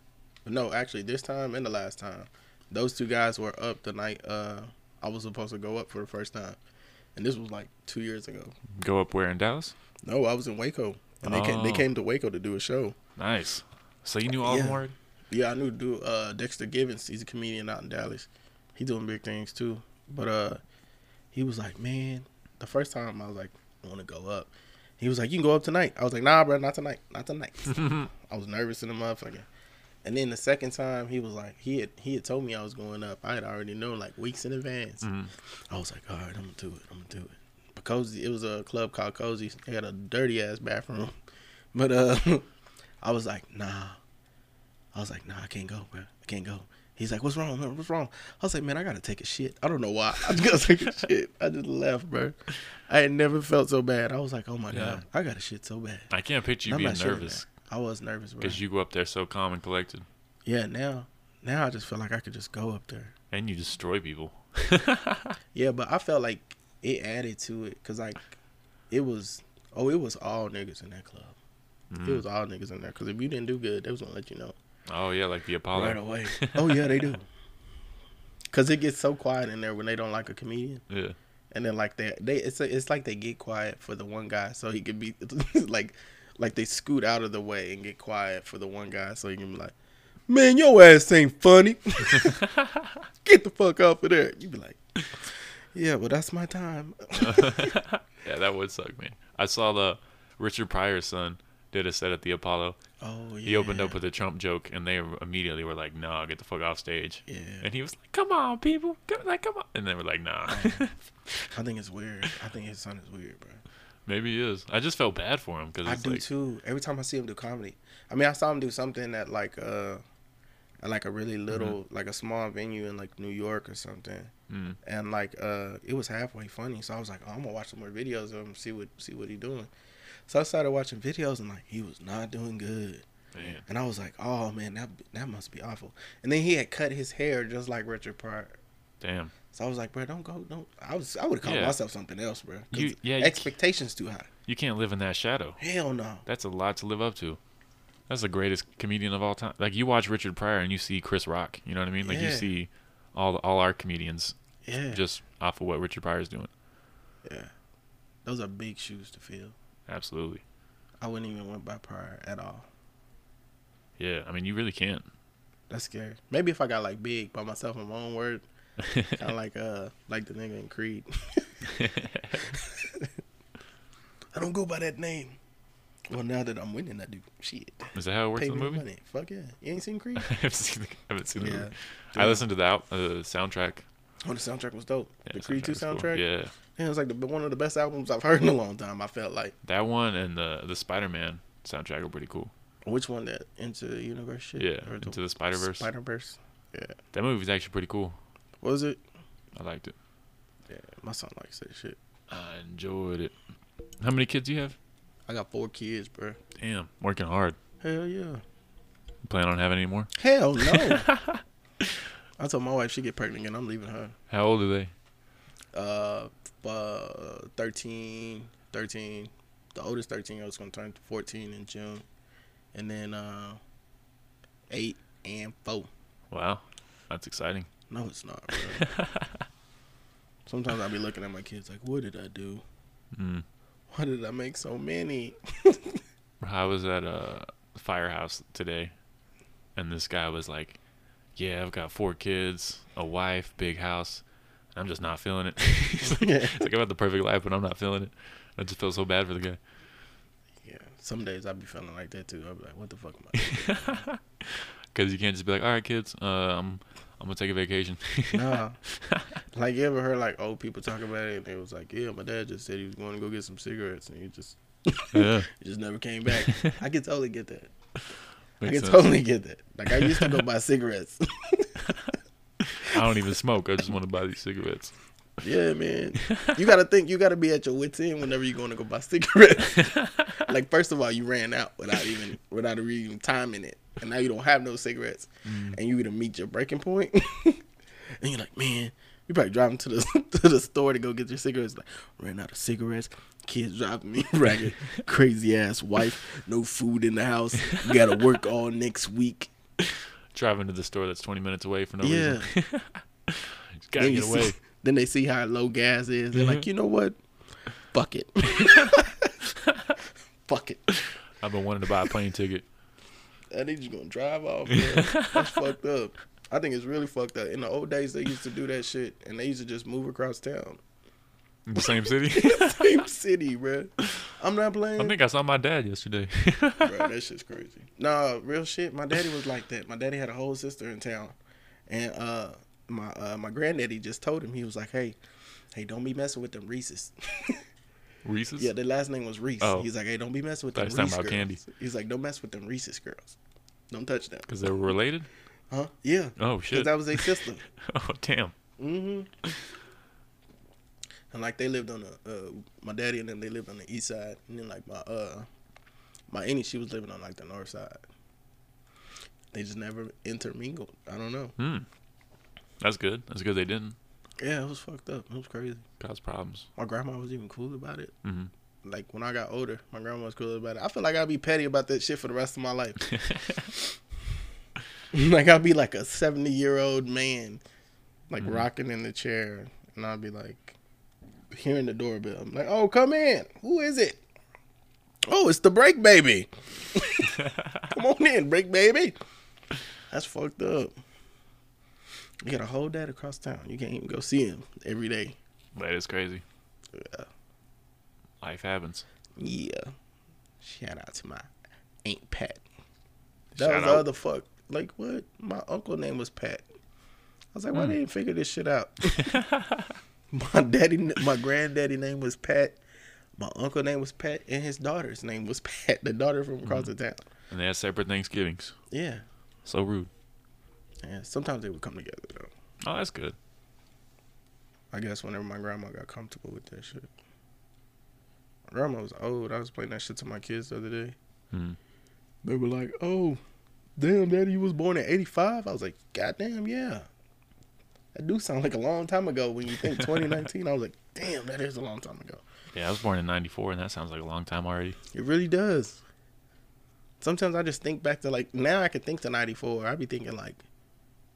Speaker 4: no, actually this time and the last time, those two guys were up the night uh I was supposed to go up for the first time, and this was like two years ago.
Speaker 1: go up where in Dallas.
Speaker 4: No, I was in Waco, and they came they
Speaker 1: Oh.
Speaker 4: came to Waco to do a show.
Speaker 1: Nice. So you knew all
Speaker 4: Yeah.
Speaker 1: the word.
Speaker 4: Yeah, I knew dude uh, Dexter Givens. He's a comedian out in Dallas. He doing big things too. But uh, he was like, man, the first time I was like, I want to go up. He was like, you can go up tonight. I was like, nah, bro, not tonight, not tonight. I was nervous in the motherfucker. And then the second time, he was like, he had he had told me I was going up. I had already known like weeks in advance.
Speaker 1: Mm-hmm.
Speaker 4: I was like, all right, I'm gonna do it. I'm gonna do it. But Cozy, it was a club called Cozy. They had a dirty ass bathroom. But uh, I was like, nah. I was like, nah, I can't go, bro. I can't go. He's like, what's wrong, man? What's wrong? I was like, man, I gotta take a shit. I don't know why. I just gotta take a shit. I just left, bro. I had never felt so bad. I was like, oh my
Speaker 1: Yeah.
Speaker 4: god, I got to shit so bad.
Speaker 1: I can't picture you
Speaker 4: I'm
Speaker 1: being
Speaker 4: not shitting
Speaker 1: nervous
Speaker 4: that. I was nervous, bro.
Speaker 1: because you go up there so calm and collected,
Speaker 4: Yeah, now, now I just feel like I could just go up there.
Speaker 1: and you destroy people.
Speaker 4: Yeah, but I felt like it added to it because like it was oh it was all niggas in that club. It was all niggas in there because if you didn't do good, they was gonna let you know
Speaker 1: Oh yeah, like the Apollo.
Speaker 4: right away. oh yeah, they do. Cause it gets so quiet in there when they don't like a comedian,
Speaker 1: Yeah.
Speaker 4: and then like they they it's it's like they get quiet for the one guy so he could be like like they scoot out of the way and get quiet for the one guy so he can be like, man, your ass ain't funny. get the fuck out of there. You be like, yeah, well that's my time.
Speaker 1: Yeah, that would suck, man. I saw the Richard Pryor's son did a set at the Apollo.
Speaker 4: Oh yeah.
Speaker 1: He opened up with a Trump joke, and they immediately were like, "Nah, get the fuck off stage."
Speaker 4: Yeah.
Speaker 1: And he was like, "Come on, people, come, like, come on," and they were like, "Nah."
Speaker 4: I think it's weird. I think his son is weird, bro.
Speaker 1: Maybe he is. I just felt bad for him because
Speaker 4: I
Speaker 1: it's
Speaker 4: do
Speaker 1: like,
Speaker 4: too. Every time I see him do comedy, I mean, I saw him do something at like uh, at like a
Speaker 1: Mm-hmm.
Speaker 4: really little, like a small venue in like New York or something,
Speaker 1: Mm.
Speaker 4: and like uh, it was halfway funny. So I was like, oh, I'm gonna watch some more videos of him, see what see what he doing. So I started watching videos and like he was not doing good,
Speaker 1: man,
Speaker 4: and I was like, oh man, that that must be awful. And then he had cut his hair just like Richard Pryor.
Speaker 1: damn.
Speaker 4: So I was like, bro, don't go, don't. I was, I would have called
Speaker 1: Yeah.
Speaker 4: myself something else, bro. 'Cause
Speaker 1: You- yeah, you-
Speaker 4: expectations too high.
Speaker 1: You can't live in that shadow.
Speaker 4: Hell no.
Speaker 1: That's a lot to live up to. That's the greatest comedian of all time. Like you watch Richard Pryor and you see Chris Rock. You know what I mean? Like you
Speaker 4: Yeah.
Speaker 1: see all all our comedians
Speaker 4: Yeah,
Speaker 1: just off of what Richard Pryor's doing.
Speaker 4: yeah. Those are big shoes to fill.
Speaker 1: Absolutely.
Speaker 4: I wouldn't even went by prior at all.
Speaker 1: Yeah. I mean, you really can't.
Speaker 4: That's scary. Maybe if I got like big by myself in my own word, kind of like uh, like the nigga in Creed. I don't go by that name. Well, now that I'm winning, I do. Shit,
Speaker 1: Is that how it works
Speaker 4: pay
Speaker 1: in the
Speaker 4: me
Speaker 1: movie?
Speaker 4: money. Fuck yeah. You ain't seen Creed?
Speaker 1: I haven't seen the, I haven't seen the
Speaker 4: Yeah.
Speaker 1: movie. I listened to the out, uh, soundtrack.
Speaker 4: Oh, the soundtrack was dope.
Speaker 1: Yeah,
Speaker 4: the Creed Two
Speaker 1: was cool.
Speaker 4: soundtrack.
Speaker 1: Yeah,
Speaker 4: Yeah, it was like the, one of the best albums I've heard in a long time. I felt like
Speaker 1: that one and the the Spider Man soundtrack were pretty cool.
Speaker 4: which one that Into the Universe shit.
Speaker 1: Yeah, Into the Spider-Verse.
Speaker 4: Spider Verse. Yeah,
Speaker 1: That movie's actually pretty cool.
Speaker 4: what was it?
Speaker 1: I liked it.
Speaker 4: Yeah, my son likes that shit.
Speaker 1: I enjoyed it. How many kids do you have?
Speaker 4: I got four kids, bro.
Speaker 1: Damn, working hard.
Speaker 4: Hell yeah.
Speaker 1: You plan on having any more?
Speaker 4: Hell no. I I told my wife she get pregnant and I'm leaving her.
Speaker 1: How old are they?
Speaker 4: Uh, uh 13, 13. The oldest 13 year old's gonna turn 14 in June, and then uh, eight and four.
Speaker 1: Wow, that's exciting.
Speaker 4: No, it's not. bro. Sometimes I'll be looking at my kids like, what did I do?
Speaker 1: Mm.
Speaker 4: Why did I make so many?
Speaker 1: I was at a firehouse today, and this guy was like, "Yeah, I've got four kids, a wife, big house. I'm just not feeling it." He's like,
Speaker 4: Yeah.
Speaker 1: it's like I've got the perfect life, but I'm not feeling it. I just feel so bad for the guy.
Speaker 4: Yeah, some days I'll be feeling like that too. I'll be like, what the fuck am I? doing?"
Speaker 1: Because you can't just be like, "All right, kids, uh, I'm I'm gonna take a vacation."
Speaker 4: nah. Like you ever heard like old people talk about it and they was like, Yeah, my dad just said he was going to go get some cigarettes and he just
Speaker 1: yeah,
Speaker 4: he just never came back. I can totally get that. I
Speaker 1: makes
Speaker 4: can
Speaker 1: sense.
Speaker 4: totally get that. Like I used to go buy cigarettes.
Speaker 1: I don't even smoke. I just want to buy these cigarettes.
Speaker 4: yeah, man. You gotta think you gotta be at your wits end whenever you're gonna go buy cigarettes. like first of all, you ran out without even without even timing it. And now you don't have no cigarettes and you gonna meet your breaking point. and you're like, Man, you probably driving to the to the store to go get your cigarettes. Like, ran out of cigarettes. Kids driving me ragged. Crazy ass wife. No food in the house. You gotta work all next week.
Speaker 1: Driving to the store that's 20 minutes away for no
Speaker 4: Yeah.
Speaker 1: reason. Just gotta
Speaker 4: Then you
Speaker 1: get away.
Speaker 4: see- then they see how low gas is. They're like, you know what? Fuck it. Fuck it.
Speaker 1: I've been wanting to buy a plane ticket.
Speaker 4: And they just gonna drive off. Man. That's fucked up. I think it's really fucked up. In the old days, they used to do that shit, and they used to just move across town,
Speaker 1: In the same city.
Speaker 4: same city, bruh. I'm not playing.
Speaker 1: I think I saw my dad yesterday.
Speaker 4: Bro, that shit's crazy. Nah, real shit. My daddy was like that. My daddy had a whole sister in town, and uh, my uh, my granddaddy just told him he was like, "Hey, hey, don't be messing with them Reese's."
Speaker 1: Reese's.
Speaker 4: yeah, their last name was Reese.
Speaker 1: Oh.
Speaker 4: He's like, "Hey, don't be messing with
Speaker 1: Thought
Speaker 4: them
Speaker 1: he was
Speaker 4: Reese
Speaker 1: talking
Speaker 4: girls."
Speaker 1: about candy.
Speaker 4: He's like, "Don't mess with them Reese's girls. Don't touch them."
Speaker 1: Because they're related.
Speaker 4: Huh? Yeah.
Speaker 1: Oh,
Speaker 4: 'Cause
Speaker 1: shit.
Speaker 4: That was their sister.
Speaker 1: Oh damn.
Speaker 4: hmm And like they lived on the uh, my daddy and them they lived on the east side, and then like my uh my auntie she was living on like the north side. They just never intermingled. I don't know.
Speaker 1: Hmm. That's good. That's good. They didn't
Speaker 4: Yeah, it was fucked up. It was crazy.
Speaker 1: cause problems.
Speaker 4: My grandma was even cool about it.
Speaker 1: Mhm.
Speaker 4: Like when I got older, my grandma was cool about it. I feel like I'd be petty about that shit for the rest of my life. like I'd be like a seventy year old man, like rocking in the chair, and I'd be like hearing the doorbell. I'm like, "Oh, come in. Who is it? Oh, it's the break baby. come on in, break baby. That's fucked up. You gotta hold that across town. You can't even go see him every day. Uh,
Speaker 1: That is crazy.
Speaker 4: Yeah.
Speaker 1: Life happens.
Speaker 4: Yeah. Shout out to my Aunt Pat. That
Speaker 1: Shout
Speaker 4: was the
Speaker 1: out.
Speaker 4: other fuck. Like what? My uncle name was Pat. I was like, why
Speaker 1: Hmm.
Speaker 4: they didn't figure this shit out? my daddy, my granddaddy name was Pat. My uncle name was Pat, and his daughter's name was Pat. The daughter from across
Speaker 1: Hmm.
Speaker 4: the town.
Speaker 1: And they had separate Thanksgivings.
Speaker 4: Yeah.
Speaker 1: So rude.
Speaker 4: Yeah. Sometimes they would come together though.
Speaker 1: Oh, that's good.
Speaker 4: I guess whenever my grandma got comfortable with that shit. My grandma was old. I was playing that shit to my kids the other day.
Speaker 1: Hmm.
Speaker 4: They were like, "Oh, damn, daddy, you was born in '85." I was like, "God damn, yeah." That do sound like a long time ago when you think 2019. I was like, "Damn, that is a long time ago."
Speaker 1: Yeah, I was born in '94, and that sounds like a long time already.
Speaker 4: It really does. Sometimes I just think back to like now I can think to '94. I'd be thinking like,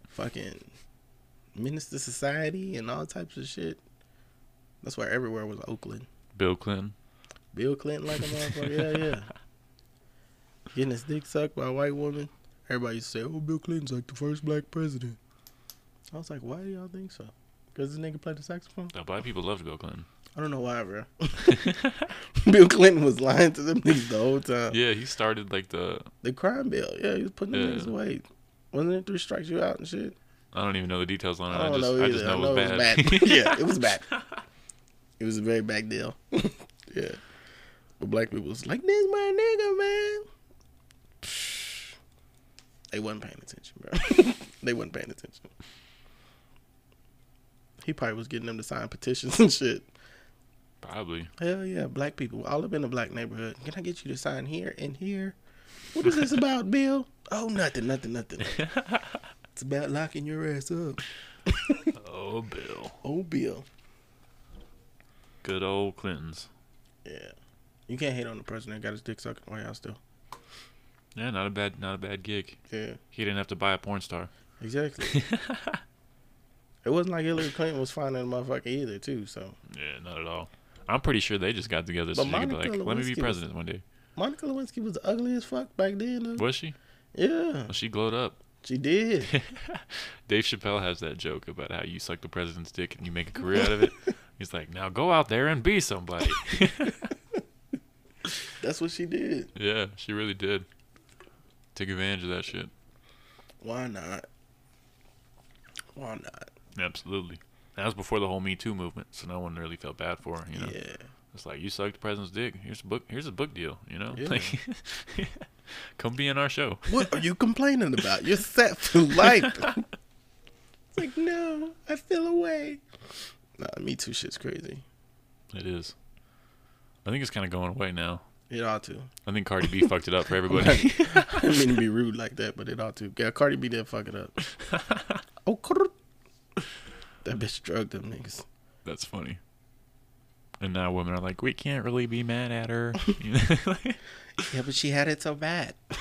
Speaker 4: fucking, menace to society and all types of shit. That's why everywhere was Oakland.
Speaker 1: Bill Clinton.
Speaker 4: Bill Clinton like a motherfucker. Yeah, yeah. Getting his dick sucked by a white woman. Everybody used to say, "Oh, Bill Clinton's like the first black president." I was like, "Why do y'all think so?" Because this nigga played the saxophone.
Speaker 1: No, black people loved Bill Clinton.
Speaker 4: I don't know why, bro. Bill Clinton was lying to them niggas the whole time.
Speaker 1: Yeah, he started like the.
Speaker 4: The crime bill, yeah, he was putting them
Speaker 1: Yeah.
Speaker 4: niggas away. Wasn't it three strikes you out and shit?
Speaker 1: I don't even know the details on it. I,
Speaker 4: I don't
Speaker 1: just,
Speaker 4: know
Speaker 1: I
Speaker 4: either.
Speaker 1: just know,
Speaker 4: I know
Speaker 1: it was bad.
Speaker 4: yeah, it was bad. It was a very bad deal. yeah. But black people was like, this my nigga, man. They wasn't paying attention, bro. they wasn't paying attention. He probably was getting them to sign petitions and shit.
Speaker 1: Probably.
Speaker 4: Hell yeah, black people. All up in the black neighborhood. Can I get you to sign here and here? What is this about, Bill? Oh, nothing, nothing, nothing. It's about locking your ass up.
Speaker 1: Oh, Bill.
Speaker 4: Oh, Bill.
Speaker 1: Good old Clintons.
Speaker 4: Yeah. You can't hate on the president that got his dick sucked in the White House, though.
Speaker 1: Yeah, not a bad, not a bad gig.
Speaker 4: Yeah.
Speaker 1: He didn't have to buy a porn star.
Speaker 4: Exactly. it wasn't like Hillary Clinton was finding the motherfucker either, too. So
Speaker 1: Yeah, not at all. I'm pretty sure they just got together so
Speaker 4: But
Speaker 1: she could be
Speaker 4: Monica
Speaker 1: like, "Let me
Speaker 4: Lewinsky
Speaker 1: be
Speaker 4: was-
Speaker 1: president one day."
Speaker 4: Monica Lewinsky was the ugliest fuck back then. Though.
Speaker 1: Was she?
Speaker 4: Yeah,
Speaker 1: Well, she glowed up.
Speaker 4: she did.
Speaker 1: Dave Chappelle has that joke about how you suck the president's dick and you make a career out of it. He's like, "Now go out there and be somebody."
Speaker 4: That's what she did.
Speaker 1: yeah, she really did. Take advantage of that shit.
Speaker 4: Why not? Why not?
Speaker 1: Absolutely. That was before the whole Me Too movement, so no one really felt bad for her. You know,
Speaker 4: Yeah.
Speaker 1: it's like you sucked the president's dick. Here's a book. Here's a book deal. You know,
Speaker 4: Yeah.
Speaker 1: Like, come be in our show.
Speaker 4: What are you complaining about? You're set for life. it's like no, I feel away. Nah, me too. Shit's crazy.
Speaker 1: It is. I think it's kind of going away now.
Speaker 4: It ought to.
Speaker 1: I think Cardi B fucked it up for everybody.
Speaker 4: I didn't mean to be rude like that, but it ought to. Yeah, Cardi B did fuck it up. oh, crrrt. that bitch drugged them niggas.
Speaker 1: That's funny. And now women are like, we can't really be mad at her. You know? Like,
Speaker 4: Yeah, but she had it so bad.
Speaker 1: oh,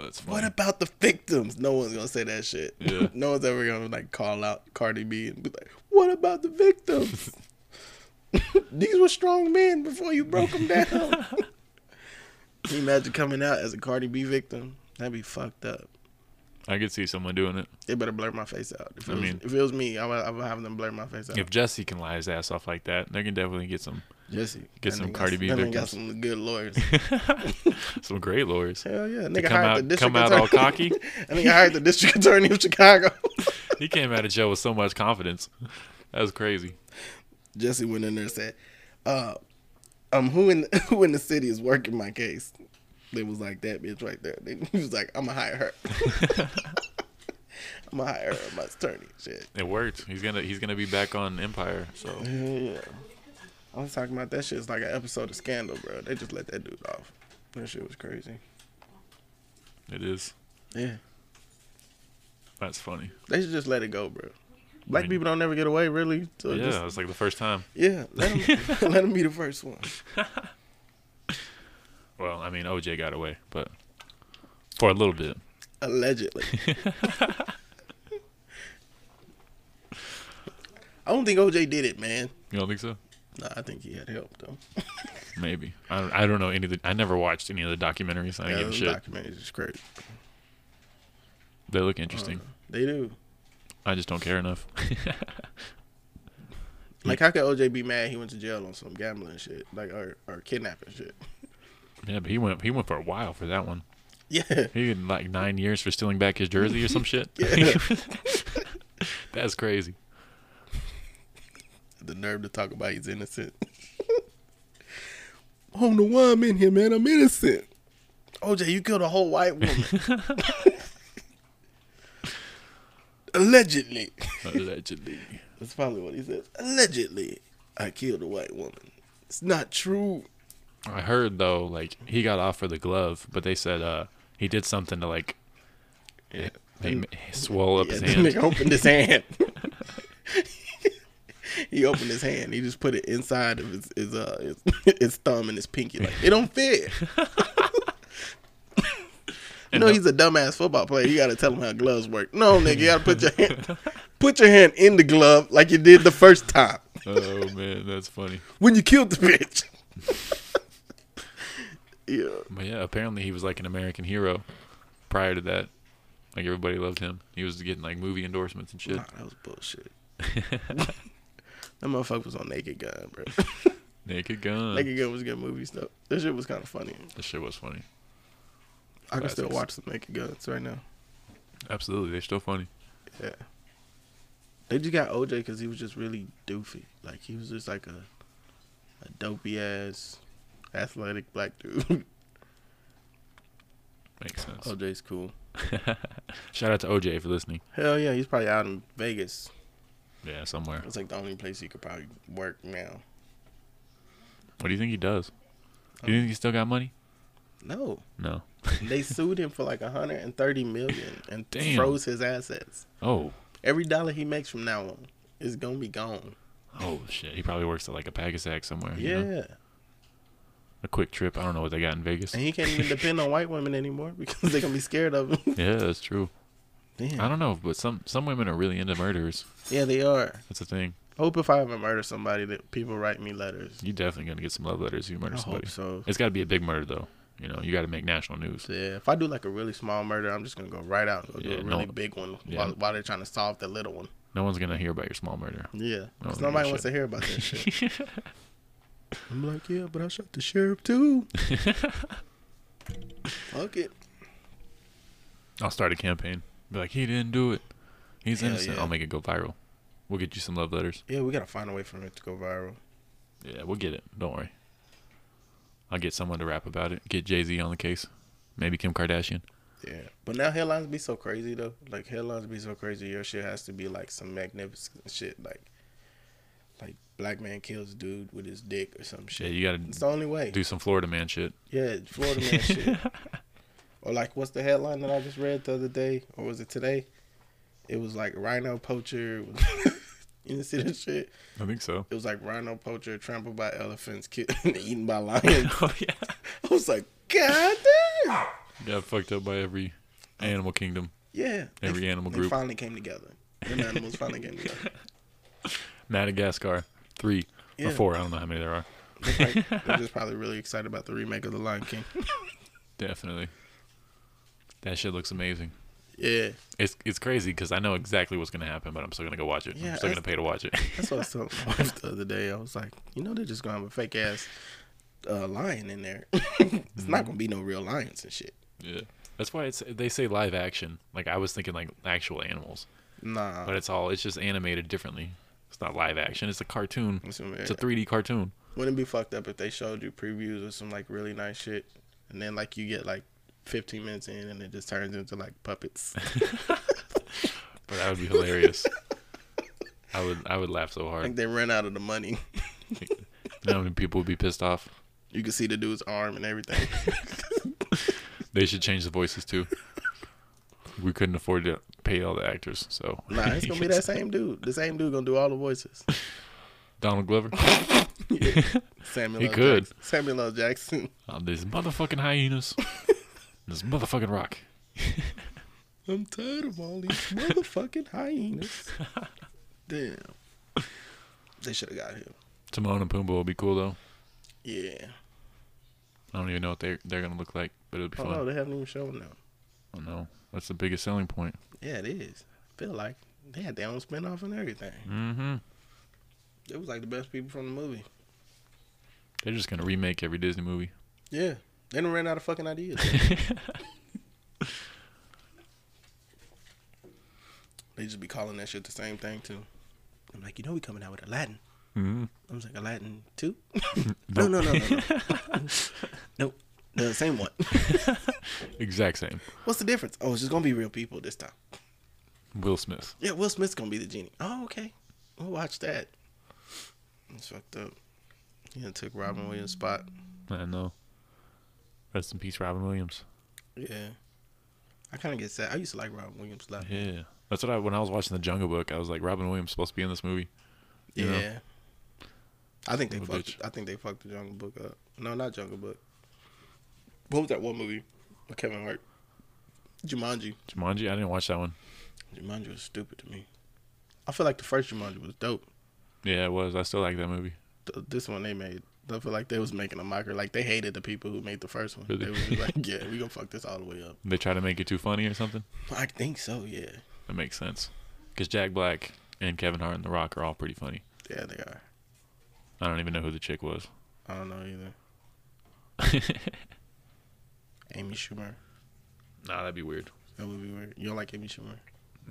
Speaker 1: that's funny.
Speaker 4: What about the victims? No one's gonna say that shit.
Speaker 1: Yeah.
Speaker 4: no one's ever gonna like call out Cardi B and be like, "What about the victims? These were strong men before you broke them down." Can you imagine coming out as a Cardi B victim? That'd be fucked up.
Speaker 1: I could see someone doing it.
Speaker 4: They better blur my face out. If it,
Speaker 1: I
Speaker 4: was,
Speaker 1: mean-
Speaker 4: if it was me, I would, I would have them blur my face out.
Speaker 1: If Jesse can lie his ass off like that, they can definitely get some
Speaker 4: Jesse,
Speaker 1: Get
Speaker 4: that
Speaker 1: some
Speaker 4: nigga
Speaker 1: Cardi
Speaker 4: got-
Speaker 1: B
Speaker 4: that nigga Got
Speaker 1: victims.
Speaker 4: some good lawyers.
Speaker 1: some great lawyers.
Speaker 4: Hell yeah,
Speaker 1: To
Speaker 4: nigga
Speaker 1: come
Speaker 4: hired the
Speaker 1: out,
Speaker 4: district
Speaker 1: come out all
Speaker 4: attorney.
Speaker 1: cocky.
Speaker 4: I think I hired the district attorney of Chicago.
Speaker 1: He came out of jail with so much confidence. That was crazy.
Speaker 4: Jesse went in there and said, uh, um, who in who in the city is working my case? They was like that bitch right there. They, he was like, I'm gonna hire her. I'm gonna hire her as my attorney. Shit.
Speaker 1: It worked. He's gonna he's gonna be back on Empire. So
Speaker 4: Hell yeah. I was talking about that shit. It's like an episode of Scandal, bro. They just let that dude off. That shit was crazy.
Speaker 1: it is.
Speaker 4: Yeah.
Speaker 1: That's funny.
Speaker 4: They should just let it go, bro. Black
Speaker 1: I mean-
Speaker 4: people don't never get away, really. So
Speaker 1: yeah,
Speaker 4: just
Speaker 1: it's like the first time.
Speaker 4: Yeah, let him, let him be the first one.
Speaker 1: Well, I mean OJ got away, but for a little bit.
Speaker 4: Allegedly. I don't think OJ did it, man.
Speaker 1: You don't think so?
Speaker 4: Nah, I think he had help though.
Speaker 1: Maybe. I don't, I don't know any of the. I never watched any of the documentaries. I don't give
Speaker 4: Yeah,
Speaker 1: a
Speaker 4: those
Speaker 1: shit.
Speaker 4: documentaries is great.
Speaker 1: they look interesting.
Speaker 4: They
Speaker 1: Mm.
Speaker 4: do.
Speaker 1: I just don't care enough.
Speaker 4: Like, how could OJ be mad he went to jail on some gambling shit, like or or kidnapping shit?
Speaker 1: yeah, but he went. He went for a while for that one.
Speaker 4: Yeah,
Speaker 1: He had like nine years for stealing back his jersey or some shit.
Speaker 4: Yeah.
Speaker 1: That's crazy.
Speaker 4: the nerve to talk about he's innocent. I don't know why I'm in here, man. I'm innocent. OJ, you killed a whole white woman. Allegedly.
Speaker 1: Allegedly.
Speaker 4: That's probably what he says. Allegedly, I killed a white woman. It's not true.
Speaker 1: I heard though, like he got off for the glove, but they said uh he did something to like
Speaker 4: Yeah.
Speaker 1: they ma- swell up
Speaker 4: Yeah,
Speaker 1: his
Speaker 4: the
Speaker 1: hand.
Speaker 4: nigga opened his hand. he opened his hand. He just put it inside of his his, uh, his, his thumb and his pinky. Like it don't fit. you know
Speaker 1: the-
Speaker 4: he's a dumbass football player. You gotta tell him how gloves work. No, nigga, you gotta put your hand put your hand in the glove like you did the first time
Speaker 1: Oh man, that's funny.
Speaker 4: when you killed the bitch. yeah.
Speaker 1: But yeah, apparently he was like an American hero prior to that. Like everybody loved him. He was getting like movie endorsements and shit.
Speaker 4: Nah, that was bullshit. that motherfucker was on Naked Gun, bro.
Speaker 1: Naked Gun.
Speaker 4: Naked Gun was good movie stuff. This shit was kind of funny.
Speaker 1: That shit was funny.
Speaker 4: I can still
Speaker 1: Classics.
Speaker 4: watch some Naked Guns right now.
Speaker 1: Absolutely, they're still funny.
Speaker 4: Yeah. They just got OJ because he was just really doofy. Like he was just like a, a dopey ass, athletic black dude.
Speaker 1: Makes sense.
Speaker 4: OJ's cool.
Speaker 1: Shout out to OJ for listening.
Speaker 4: Hell yeah, he's probably out in Vegas.
Speaker 1: Yeah, somewhere.
Speaker 4: That's like the only place he could probably work now. Oh.
Speaker 1: What do you think he does? Do you think he still got money?
Speaker 4: No,
Speaker 1: No.
Speaker 4: they sued him for like 130 million and
Speaker 1: Damn.
Speaker 4: froze his assets.
Speaker 1: Oh.
Speaker 4: Every dollar he makes from now on is gonna be gone.
Speaker 1: Oh shit. He probably works at like a Pagasac somewhere. you
Speaker 4: Yeah,
Speaker 1: know? A quick trip. I don't know what they got in Vegas.
Speaker 4: and he can't even depend on white women anymore because they're gonna be scared of him.
Speaker 1: yeah, that's true.
Speaker 4: Damn.
Speaker 1: I don't know, but some some women are really into murders.
Speaker 4: Yeah, they are.
Speaker 1: That's the thing.
Speaker 4: Hope if I ever murder somebody that people write me letters.
Speaker 1: You're definitely gonna get some love letters if you murder
Speaker 4: I
Speaker 1: somebody.
Speaker 4: hope so.
Speaker 1: It's got to be a big murder though. You know, you got to make national news.
Speaker 4: Yeah, if I do like a really small murder, I'm just gonna go right out and go
Speaker 1: Yeah,
Speaker 4: do a
Speaker 1: no-
Speaker 4: really big one
Speaker 1: yeah.
Speaker 4: while, while they're trying to solve the little one.
Speaker 1: No one's gonna hear about your small murder.
Speaker 4: Yeah,
Speaker 1: No,
Speaker 4: 'cause
Speaker 1: no
Speaker 4: nobody wants
Speaker 1: shit.
Speaker 4: to hear about that shit. I'm like, yeah, but I shot the sheriff too. Fuck it.
Speaker 1: I'll start a campaign. Be like, he didn't do it. He's
Speaker 4: Hell
Speaker 1: innocent.
Speaker 4: yeah.
Speaker 1: I'll make it go viral. We'll get you some love letters.
Speaker 4: Yeah, we gotta find a way for it to go viral.
Speaker 1: Yeah, we'll get it. Don't worry. I'll get someone to rap about it. Get Jay Z on the case. Maybe Kim Kardashian.
Speaker 4: Yeah, but now headlines be so crazy though. Like headlines be so crazy. Your shit has to be like some magnificent shit, like like black man kills dude with his dick or some
Speaker 1: Yeah,
Speaker 4: shit.
Speaker 1: you gotta
Speaker 4: It's the only way.
Speaker 1: do some Florida man shit.
Speaker 4: Yeah, Florida man shit. Or like, what's the headline that I just read the other day, or was it today? It was like rhino poacher. you didn't see that shit.
Speaker 1: I think so.
Speaker 4: It was like rhino poacher trampled by elephants, killed, and eaten by lions.
Speaker 1: oh yeah.
Speaker 4: I was like, God damn.
Speaker 1: Got fucked up by every animal kingdom.
Speaker 4: Yeah.
Speaker 1: Every animal
Speaker 4: they
Speaker 1: group.
Speaker 4: finally came together. Them animals finally came together.
Speaker 1: Madagascar, three or
Speaker 4: Yeah.
Speaker 1: four. I don't know how many there are.
Speaker 4: They're, like, they're just probably really excited about the remake of The Lion King.
Speaker 1: Definitely. That shit looks amazing.
Speaker 4: Yeah.
Speaker 1: It's it's crazy because I know exactly what's gonna happen, but I'm still gonna go watch it.
Speaker 4: Yeah,
Speaker 1: I'm still gonna
Speaker 4: that's-
Speaker 1: pay to watch it.
Speaker 4: That's what I was telling my wife the other day. I was like, you know, they're just gonna have a fake ass uh, lion in there. it's not gonna be no real lions and shit.
Speaker 1: yeah, that's why it's they say live action. Like I was thinking like actual animals,
Speaker 4: Nah.
Speaker 1: but it's all it's just animated differently. It's not live action. It's a cartoon.
Speaker 4: It's gonna be-
Speaker 1: It's a 3D cartoon.
Speaker 4: Wouldn't it be fucked up if they showed you previews of some like really nice shit, and then like you get like 15 minutes in and it just turns into like puppets.
Speaker 1: But that would be hilarious. I would I would laugh so
Speaker 4: like
Speaker 1: hard.
Speaker 4: they ran out of the money.
Speaker 1: You know how many people would be pissed off?
Speaker 4: You can see the dude's arm and everything.
Speaker 1: They should change the voices too. We couldn't afford to pay all the actors, so
Speaker 4: nah, it's gonna be that same dude. The same dude gonna do all the voices.
Speaker 1: Donald Glover.
Speaker 4: Samuel
Speaker 1: He
Speaker 4: L.
Speaker 1: could.
Speaker 4: Jackson. Samuel L. Jackson.
Speaker 1: Um, these motherfucking hyenas. this motherfucking rock.
Speaker 4: I'm tired of all these motherfucking hyenas. Damn. They should have got him.
Speaker 1: Timon and Pumbaa will be cool though.
Speaker 4: Yeah.
Speaker 1: I don't even know what they they're gonna look like, but it'll be
Speaker 4: Oh
Speaker 1: fun.
Speaker 4: no, they haven't even shown them.
Speaker 1: I don't know. That's the biggest selling point.
Speaker 4: Yeah, it is. I feel like they had their own spinoff and everything.
Speaker 1: Mm-hmm.
Speaker 4: It was like the best people from the movie.
Speaker 1: They're just gonna remake every Disney movie.
Speaker 4: Yeah. They done ran out of fucking ideas. they just be calling that shit the same thing too. I'm like, you know we coming out with Aladdin.
Speaker 1: Mm-hmm.
Speaker 4: I was like, Aladdin two? no, no, no, no, no. nope. The same one.
Speaker 1: Exact same.
Speaker 4: What's the difference? Oh, it's just gonna be real people this time.
Speaker 1: Will Smith.
Speaker 4: Yeah, Will Smith's gonna be the genie. Oh, okay. We'll watch that. It's fucked up. He done took Robin Williams' spot.
Speaker 1: I know. Rest in peace, Robin Williams.
Speaker 4: Yeah. I kind of get sad. I used to like Robin Williams' laugh.
Speaker 1: Yeah, that's what I when I was watching the Jungle Book, I was like, Robin Williams supposed to be in this movie.
Speaker 4: Yeah.
Speaker 1: You know?
Speaker 4: I think they
Speaker 1: Little
Speaker 4: fucked.
Speaker 1: bitch.
Speaker 4: I think they fucked the Jungle Book up. No, not Jungle Book. What was that one movie? With Kevin Hart. Jumanji.
Speaker 1: Jumanji. I didn't watch that one.
Speaker 4: Jumanji was stupid to me. I feel like the first Jumanji was dope.
Speaker 1: Yeah, it was. I still like that movie.
Speaker 4: Th- This one they made. I feel like they was making a mockery. Like they hated the people who made the first one.
Speaker 1: Really?
Speaker 4: They was just like, yeah, we gonna fuck this all the way up.
Speaker 1: They try to make it too funny or something.
Speaker 4: I think so. Yeah.
Speaker 1: That makes sense. Because Jack Black and Kevin Hart and The Rock are all pretty funny.
Speaker 4: Yeah, they are.
Speaker 1: I don't even know who the chick was.
Speaker 4: I don't know either. Amy Schumer.
Speaker 1: Nah, that'd be weird.
Speaker 4: That would be weird. You don't like Amy Schumer?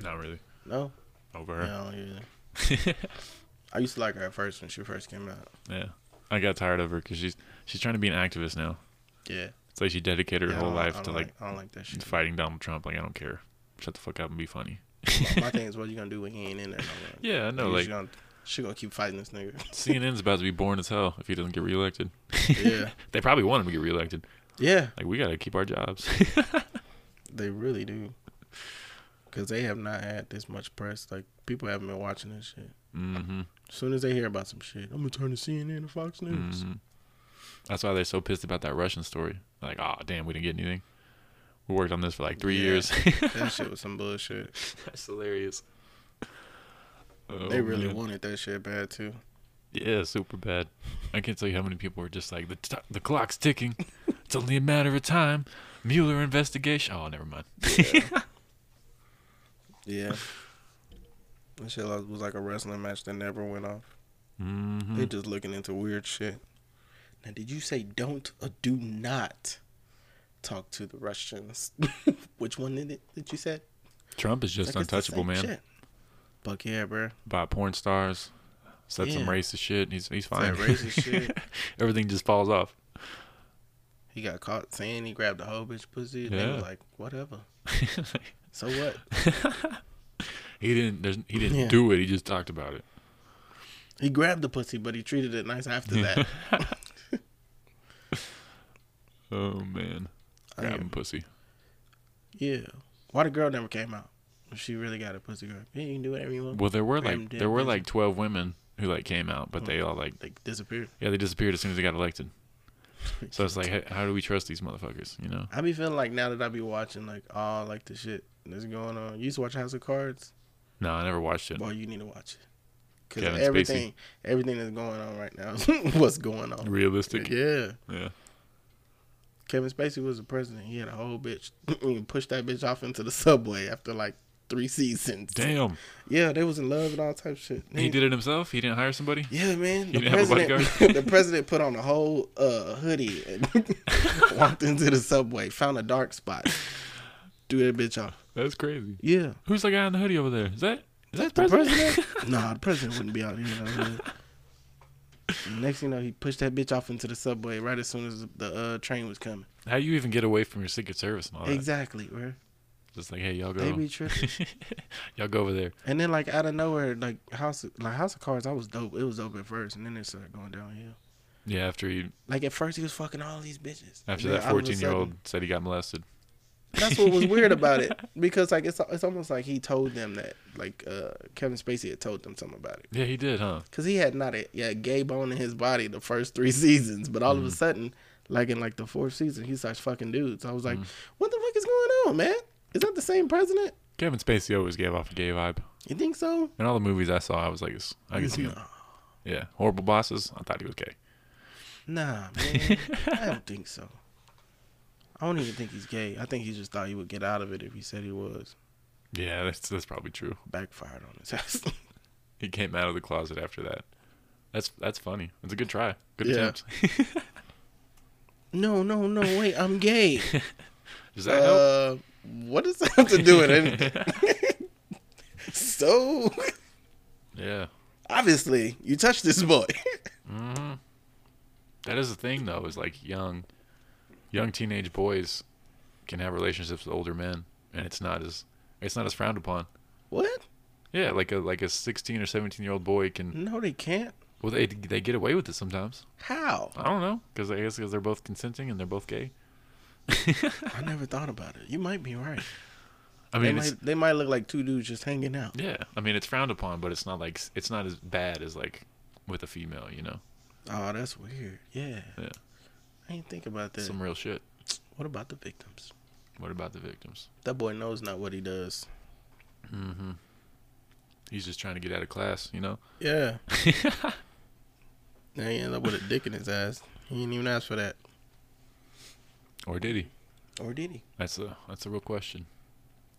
Speaker 1: Not really.
Speaker 4: No.
Speaker 1: Over
Speaker 4: Yeah,
Speaker 1: her.
Speaker 4: I don't either. I used to like her at first when she first came out.
Speaker 1: Yeah. I got tired of her because she's she's trying to be an activist now.
Speaker 4: Yeah.
Speaker 1: It's like she dedicated her
Speaker 4: Yeah, I
Speaker 1: whole
Speaker 4: don't- I
Speaker 1: life
Speaker 4: don't
Speaker 1: to like
Speaker 4: I don't like that shit.
Speaker 1: fighting Donald Trump. Like I don't care. Shut the fuck up and be funny.
Speaker 4: My, my thing is, what you gonna do when he ain't in there no more?
Speaker 1: Yeah, I know.
Speaker 4: You
Speaker 1: Like
Speaker 4: just gonna, she gonna keep fighting this nigga.
Speaker 1: CNN's about to be boring as hell if he doesn't get reelected.
Speaker 4: yeah.
Speaker 1: They probably want him to get reelected.
Speaker 4: Yeah,
Speaker 1: Like we gotta keep our jobs.
Speaker 4: they really do. Cause they have not had this much press. Like people haven't been watching this shit.
Speaker 1: mm-hmm.
Speaker 4: As soon as they hear about some shit, I'm gonna turn to CNN and Fox News.
Speaker 1: Mhm. That's why they're so pissed about that Russian story. Like, oh damn, we didn't get anything. We worked on this for like three
Speaker 4: Yeah.
Speaker 1: years.
Speaker 4: That shit was some bullshit.
Speaker 1: That's hilarious. Oh,
Speaker 4: they really
Speaker 1: man.
Speaker 4: wanted that shit bad too.
Speaker 1: Yeah, super bad. I can't tell you how many people were just like the t- the clock's ticking. It's only a matter of time. Mueller investigation. Oh, never mind.
Speaker 4: Yeah. That shit was was like a wrestling match that never went off.
Speaker 1: Mhm.
Speaker 4: They just looking into weird shit. Now, did you say don't or do not talk to the Russians? Which one did it that you said?
Speaker 1: Trump is just
Speaker 4: Like, it's the
Speaker 1: untouchable,
Speaker 4: same
Speaker 1: man.
Speaker 4: shit. Fuck yeah, bro.
Speaker 1: By porn stars, said some
Speaker 4: Yeah.
Speaker 1: racist shit. and He's he's fine.
Speaker 4: racist shit.
Speaker 1: Everything just falls off.
Speaker 4: He got caught saying he grabbed a whole bitch pussy. And They
Speaker 1: Yeah.
Speaker 4: were like, whatever. So what?
Speaker 1: He didn't. There's, he didn't
Speaker 4: Yeah.
Speaker 1: do it. He just talked about it.
Speaker 4: He grabbed the pussy, but he treated it nice after that.
Speaker 1: Oh man,
Speaker 4: I
Speaker 1: grabbing
Speaker 4: am-
Speaker 1: pussy.
Speaker 4: yeah. Why the girl never came out? If She really got a pussy grab. Yeah, you can do whatever you want.
Speaker 1: Well, there were
Speaker 4: Graham
Speaker 1: like
Speaker 4: did
Speaker 1: there were
Speaker 4: mention-
Speaker 1: like twelve women who like came out, but
Speaker 4: Mm.
Speaker 1: they all like
Speaker 4: Like disappeared.
Speaker 1: yeah they disappeared as soon as they got elected. So it's like h- how do we trust these motherfuckers? You know?
Speaker 4: I be feeling like now that I be watching like all like the shit that's going on. You used to watch House of Cards.
Speaker 1: No, I never watched it.
Speaker 4: Boy, you need to watch it because
Speaker 1: Mm-hmm. Kevin Spacey.
Speaker 4: everything, everything that's going on right now, is what's going on?
Speaker 1: Realistic.
Speaker 4: Yeah,
Speaker 1: Yeah.
Speaker 4: Kevin Spacey was the president. He had a whole bitch and pushed that bitch off into the subway after like three seasons.
Speaker 1: Damn.
Speaker 4: Yeah, they was in love and all type of shit.
Speaker 1: He did it himself. He didn't hire somebody.
Speaker 4: Yeah, man. The
Speaker 1: didn't have a bodyguard?
Speaker 4: president, the president put on a whole uh, hoodie and walked into the subway, found a dark spot, threw that bitch off.
Speaker 1: That's crazy.
Speaker 4: Yeah.
Speaker 1: Who's the guy in the hoodie over there? Is that is that the
Speaker 4: The
Speaker 1: president?
Speaker 4: president? nah, the president wouldn't be out here. in that hood. Next thing you know, he pushed that bitch off into the subway right as soon as the uh, train was coming.
Speaker 1: How do you even get away from your Secret Service and all that?
Speaker 4: Exactly, bro.
Speaker 1: Just like hey, y'all
Speaker 4: They
Speaker 1: go.
Speaker 4: be tripping.
Speaker 1: y'all go over there.
Speaker 4: and then like out of nowhere, like House, like House of Cards, I was dope. It was dope at first, and then it started going downhill.
Speaker 1: Yeah. After he
Speaker 4: Like at first, he was fucking all these bitches.
Speaker 1: after
Speaker 4: And then
Speaker 1: that
Speaker 4: all of a
Speaker 1: fourteen year old
Speaker 4: sudden-
Speaker 1: said he got molested.
Speaker 4: That's what was weird about it because like it's it's almost like he told them that like uh, Kevin Spacey had told them something about it.
Speaker 1: Yeah, he did, huh?
Speaker 4: because he had not a, yeah, a gay bone in his body the first three seasons, but all of a sudden, like in like the fourth season, he starts fucking dudes. I was like, what the fuck is going on, man? Is that the same president?
Speaker 1: Kevin Spacey always gave off a gay vibe.
Speaker 4: You think so?
Speaker 1: In all the movies I saw, I was like, "This- I can see him.
Speaker 4: Nah,
Speaker 1: Yeah, horrible bosses. I thought he was gay.
Speaker 4: nah, man, I don't think so. I don't even think he's gay. I think he just thought he would get out of it if he said he was.
Speaker 1: Yeah, that's that's probably true.
Speaker 4: Backfired on his ass.
Speaker 1: He came out of the closet after that. That's that's funny. It's a good try. Good
Speaker 4: Yeah.
Speaker 1: attempt.
Speaker 4: no, no, no, wait, I'm gay.
Speaker 1: Does that help?
Speaker 4: Uh, what does that have to do with anything? so,
Speaker 1: Yeah,
Speaker 4: obviously, you touched this boy.
Speaker 1: that is the thing though. Is like young, young teenage boys can have relationships with older men, and it's not as it's not as frowned upon.
Speaker 4: what?
Speaker 1: Yeah, like a like a sixteen or seventeen year old boy can.
Speaker 4: No, they can't.
Speaker 1: Well, they they get away with it sometimes.
Speaker 4: How?
Speaker 1: I don't know because I guess because they're both consenting and they're both gay.
Speaker 4: I never thought about it. You might be right.
Speaker 1: I
Speaker 4: They
Speaker 1: mean, it's,
Speaker 4: might, they might look like two dudes just hanging out.
Speaker 1: Yeah, I mean it's frowned upon, but it's not like it's not as bad as like with a female, you know.
Speaker 4: Oh, that's weird. Yeah.
Speaker 1: Yeah.
Speaker 4: I ain't think about that.
Speaker 1: Some real shit.
Speaker 4: What about the victims?
Speaker 1: What about the victims?
Speaker 4: That boy knows not what he does.
Speaker 1: He's just trying to get out of class, you know.
Speaker 4: Yeah. Now he ended up with a dick in his ass. He didn't even ask for that.
Speaker 1: Or did he?
Speaker 4: Or did he?
Speaker 1: That's a that's a real question.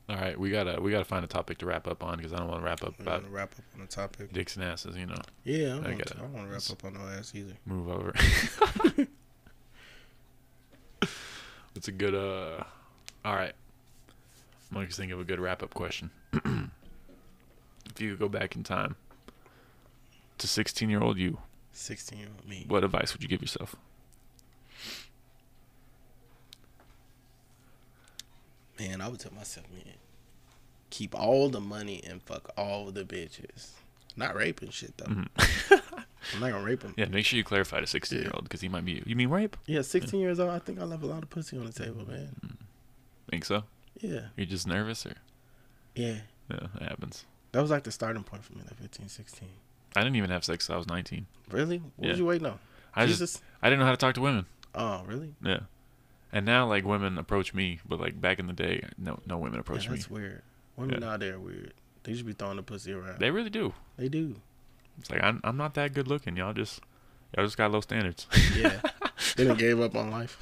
Speaker 1: All right, we gotta we gotta find a topic to wrap up on because I don't want to wrap up
Speaker 4: I'm
Speaker 1: about
Speaker 4: gonna wrap up on the topic.
Speaker 1: dicks and asses, you know.
Speaker 4: Yeah,
Speaker 1: I
Speaker 4: I'm gonna- I,
Speaker 1: get it.
Speaker 4: don't want to wrap up on no ass either.
Speaker 1: Move over. It's a good uh. All right, I'm gonna just think of a good wrap up question. if you could go back in time to 16 year old you,
Speaker 4: Sixteen year old me.
Speaker 1: what advice would you give yourself?
Speaker 4: Man, I would tell myself, man, keep all the money and fuck all the bitches. Not raping shit though. I'm not gonna rape him.
Speaker 1: Mm-hmm. Yeah, make sure you clarify to 16 year old because he might be. You mean rape?
Speaker 4: Yeah, 16 years old. I think I left a lot of pussy on the table, man.
Speaker 1: Think so?
Speaker 4: Yeah,
Speaker 1: You're just nervous or?
Speaker 4: yeah.
Speaker 1: Yeah, it happens.
Speaker 4: That was like the starting point for me, like 15, 16.
Speaker 1: I didn't even have sex till I was 19.
Speaker 4: Really? What
Speaker 1: Yeah.
Speaker 4: was you waiting on?
Speaker 1: I just
Speaker 4: Jesus.
Speaker 1: I didn't know how to talk to women.
Speaker 4: Oh, really?
Speaker 1: Yeah. And now like women approach me, but like back in the day, no no women
Speaker 4: Yeah,
Speaker 1: approach me.
Speaker 4: that's weird. Women
Speaker 1: Yeah.
Speaker 4: out there are weird. They should be throwing the pussy around. They,
Speaker 1: They really do.
Speaker 4: do.
Speaker 1: It's like I'm I'm not that good looking. Y'all just y'all just got low standards.
Speaker 4: Yeah. they done gave up on life.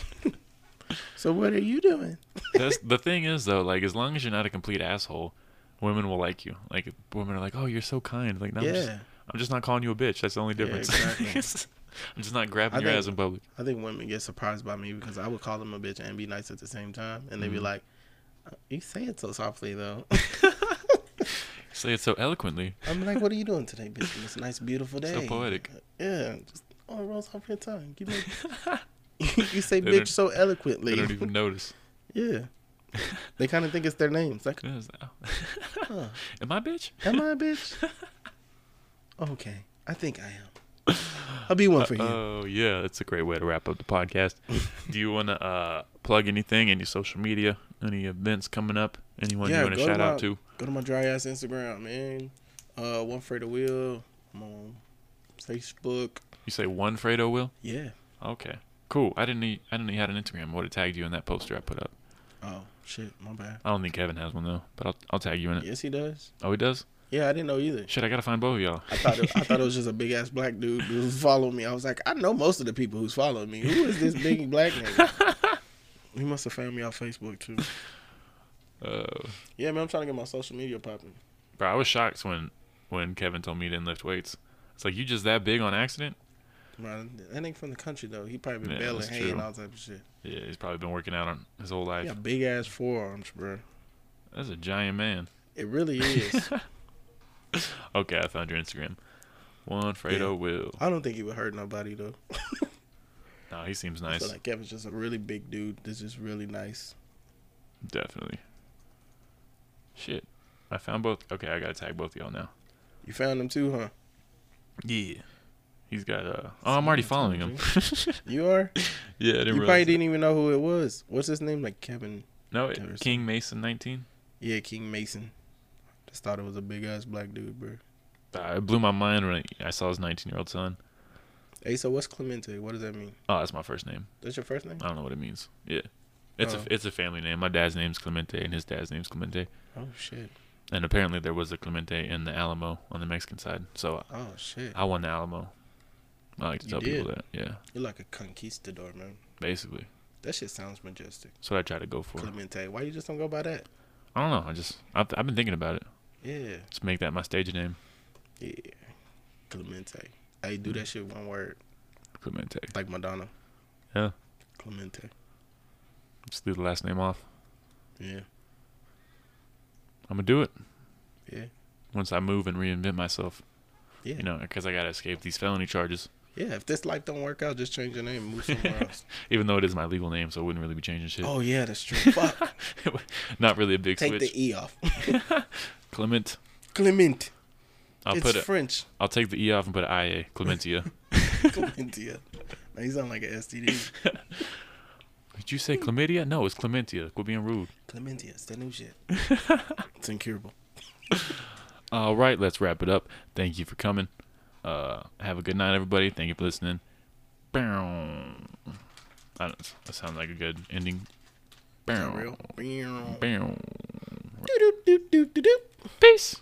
Speaker 4: so what are you doing?
Speaker 1: That's the thing is though, like as long as you're not a complete asshole, women will like you. Like women are like, "Oh, you're so kind." Like, no, I'm, just,
Speaker 4: Yeah.
Speaker 1: I'm just not calling you a bitch. That's the only
Speaker 4: Yeah,
Speaker 1: difference.
Speaker 4: exactly.
Speaker 1: I'm just not grabbing
Speaker 4: I
Speaker 1: your
Speaker 4: think-
Speaker 1: ass in public.
Speaker 4: I think women get surprised by me because I would call them a bitch and be nice at the same time, and
Speaker 1: Mm-hmm.
Speaker 4: they'd be like, "You say it so softly, though."
Speaker 1: Say it so eloquently.
Speaker 4: I'm like, "What are you doing today, bitch? on This nice, beautiful day."
Speaker 1: So poetic.
Speaker 4: Yeah, just all rolls off your tongue. Give me. you say
Speaker 1: They
Speaker 4: bitch
Speaker 1: don't-
Speaker 4: so
Speaker 1: They
Speaker 4: eloquently.
Speaker 1: don't even notice.
Speaker 4: yeah. They kind of think it's their names. Like,
Speaker 1: Yeah, it's like, "Oh."
Speaker 4: huh,
Speaker 1: Am I a bitch?
Speaker 4: am I a bitch? okay, I think I am. I'll be one for you.
Speaker 1: Oh yeah, that's a great way to wrap up the podcast. Do you want to uh, plug anything? Any social media? Any events coming up? Anyone you want to
Speaker 4: go
Speaker 1: shout
Speaker 4: my,
Speaker 1: out to?
Speaker 4: Go to uh, my dry ass Instagram, man. Uh, one for the wheel. I'm on Facebook.
Speaker 1: You say one Fredo will?
Speaker 4: Yeah.
Speaker 1: Okay, cool. I didn't. e- I didn't know you had an Instagram. I would have tagged you in that poster I put up.
Speaker 4: Oh shit, my bad.
Speaker 1: I don't think Kevin has one though, but I'll, I'll tag you in it.
Speaker 4: Yes, he does.
Speaker 1: Oh, he does.
Speaker 4: Yeah, I didn't know either.
Speaker 1: Shit, I gotta find both of y'all.
Speaker 4: I thought it, I thought it was just a big ass black dude who was following me. I was like, I know most of the people who's following me. Who is this big black nigga? he must have found me on Facebook too.
Speaker 1: Uh,
Speaker 4: Yeah, man, I'm trying to get my social media popping.
Speaker 1: bro, I was shocked when when Kevin told me he didn't lift weights. It's like you just that big on accident.
Speaker 4: Man, that ain't from the country though. He probably been
Speaker 1: Yeah,
Speaker 4: bailing
Speaker 1: that's
Speaker 4: hay and
Speaker 1: true.
Speaker 4: all type of shit.
Speaker 1: Yeah, he's probably been working out on his whole life.
Speaker 4: Yeah, big ass forearms, bro.
Speaker 1: That's a giant man.
Speaker 4: It really is.
Speaker 1: Okay, I found your Instagram. One Fredo
Speaker 4: Yeah.
Speaker 1: will.
Speaker 4: I don't think he would hurt nobody though.
Speaker 1: No, he seems
Speaker 4: I
Speaker 1: nice.
Speaker 4: feel like Kevin's just a really big dude. That's just really nice.
Speaker 1: Definitely. Shit. I found both. Okay, I gotta tag both of y'all now.
Speaker 4: You found him too, huh?
Speaker 1: Yeah. He's got uh Oh, I'm already following him.
Speaker 4: You are.
Speaker 1: yeah, I didn't
Speaker 4: You
Speaker 1: realize.
Speaker 4: probably
Speaker 1: it.
Speaker 4: didn't even know who it was. What's his name? Like Kevin.
Speaker 1: No,
Speaker 4: Never
Speaker 1: it,
Speaker 4: saw
Speaker 1: King Mason 19.
Speaker 4: Yeah, King Mason. Just thought it was a big ass black dude, bro.
Speaker 1: Uh, it blew my mind when I, I saw his 19 year old son.
Speaker 4: Hey, so what's Clemente? What does that mean?
Speaker 1: Oh, that's my first name.
Speaker 4: That's your first name?
Speaker 1: I don't know what it means. Yeah. It's
Speaker 4: Oh.
Speaker 1: a it's a family name. My dad's name's Clemente and his dad's name's Clemente.
Speaker 4: Oh shit.
Speaker 1: And apparently there was a Clemente in the Alamo on the Mexican side. So
Speaker 4: Oh shit.
Speaker 1: I won the Alamo. I like to
Speaker 4: You
Speaker 1: tell people
Speaker 4: did.
Speaker 1: that. Yeah,
Speaker 4: You're like a conquistador, man.
Speaker 1: basically.
Speaker 4: That shit sounds majestic.
Speaker 1: That's what I try to go for.
Speaker 4: Clemente. Why you just don't go by that?
Speaker 1: I don't know. I just I've, I've been thinking about it.
Speaker 4: Yeah.
Speaker 1: Just make that my stage name,
Speaker 4: Yeah. Clemente. Hey, do that shit one word.
Speaker 1: Clemente.
Speaker 4: Like Madonna.
Speaker 1: Yeah.
Speaker 4: Clemente.
Speaker 1: Just leave the last name off.
Speaker 4: Yeah.
Speaker 1: I'm gonna do it
Speaker 4: Yeah.
Speaker 1: once I move and reinvent myself.
Speaker 4: Yeah.
Speaker 1: You know, because I gotta escape these felony charges.
Speaker 4: Yeah. If this life don't work out, just change your name and move somewhere else.
Speaker 1: Even though it is my legal name, so it wouldn't really be changing shit.
Speaker 4: Oh yeah, that's true. Fuck.
Speaker 1: Not really a big
Speaker 4: Oh. Take
Speaker 1: switch.
Speaker 4: the E off.
Speaker 1: Clement.
Speaker 4: Clement.
Speaker 1: I'll
Speaker 4: it's
Speaker 1: put it.
Speaker 4: French.
Speaker 1: I'll take the E off and put an IA. Clementia.
Speaker 4: Clementia. Now you sound like an STD.
Speaker 1: Did you say chlamydia? No, it's Clementia. Quit being rude.
Speaker 4: Clementia, it's that new shit. it's incurable.
Speaker 1: All right, let's wrap it up. Thank you for coming. Uh, have a good night, everybody. Thank you for listening. Bow. I don't, that sounds like a good ending. Bow.
Speaker 4: Real.
Speaker 1: Bow.
Speaker 4: Doo-doo-doo-doo-doo-doo.
Speaker 1: Peace.